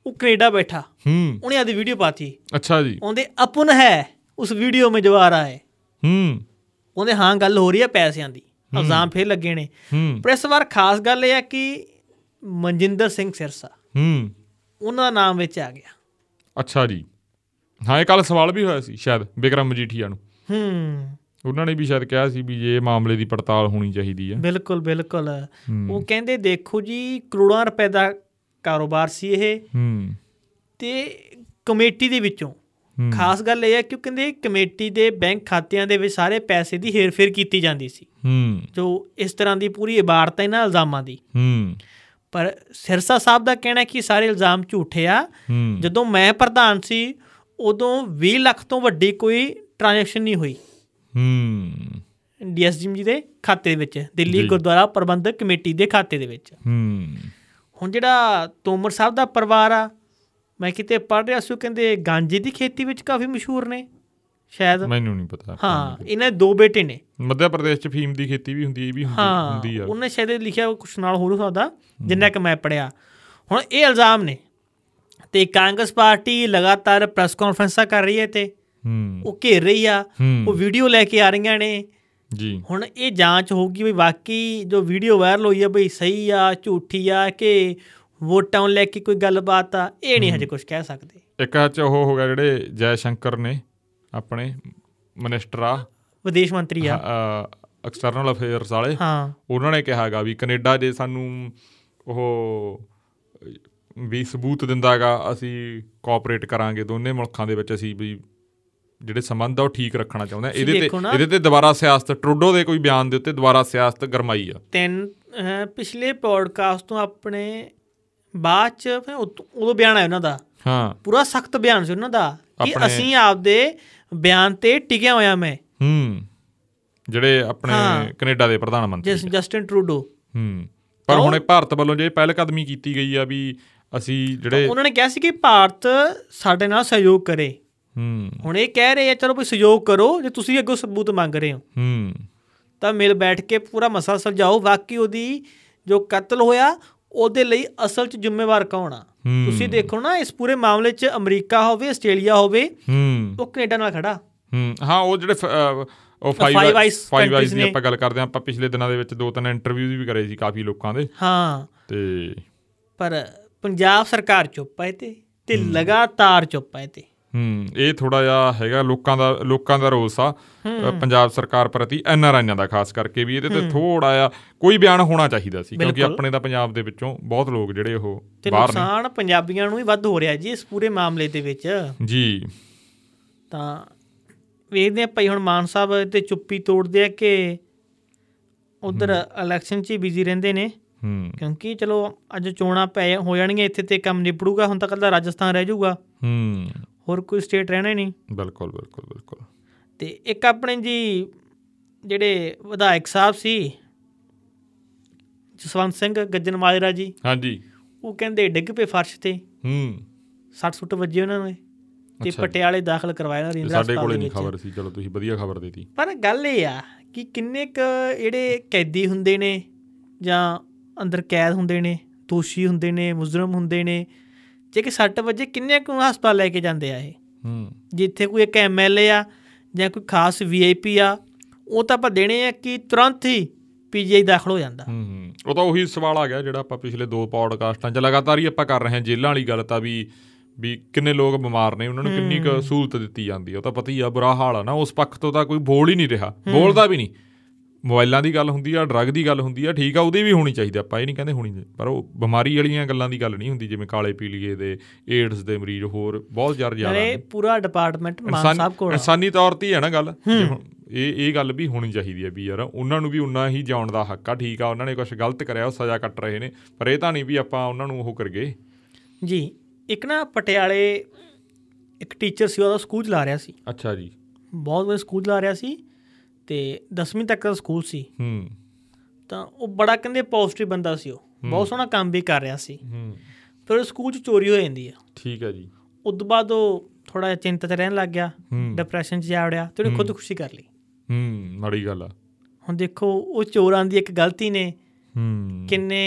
A: ਉਹ ਕੈਨੇਡਾ ਬੈਠਾ
B: ਹੂੰ
A: ਉਹਨੇ ਆਦੀ ਵੀਡੀਓ ਪਾਤੀ
B: ਅੱਛਾ ਜੀ
A: ਉਹਦੇ ਅਪਨ ਹੈ ਉਸ ਵੀਡੀਓ ਮੇ ਜਵਾਰਾ ਹੈ
B: ਹੂੰ
A: ਉਹਦੇ ਹਾਂ ਗੱਲ ਹੋ ਰਹੀ ਹੈ ਪੈਸਿਆਂ ਦੀ ਇਲਜ਼ਾਮ ਫੇਰ ਲੱਗੇ ਨੇ
B: ਹੂੰ
A: ਪਰ ਇਸ ਵਾਰ ਖਾਸ ਗੱਲ ਇਹ ਆ ਕਿ ਮਨਜਿੰਦਰ ਸਿੰਘ ਸਿਰਸਾ
B: ਹੂੰ
A: ਉਹਨਾਂ ਦਾ ਨਾਮ ਵਿੱਚ ਆ ਗਿਆ
B: ਅੱਛਾ ਜੀ ਹਾਂ ਇਹ ਕੱਲ ਸਵਾਲ ਵੀ ਹੋਇਆ ਸੀ ਸ਼ਾਇਦ ਵਿਕਰਮ ਮਜੀਠੀਆ ਨੂੰ
A: ਹੂੰ
B: ਉਹਨਾਂ ਨੇ ਵੀ ਸ਼ਾਇਦ ਕਿਹਾ ਸੀ ਵੀ ਇਹ ਮਾਮਲੇ ਦੀ ਪੜਤਾਲ ਹੋਣੀ ਚਾਹੀਦੀ ਹੈ
A: ਬਿਲਕੁਲ ਬਿਲਕੁਲ
B: ਹੂੰ।
A: ਉਹ ਕਹਿੰਦੇ ਦੇਖੋ ਜੀ ਕਰੋੜਾਂ ਰੁਪਏ ਦਾ ਕਾਰੋਬਾਰ ਸੀ ਇਹ
B: ਹੂੰ
A: ਤੇ ਕਮੇਟੀ ਦੇ ਵਿੱਚੋਂ
B: ਹੂੰ।
A: ਖਾਸ ਗੱਲ ਇਹ ਹੈ ਕਿ ਕਹਿੰਦੇ ਕਮੇਟੀ ਦੇ ਬੈਂਕ ਖਾਤਿਆਂ ਦੇ ਵਿੱਚ ਸਾਰੇ ਪੈਸੇ ਦੀ ਹੇਰ-ਫੇਰ ਕੀਤੀ ਜਾਂਦੀ ਸੀ
B: ਹੂੰ
A: ਜੋ ਇਸ ਤਰ੍ਹਾਂ ਦੀ ਪੂਰੀ ਇਬਾਰਤ ਹੈ ਇਹਨਾਂ ਇਲਜ਼ਾਮਾਂ ਦੀ
B: ਹੂੰ
A: ਪਰ ਸਿਰਸਾ ਸਾਹਿਬ ਦਾ ਕਹਿਣਾ ਹੈ ਕਿ ਸਾਰੇ ਇਲਜ਼ਾਮ ਝੂਠੇ ਆ
B: ਹੂੰ
A: ਜਦੋਂ ਮੈਂ ਪ੍ਰਧਾਨ ਸੀ ਉਦੋਂ 20 ਲੱਖ ਤੋਂ ਵੱਡੀ ਕੋਈ ਟ੍ਰਾਂਜੈਕਸ਼ਨ ਨਹੀਂ ਹੋਈ
B: ਹੂੰ
A: ਡੀਐਸਜੀ ਜੀ ਦੇ ਖਾਤੇ ਦੇ ਵਿੱਚ ਦਿੱਲੀ
B: ਜੀ।
A: ਗੁਰਦੁਆਰਾ ਪ੍ਰਬੰਧਕ ਕਮੇਟੀ ਦੇ ਖਾਤੇ ਦੇ ਵਿੱਚ
B: ਹੂੰ
A: ਹੁਣ ਜਿਹੜਾ ਤੋਮਰ ਸਾਹਿਬ ਦਾ ਪਰਿਵਾਰ ਆ ਮੈਂ ਕਿਤੇ ਪੜ ਰਿਹਾ ਸੀ ਉਹ ਕਹਿੰਦੇ ਗਾਂਜੇ ਦੀ ਖੇਤੀ ਵਿੱਚ ਕਾਫੀ ਮਸ਼ਹੂਰ ਨੇ ਸ਼ਾਇਦ
B: ਮੈਨੂੰ ਨਹੀਂ ਪਤਾ
A: ਹਾਂ ਇਹਨਾਂ ਦੇ ਦੋ ਬੇਟੇ ਨੇ
B: ਮੱਧ ਪ੍ਰਦੇਸ਼ ਚ ਫੀਮ ਦੀ ਖੇਤੀ ਵੀ ਹੁੰਦੀ ਇਹ ਵੀ ਹੁੰਦੀ
A: ਹਾਂ
B: ਹੁੰਦੀ ਆ
A: ਉਹਨੇ ਸ਼ਾਇਦ ਇਹ ਲਿਖਿਆ ਕੁਛ ਨਾਲ ਹੋਰ ਹੋ ਸਕਦਾ ਜਿੰਨਾ ਕਿ ਮੈਂ ਪੜਿਆ ਹੁਣ ਇਹ ਇਲਜ਼ਾਮ ਨੇ ਤੇ ਕਾਂਗਰਸ ਪਾਰਟੀ ਲਗਾਤਾਰ ਪ੍ਰੈਸ ਕਾਨਫਰੰਸਾਂ ਕਰ ਰਹੀ ਹੈ ਤੇ
B: ਹੂੰ
A: ਉਹ ਘੇਰ ਰਹੀ ਆ
B: ਹੂੰ।
A: ਉਹ ਵੀਡੀਓ ਲੈ ਕੇ ਆ ਰਹੀਆਂ ਨੇ
B: ਜੀ
A: ਹੁਣ ਇਹ ਜਾਂਚ ਹੋਊਗੀ ਵੀ ਵਾਕਈ ਜੋ ਵੀਡੀਓ ਵਾਇਰਲ ਹੋਈ ਆ ਬਈ ਸਹੀ ਆ ਝੂਠੀ ਆ ਕਿ ਵੋਟਾਂ ਨੂੰ ਲੈ ਕੇ ਕੋਈ ਗੱਲਬਾਤ ਆ ਇਹ ਨਹੀਂ ਹਜੇ ਕੁਝ ਕਹਿ ਸਕਦੇ
B: ਇੱਕ ਆ ਚ ਉਹ ਹੋ ਗਿਆ ਜਿਹੜੇ ਜੈ ਸ਼ੰਕਰ ਨੇ ਆਪਣੇ ਮਿਨਿਸਟਰ ਆ
A: ਵਿਦੇਸ਼ ਮੰਤਰੀ ਆ
B: ਐਕਸਟਰਨਲ ਅਫੇਅਰਸ ਵਾਲੇ
A: ਹਾਂ
B: ਉਹਨਾਂ ਨੇ ਕਿਹਾਗਾ ਵੀ ਕੈਨੇਡਾ ਜੇ ਸਾਨੂੰ ਉਹ ਅਹ, ਵੀ ਸਬੂਤ ਦਿੰਦਾਗਾ ਅਸੀਂ ਕੋਆਪਰੇਟ ਕਰਾਂਗੇ ਦੋਨੇ ਮੁਲਕਾਂ ਦੇ ਵਿੱਚ ਅਸੀਂ ਵੀ ਜਿਹੜੇ ਸੰਬੰਧ ਆ ਉਹ ਠੀਕ ਰੱਖਣਾ ਚਾਹੁੰਦੇ ਆ
A: ਤੁਸੀਂ
B: ਇਹਦੇ ਤੇ
A: ਦੇਖੋ ਨਾ-
B: ਇਹਦੇ ਤੇ ਦੁਬਾਰਾ ਸਿਆਸਤ ਟਰੂਡੋ ਦੇ ਕੋਈ ਬਿਆਨ ਦੇ ਉੱਤੇ ਦੁਬਾਰਾ ਸਿਆਸਤ ਗਰਮਾਈ ਆ
A: ਤਿੰਨ ਅਹ, ਪਿਛਲੇ ਪੌਡਕਾਸਟ ਤੋਂ ਆਪਣੇ ਬਾਅਦ ਚ ਫਿਰ ਉਤ- ਉਦੋਂ ਬਿਆਨ ਆਇਆ ਉਹਨਾਂ ਦਾ
B: ਹਾਂ
A: ਪੂਰਾ ਸਖਤ ਬਿਆਨ ਸੀ ਉਹਨਾਂ ਦਾ ਕਿ
B: ਆਪਣੇ-
A: ਅਸੀਂ ਆਪਦੇ ਬਿਆਨ ਤੇ ਟਿਕਿਆ ਹੋਇਆ ਮੈਂ
B: ਹੂੰ ਜਿਹੜੇ
A: ਹਾਂ।
B: ਆਪਣੇ ਕੈਨੇਡਾ ਦੇ ਪ੍ਰਧਾਨ ਮੰਤਰੀ
A: ਜਿਸ ਜਸਟਿਨ ਟਰੂਡੋ
B: ਹੂੰ ਪਰ
A: ਤਾਂ
B: ਹੁਣ ਇਹ ਭਾਰਤ ਵੱਲੋਂ ਜੇ ਪਹਿਲ ਕਦਮੀ ਕੀਤੀ ਗਈ ਆ ਵੀ ਅਸੀਂ ਜਿਹੜੇ
A: ਉਹਨਾਂ ਨੇ ਕਿਹਾ ਸੀ ਕਿ ਭਾਰਤ ਸਾਡੇ ਨਾਲ ਸਹਿਯੋਗ ਕਰੇ
B: ਹੂੰ
A: ਹੁਣ ਇਹ ਕਹਿ ਰਹੇ ਆ ਚਲੋ ਵੀ ਸਹਿਯੋਗ ਕਰੋ ਜੇ ਤੁਸੀਂ ਅੱਗੋਂ ਸਬੂਤ ਮੰਗ ਰਹੇ ਹੋ
B: ਹੂੰ
A: ਤਾਂ ਮਿਲ ਬੈਠ ਕੇ ਪੂਰਾ ਮਸਲਾ ਸੁਲਝਾਓ ਵਾਕਈ ਉਹਦੀ ਜੋ ਕਤਲ ਹੋਇਆ ਉਹਦੇ ਲਈ ਅਸਲ 'ਚ ਜ਼ਿੰਮੇਵਾਰ ਕੌਣ ਆ
B: ਹੂੰ।
A: ਤੁਸੀਂ ਦੇਖੋ ਨਾ ਇਸ ਪੂਰੇ ਮਾਮਲੇ 'ਚ ਅਮਰੀਕਾ ਹੋਵੇ ਆਸਟ੍ਰੇਲੀਆ ਹੋਵੇ
B: ਹੂੰ
A: ਉਹ ਕੈਨੇਡਾ ਨਾਲ ਖੜਾ
B: ਹੂੰ ਹਾਂ ਉਹ ਜਿਹੜੇ ਫ- ਅਹ ਉਹ
A: Five
B: five
A: Eyes
B: five
A: countries
B: eyes ਦੀ
A: ਨੇ।
B: ਆਪਾਂ ਗੱਲ ਕਰਦੇ ਹਾਂ ਆਪਾਂ ਪਿਛਲੇ ਦਿਨਾਂ ਦੇ ਵਿੱਚ ਦੋ ਤਿੰਨ ਇੰਟਰਵਿਊਜ਼ ਵੀ ਕਰੇ ਸੀ ਕਾਫੀ ਲੋਕਾਂ ਦੇ
A: ਹਾਂ
B: ਤੇ
A: ਪਰ ਪੰਜਾਬ ਸਰਕਾਰ ਚੁੱਪ ਹੈ ਤੇ ਤੇ ਲਗਾਤਾਰ ਚੁੱਪ ਹੈ ਤੇ
B: ਹੂੰ ਇਹ ਥੋੜਾ ਜਿਹਾ ਹੈਗਾ ਲੋਕਾਂ ਦਾ ਲੋਕਾਂ ਦਾ ਰੋਸ ਆ ਅ, ਪੰਜਾਬ ਸਰਕਾਰ ਪ੍ਰਤੀ ਐਨਆਰਆਈਆਂ ਦਾ ਖਾਸ ਕਰਕੇ ਵੀ ਇਹਦੇ ਤੇ ਥੋੜਾ ਜਿਹਾ ਕੋਈ ਬਿਆਨ ਹੋਣਾ ਚਾਹੀਦਾ ਸੀ ਕਿਉਂਕਿ
A: ਬਿਲਕੁਲ।
B: ਆਪਣੇ ਤਾਂ ਪੰਜਾਬ ਦੇ ਵਿੱਚੋਂ ਬਹੁਤ ਲੋਕ ਜਿਹੜੇ ਉਹ
A: ਤੇ
B: ਬਾਹਰ ਨੇ
A: ਨੁਕਸਾਨ ਪੰਜਾਬੀਆਂ ਨੂੰ ਹੀ ਵੱਧ ਹੋ ਰਿਹਾ ਜੀ ਇਸ ਪੂਰੇ ਮਾਮਲੇ ਦੇ ਵਿੱਚ
B: ਜੀ
A: ਤਾਂ ਵੇਖਦੇ ਆ ਭਾਈ ਹੁਣ ਮਾਨ ਸਾਹਿਬ ਤੇ ਚੁੱਪੀ ਤੋੜਦੇ ਆ ਕਿ ਉਧਰ ਇਲੈਕਸ਼ਨ 'ਚ ਹੀ ਬਿਜ਼ੀ ਰਹਿੰਦੇ ਨੇ
B: ਹੂੰ
A: ਕਿਉਂਕਿ ਚਲੋ ਅੱਜ ਚੋਣਾਂ ਪੈ ਹੋ ਜਾਣਗੀਆਂ ਇੱਥੇ ਤੇ ਕੰਮ ਨਿਬੜੂਗਾ ਹੁਣ ਤਾਂ ਕੱਲਾ ਰਾਜਸਥਾਨ ਰਹਿ ਜਾਊਗਾ
B: ਹੂੰ
A: ਹੋਰ ਕੋਈ ਸਟੇਟ ਰਹਿਣਾ ਹੀ ਨਹੀਂ
B: ਬਿਲਕੁਲ ਬਿਲਕੁਲ ਬਿਲਕੁਲ
A: ਤੇ ਇੱਕ ਆਪਣੇ ਜੀ ਜਿਹੜੇ ਵਿਧਾਇਕ ਸਾਹਿਬ ਸੀ ਜਸਵੰਤ ਸਿੰਘ ਗੱਜਨ ਮਾਜਰਾ ਜੀ
B: ਹਾਂਜੀ
A: ਉਹ ਕਹਿੰਦੇ ਡਿੱਗ ਪਏ ਫਰਸ਼ ਤੇ
B: ਹੂੰ
A: 60 ਸੁੱਟ ਵੱਜੇ ਉਹਨਾਂ ਨੇ ਤੇ
B: ਅੱਛਾ ਜੀ।
A: ਪਟਿਆਲੇ ਦਾਖਲ ਕਰਵਾਇਆ ਨਾ
B: ਇਹ
A: ਰਜਿੰਦਰਾ
B: ਸਾਡੇ
A: ਹਸਪਤਾਲ
B: ਕੋਲੇ
A: ਦੇ
B: ਨਹੀਂ
A: ਵਿੱਚ
B: ਖਬਰ ਸੀ ਚਲੋ ਤੁਸੀਂ ਵਧੀਆ ਖਬਰ ਦਿੱਤੀ
A: ਪਰ ਗੱਲ ਇਹ ਆ ਕਿ ਕਿੰਨੇ ਕ ਜਿਹੜੇ ਕੈਦੀ ਹੁੰਦੇ ਨੇ ਜਾਂ ਅੰਦਰ ਕੈਦ ਹੁੰਦੇ ਨੇ ਦੋਸ਼ੀ ਹੁੰਦੇ ਨੇ ਮੁਜਰਮ ਹੁੰਦੇ ਨੇ ਜੇ ਕਿ 60 ਵਜੇ ਕਿੰਨੇ ਕੁ ਨੂੰ ਹਸਪਤਾਲ ਲੈ ਕੇ ਜਾਂਦੇ ਆ ਇਹ
B: ਹੂੰ
A: ਜਿੱਥੇ ਕੋਈ ਇੱਕ ਐਮਐਲਏ ਆ ਜਾਂ ਕੋਈ ਖਾਸ ਵੀਆਈਪੀ ਆ ਉਹ ਤਾਂ ਆਪਾਂ ਦੇਣੇ ਆ ਕਿ ਤੁਰੰਤ ਹੀ ਪੀਜੀਆਈ ਦਾਖਲ ਹੋ ਜਾਂਦਾ
B: ਹੂੰ ਹੂੰ। ਉਹ ਤਾਂ ਉਹੀ ਸਵਾਲ ਆ ਗਿਆ ਜਿਹੜਾ ਆਪਾਂ ਪਿਛਲੇ ਦੋ ਪੌਡਕਾਸਟਾਂ 'ਚ ਲਗਾਤਾਰ ਹੀ ਆਪਾਂ ਕਰ ਰਹੇ ਹਾਂ ਜੇਲ੍ਹਾਂ ਵਾਲੀ ਗੱਲ ਤਾਂ ਵੀ ਵੀ ਕਿੰਨੇ ਲੋਕ ਬਿਮਾਰ ਨੇ ਉਹਨਾਂ ਨੂੰ ਕਿੰਨੀ ਕੁ ਸਹੂਲਤ ਦਿੱਤੀ ਜਾਂਦੀ ਹੈ ਉਹ ਤਾਂ ਪਤਾ ਹੀ ਆ ਬੁਰਾ ਹਾਲ ਆ ਨਾ ਉਸ ਪੱਖ ਤੋਂ ਤਾਂ ਕੋਈ ਬੋਲ ਹੀ ਨਹੀਂ ਰਿਹਾ ਬੋਲਦਾ ਵੀ ਨਹੀਂ ਮੋਬਾਈਲਾਂ ਦੀ ਗੱਲ ਹੁੰਦੀ ਆ ਡਰੱਗ ਦੀ ਗੱਲ ਹੁੰਦੀ ਆ ਠੀਕ ਆ ਉਹਦੀ ਵੀ ਹੋਣੀ ਚਾਹੀਦੀ ਆ, ਆਪਾਂ ਇਹ ਨਹੀਂ ਕਹਿੰਦੇ ਹੋਣੀ ਨਹੀਂ, ਪਰ ਉਹ ਬਿਮਾਰੀ ਵਾਲੀਆਂ ਗੱਲਾਂ ਦੀ ਗੱਲ ਨਹੀਂ ਹੁੰਦੀ ਜਿਵੇਂ ਕਾਲੇ ਪੀਲੀਏ ਦੇ ਏਡਸ ਦੇ ਮਰੀਜ਼ ਹੋਰ ਬਹੁਤ ਜ਼ਿਆਦਾ ਜ਼ਿਆਦਾ
A: ਨਾਲੇ
B: ਨੇ।
A: ਪੂਰਾ ਡਿਪਾਰਟਮੈਂਟ ਮਾਨ ਸਾਹਿਬ
B: ਇਨਸਾਨੀ
A: ਕੋਲ ਆ।
B: ਇਨਸਾਨੀ ਤੌਰ ਤੇ ਹੀ ਹੈ ਨਾ ਗੱਲ ਜੇ ਹੁਣ ਇਹ ਇਹ ਗੱਲ ਵੀ ਹੋਣੀ ਚਾਹੀਦੀ ਹੈ ਵੀ ਯਾਰ ਉਹਨਾਂ ਨੂੰ ਵੀ ਉਨਾ ਹੀ ਜਾਣ ਦਾ ਹੱਕ ਆ ਠੀਕ ਆ ਉਹਨਾਂ ਨੇ ਕੁਝ ਗਲਤ ਕਰਿਆ ਉਹ ਸਜ਼ਾ ਕੱਟ ਰਹੇ ਨੇ ਪਰ ਇਹ ਤਾਂ ਨਹੀਂ ਵੀ ਆਪਾਂ ਉਹਨਾਂ ਨੂੰ ਉਹ ਕਰ ਗਏ
A: ਜੀ ਇੱਕ ਨਾ ਪਟਿਆਲੇ ਇੱਕ ਟੀਚਰ ਸੀ ਉਹਦਾ ਸਕੂਲ ਚਲਾ ਰਿਹਾ ਸੀ
B: ਅੱਛਾ ਜੀ
A: ਬਹੁਤ ਵਧੀਆ ਸਕੂਲ ਚਲਾ ਰਿਹਾ ਸੀ ਤੇ 10ਵੀਂ ਤੱਕ ਦਾ ਸਕੂਲ ਸੀ
B: ਹੂੰ
A: ਤਾਂ ਉਹ ਬੜਾ ਕਹਿੰਦੇ ਪੋਜ਼ਿਟਿਵ ਬੰਦਾ ਸੀ ਉਹ ਬਹੁਤ ਸੋਹਣਾ ਕੰਮ ਵੀ ਕਰ ਰਿਹਾ ਸੀ
B: ਹੂੰ
A: ਫਿਰ ਉਹ ਸਕੂਲ 'ਚ ਚੋਰੀ ਹੋ ਜਾਂਦੀ ਆ
B: ਠੀਕ ਹੈ ਜੀ
A: ਉਦੋਂ ਬਾਅਦ ਉਹ ਥੋੜਾ ਜਿਹਾ ਚਿੰਤਾ 'ਚ ਰਹਿਣ ਲੱਗ ਗਿਆ
B: ਹੂੰ।
A: ਡਿਪਰੈਸ਼ਨ 'ਚ ਜਾ ਵੜਿਆ ਤੇ ਉਹਨੇ ਖੁਦਕੁਸ਼ੀ ਕਰ ਲਈ
B: ਹੂੰ ਮਾੜੀ ਗੱਲ ਆ
A: ਹੁਣ ਦੇਖੋ ਉਹ ਚੋਰਾਂ ਦੀ ਇੱਕ ਗਲਤੀ ਨੇ
B: ਹੂੰ
A: ਕਿੰਨੇ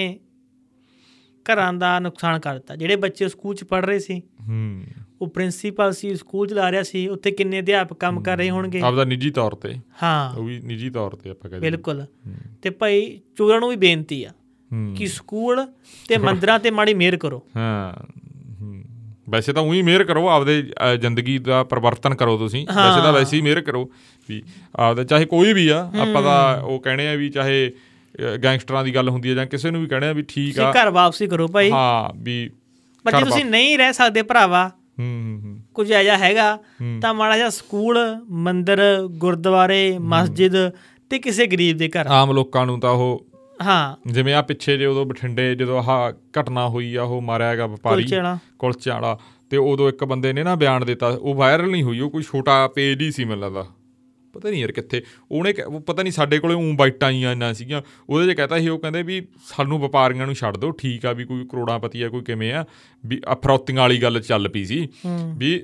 A: ਘਰਾਂ ਦਾ ਨੁਕਸਾਨ ਕਰ ਦਿੱਤਾ ਜਿਹੜੇ ਬੱਚੇ ਸਕੂਲ 'ਚ ਪੜ ਰਹੇ ਸੀ
B: ਹੂੰ
A: ਉਹ ਪ੍ਰਿੰਸੀਪਲ ਸੀ ਸਕੂਲ ਚਲਾ ਰਿਹਾ ਸੀ ਉੱਥੇ ਕਿੰਨੇ ਅਧਿਆਪਕ ਕੰਮ ਕਰ ਰਹੇ ਹੋਣਗੇ
B: ਆਪਦਾ ਨਿੱਜੀ ਤੌਰ ਤੇ
A: ਹਾਂ
B: ਉਹ ਵੀ ਨਿੱਜੀ ਤੌਰ ਤੇ ਆਪਾਂ ਕਹਿੰਦੇ
A: ਬਿਲਕੁਲ ਤੇ ਭਾਈ ਚੋਰਾਂ ਨੂੰ ਵੀ ਬੇਨਤੀ ਆ
B: ਹੂੰ
A: ਕਿ ਸਕੂਲ ਤੇ ਮੰਦਰਾਂ ਤੇ ਮਾੜੀ ਮਿਹਰ ਕਰੋ
B: ਹਾਂ ਹੂੰ ਵੈਸੇ ਤਾਂ ਉਹੀ ਮਿਹਰ ਕਰੋ ਆਪਦੇ ਅ, ਜ਼ਿੰਦਗੀ ਦਾ ਪਰਿਵਰਤਨ ਕਰੋ ਤੁਸੀਂ ਵੈਸੇ ਤਾਂ ਵੈਸੇ ਹੀ ਮਿਹਰ ਕਰੋ ਵੀ ਆਪਦਾ ਚਾਹੇ ਕੋਈ ਵੀ ਆ ਆਪਾਂ ਤਾਂ ਉਹ ਕਹਿੰਦੇ ਆ ਵੀ ਚਾਹੇ ਅ, ਗੈਂਗਸਟਰਾਂ ਦੀ ਗੱਲ ਹੁੰਦੀ ਹੈ ਜਾਂ ਕਿਸੇ ਨੂੰ ਵੀ ਕਹਿੰਦੇ ਆ ਵੀ ਠੀਕ
A: ਤੁਸੀਂ
B: ਆ
A: ਘਰ ਵਾਪਸੀ ਕਰੋ ਭਾਈ
B: ਹਾਂ ਵੀ
A: ਪਰ ਜੇ
B: ਘਰ
A: ਤੁਸੀਂ ਨਹੀਂ ਰਹਿ ਸਕਦੇ ਭਰਾਵਾ
B: ਹੂੰ ਹੂੰ, ਹੂੰ
A: ਕੁਝ ਐਜਾ ਹੈਗਾ ਤਾਂ ਮਾੜਾ ਜਿਹਾ ਸਕੂਲ ਮੰਦਿਰ ਗੁਰਦੁਆਰੇ ਮਸਜਿਦ ਤੇ ਕਿਸੇ ਗਰੀਬ ਦੇ ਘਰ
B: ਆਮ ਲੋਕਾਂ ਨੂੰ ਤਾਂ ਉਹ
A: ਹਾਂ
B: ਜਿਵੇਂ ਆ ਪਿੱਛੇ ਜੇ ਉਦੋਂ ਬਠਿੰਡੇ ਜਦੋਂ ਆਹ ਘਟਨਾ ਹੋਈ ਆ ਉਹ ਮਾਰਿਆ ਗਿਆ ਵਪਾਰੀ
A: ਕੁਲਚੇ ਵਾਲਾ।
B: ਕੁਲਚੇ ਵਾਲਾ ਤੇ ਉਦੋਂ ਇੱਕ ਬੰਦੇ ਨੇ ਨਾ ਬਿਆਨ ਦਿੱਤਾ ਉਹ ਵਾਇਰਲ ਨਹੀਂ ਹੋਈ ਉਹ ਕੋਈ ਛੋਟਾ ਪੇਜ ਹੀ ਸੀ ਮੈਨੂੰ ਲੱਗਦਾ ਪਤਾ ਨਹੀਂ ਯਾਰ ਕਿੱਥੇ ਉਹਨੇ ਕ- ਉਹ ਪਤਾ ਨਹੀਂ ਸਾਡੇ ਕੋਲੇ ਉਂ ਬਾਈਟਾਂ ਆਈਆਂ ਇੰਨਾ ਸੀਗੀਆਂ ਉਹਦੇ 'ਚ ਕਹਤਾ ਸੀ ਉਹ ਕਹਿੰਦੇ ਵੀ ਸਾਨੂੰ ਵਪਾਰੀਆਂ ਨੂੰ ਛੱਡ ਦਿਓ ਠੀਕ ਆ ਵੀ ਕੋਈ ਕਰੋੜਾਪਤੀ ਆ ਕੋਈ ਕਿਵੇਂ ਆ ਵੀ ਅਫਰੌਤੀਆਂ ਵਾਲੀ ਗੱਲ ਚੱਲ ਪਈ ਸੀ ਵੀ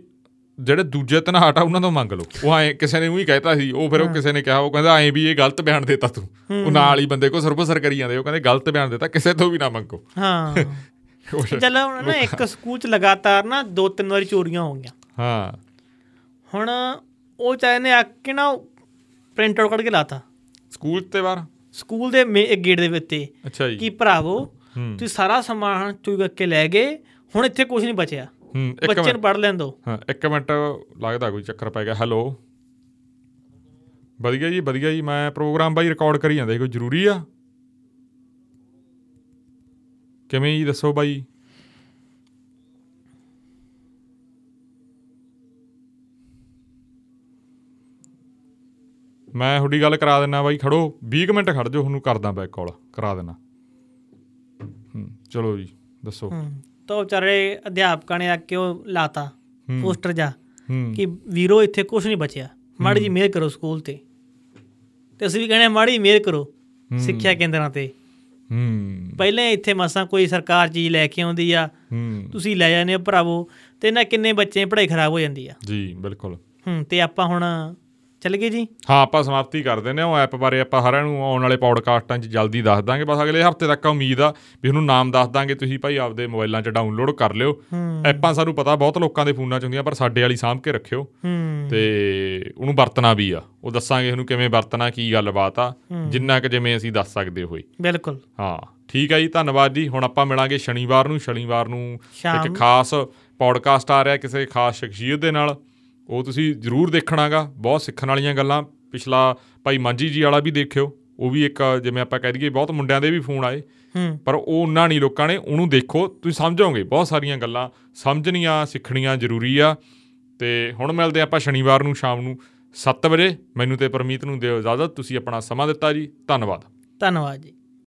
B: ਜਿਹੜੇ ਦੂਜੇ ਤਨਾਟ ਆ ਉਹਨਾਂ ਤੋਂ ਮੰਗ ਲਓ ਉਹ ਐ ਕਿਸੇ ਨੇ ਉਹੀ ਕਹਿਤਾ ਸੀ ਉਹ ਫਿਰ ਉਹ ਕਿਸੇ ਨੇ ਕਿਹਾ ਉਹ ਕਹਿੰਦਾ ਐ ਵੀ ਇਹ ਗਲਤ ਬਿਆਨ ਦਿੱਤਾ ਤੂੰ ਉਹ ਨਾਲ ਹੀ ਬੰਦੇ ਕੋ ਸਰਬਸਰ ਕਰੀ ਜਾਂਦੇ ਉਹ ਕਹਿੰਦੇ ਗਲਤ ਬਿਆਨ ਦਿੱਤਾ ਕਿਸੇ ਤੋਂ ਵੀ ਨਾ ਮੰਗੋ [LAUGHS]
A: ਹਾਂ ਚਲੋ ਹੁਣ ਨਾ ਇੱਕ ਸਕੂਲ ਚ ਲਗਾਤਾਰ ਨਾ ਦੋ ਤਿੰਨ ਵਾਰੀ ਚੋਰੀਆਂ ਹੋ ਗਈਆਂ
B: ਹਾਂ
A: ਹੁਣ ਉਹ ਚਾਹੇ ਨੇ ਆ ਕੇ ਨਾ ਪ੍ਰਿੰਟ ਆਊਟ ਕੱਢ ਕੇ ਲਾਤਾ
B: ਸਕੂਲ ਤੇ ਵਾਰ
A: ਸਕੂਲ ਦੇ ਮੇ ਗੇਟ ਦੇ ਉੱਤੇ
B: ਅੱਛਾ ਜੀ
A: ਕਿ ਭਰਾਵੋ ਤੁਸੀਂ ਸਾਰਾ ਸਮਾਨ ਚੋਰੀ ਕਰਕੇ ਲੈ ਗਏ ਹੁਣ ਇੱਥੇ ਕੁਝ ਨਹੀਂ ਬਚਿਆ
B: ਹੂੰ ਇੱਕ
A: ਬੱਚੇ
B: ਮਿੰਟ
A: ਨੂੰ ਪੜ ਲੈਣ ਦਿਓ
B: ਹਾਂ ਇੱਕ ਮਿੰਟ ਲੱਗਦਾ ਕੋਈ ਚੱਕਰ ਪੈ ਗਿਆ ਹੈਲੋ ਵਧੀਆ ਜੀ ਵਧੀਆ ਜੀ ਮੈਂ ਪ੍ਰੋਗਰਾਮ ਬਾਈ ਰਿਕਾਰਡ ਕਰੀ ਜਾਂਦਾ ਜੀ, ਕੋਈ ਜ਼ਰੂਰੀ ਆ ਕਿਵੇਂ ਜੀ ਦੱਸੋ ਬਾਈ ਮੈਂ ਤੁਹਾਡੀ ਗੱਲ ਕਰਾ ਦਿੰਨਾ ਬਾਈ ਖੜੋ 20 ਕੁ ਮਿੰਟ ਖੜ ਜਾਓ ਤੁਹਾਨੂੰ ਕਰਦਾ ਬੈਕ ਕਾਲ ਕਰਾ ਦਿੰਨਾ ਹੂੰ ਚਲੋ ਜੀ ਦੱਸੋ
A: ਹੂੰ। ਤਾਂ ਉਹ ਵਿਚਾਰੇ ਅਧਿਆਪਕਾਂ ਨੇ ਆ ਕੇ ਉਹ ਲਾਤਾ ਪੋਸਟਰ ਜਾ
B: ਹੂੰ
A: ਕਿ ਵੀਰੋ ਇੱਥੇ ਕੁਝ ਨਹੀਂ ਬਚਿਆ ਮਾੜੀ ਜੀ ਮਿਹਰ ਕਰੋ ਸਕੂਲ ਤੇ ਤੇ ਅਸੀਂ ਵੀ ਕਹਿੰਦੇ ਮਾੜੀ ਮਿਹਰ ਕਰੋ ਸਿੱਖਿਆ ਕੇਂਦਰਾਂ ਤੇ
B: ਹੂੰ
A: ਪਹਿਲਾਂ ਇੱਥੇ ਮਸਾਂ ਕੋਈ ਸਰਕਾਰ ਚੀਜ਼ ਲੈ ਕੇ ਆਉਂਦੀ ਆ
B: ਹੂੰ
A: ਤੁਸੀਂ ਲੈ ਜਾਂਦੇ ਹੋ ਭਰਾਵੋ ਤੇ ਨਾ ਕਿੰਨੇ ਬੱਚੇ ਪੜ੍ਹਾਈ ਖਰਾਬ ਹੋ ਜਾਂਦੀ ਆ
B: ਜੀ ਬਿਲਕੁਲ
A: ਹੂੰ ਤੇ ਆਪਾਂ ਹੁਣ ਚੱਲ ਗਏ ਜੀ
B: ਹਾਂ ਆਪਾਂ ਸਮਾਪਤੀ ਕਰ ਦਿੰਦੇ ਹਾਂ ਉਹ ਐਪ ਬਾਰੇ ਆਪਾਂ ਸਾਰਿਆਂ ਨੂੰ ਆਉਣ ਵਾਲੇ ਪੌਡਕਾਸਟਾਂ 'ਚ ਜਲਦੀ ਦੱਸ ਦਾਂਗੇ ਬਸ ਅਗਲੇ ਹਫਤੇ ਤੱਕ ਉਮੀਦ ਆ ਵੀ ਉਹਨੂੰ ਨਾਮ ਦੱਸ ਦਾਂਗੇ ਤੁਸੀਂ ਭਾਈ ਆਪਦੇ ਮੋਬਾਈਲਾਂ 'ਚ ਡਾਊਨਲੋਡ ਕਰ ਲਿਓ ਐਪਾਂ ਸਾਨੂੰ ਪਤਾ ਬਹੁਤ ਲੋਕਾਂ ਦੇ ਫੋਨਾਂ 'ਚ ਹੁੰਦੀਆਂ ਪਰ ਸਾਡੇ ਵਾਲੀ ਸਾਂਭ ਕੇ ਰੱਖਿਓ
A: ਹੂੰ
B: ਤੇ ਉਹਨੂੰ ਵਰਤਣਾ ਵੀ ਆ ਉਹ ਦੱਸਾਂਗੇ ਉਹਨੂੰ ਕਿਵੇਂ ਵਰਤਣਾ ਕੀ ਗੱਲਬਾਤ ਆ ਜਿੰਨਾ ਕਿ ਜਿਵੇਂ ਅਸੀਂ ਦੱਸ ਸਕਦੇ ਹੋਏ
A: ਬਿਲਕੁਲ
B: ਹਾਂ ਠੀਕ ਆ ਜੀ ਧੰਨਵਾਦ ਜੀ ਹੁਣ ਆਪਾਂ ਮਿਲਾਂਗੇ ਸ਼ਨੀਵਾਰ ਨੂੰ ਸ਼ਨੀਵਾਰ ਨੂੰ
A: ਸ਼ਾਮ।
B: ਇੱਕ ਖਾਸ ਪੌਡਕਾਸਟ ਆ ਰਿਹਾ ਕਿਸੇ ਖਾਸ ਸ਼ਖਸੀਅਤ ਦੇ ਨਾਲ ਉਹ ਤੁਸੀਂ ਜ਼ਰੂਰ ਦੇਖਣਾਗਾ ਬਹੁਤ ਸਿੱਖਣ ਵਾਲੀਆਂ ਗੱਲਾਂ ਪਿਛਲਾ ਭਾਈ ਮਾਂਜੀ ਜੀ ਵਾਲਾ ਵੀ ਦੇਖਿਓ ਉਹ ਵੀ ਇੱਕ ਜਿਵੇਂ ਆਪਾਂ ਕਹਿ ਦਈਏ ਬਹੁਤ ਮੁੰਡਿਆਂ ਦੇ ਵੀ ਫੋਨ ਆਏ
A: ਹੂੰ
B: ਪਰ ਉਹ ਉਹਨਾਂ ਨਹੀਂ ਲੋਕਾਂ ਨੇ ਉਹਨੂੰ ਦੇਖੋ ਤੁਸੀਂ ਸਮਝੋਗੇ ਬਹੁਤ ਸਾਰੀਆਂ ਗੱਲਾਂ ਸਮਝਣੀਆਂ ਸਿੱਖਣੀਆਂ ਜ਼ਰੂਰੀ ਆ ਤੇ ਹੁਣ ਮਿਲਦੇ ਆਪਾਂ ਸ਼ਨੀਵਾਰ ਨੂੰ ਸ਼ਾਮ ਨੂੰ 7 ਵਜੇ ਮੈਨੂੰ ਤੇ ਪਰਮੀਤ ਨੂੰ ਦਿਓ ਇਜਾਜ਼ਤ ਤੁਸੀਂ ਆਪਣਾ ਸਮਾਂ ਦਿੱਤਾ ਜੀ ਧੰਨਵਾਦ
A: ਧੰਨਵਾਦ ਜੀ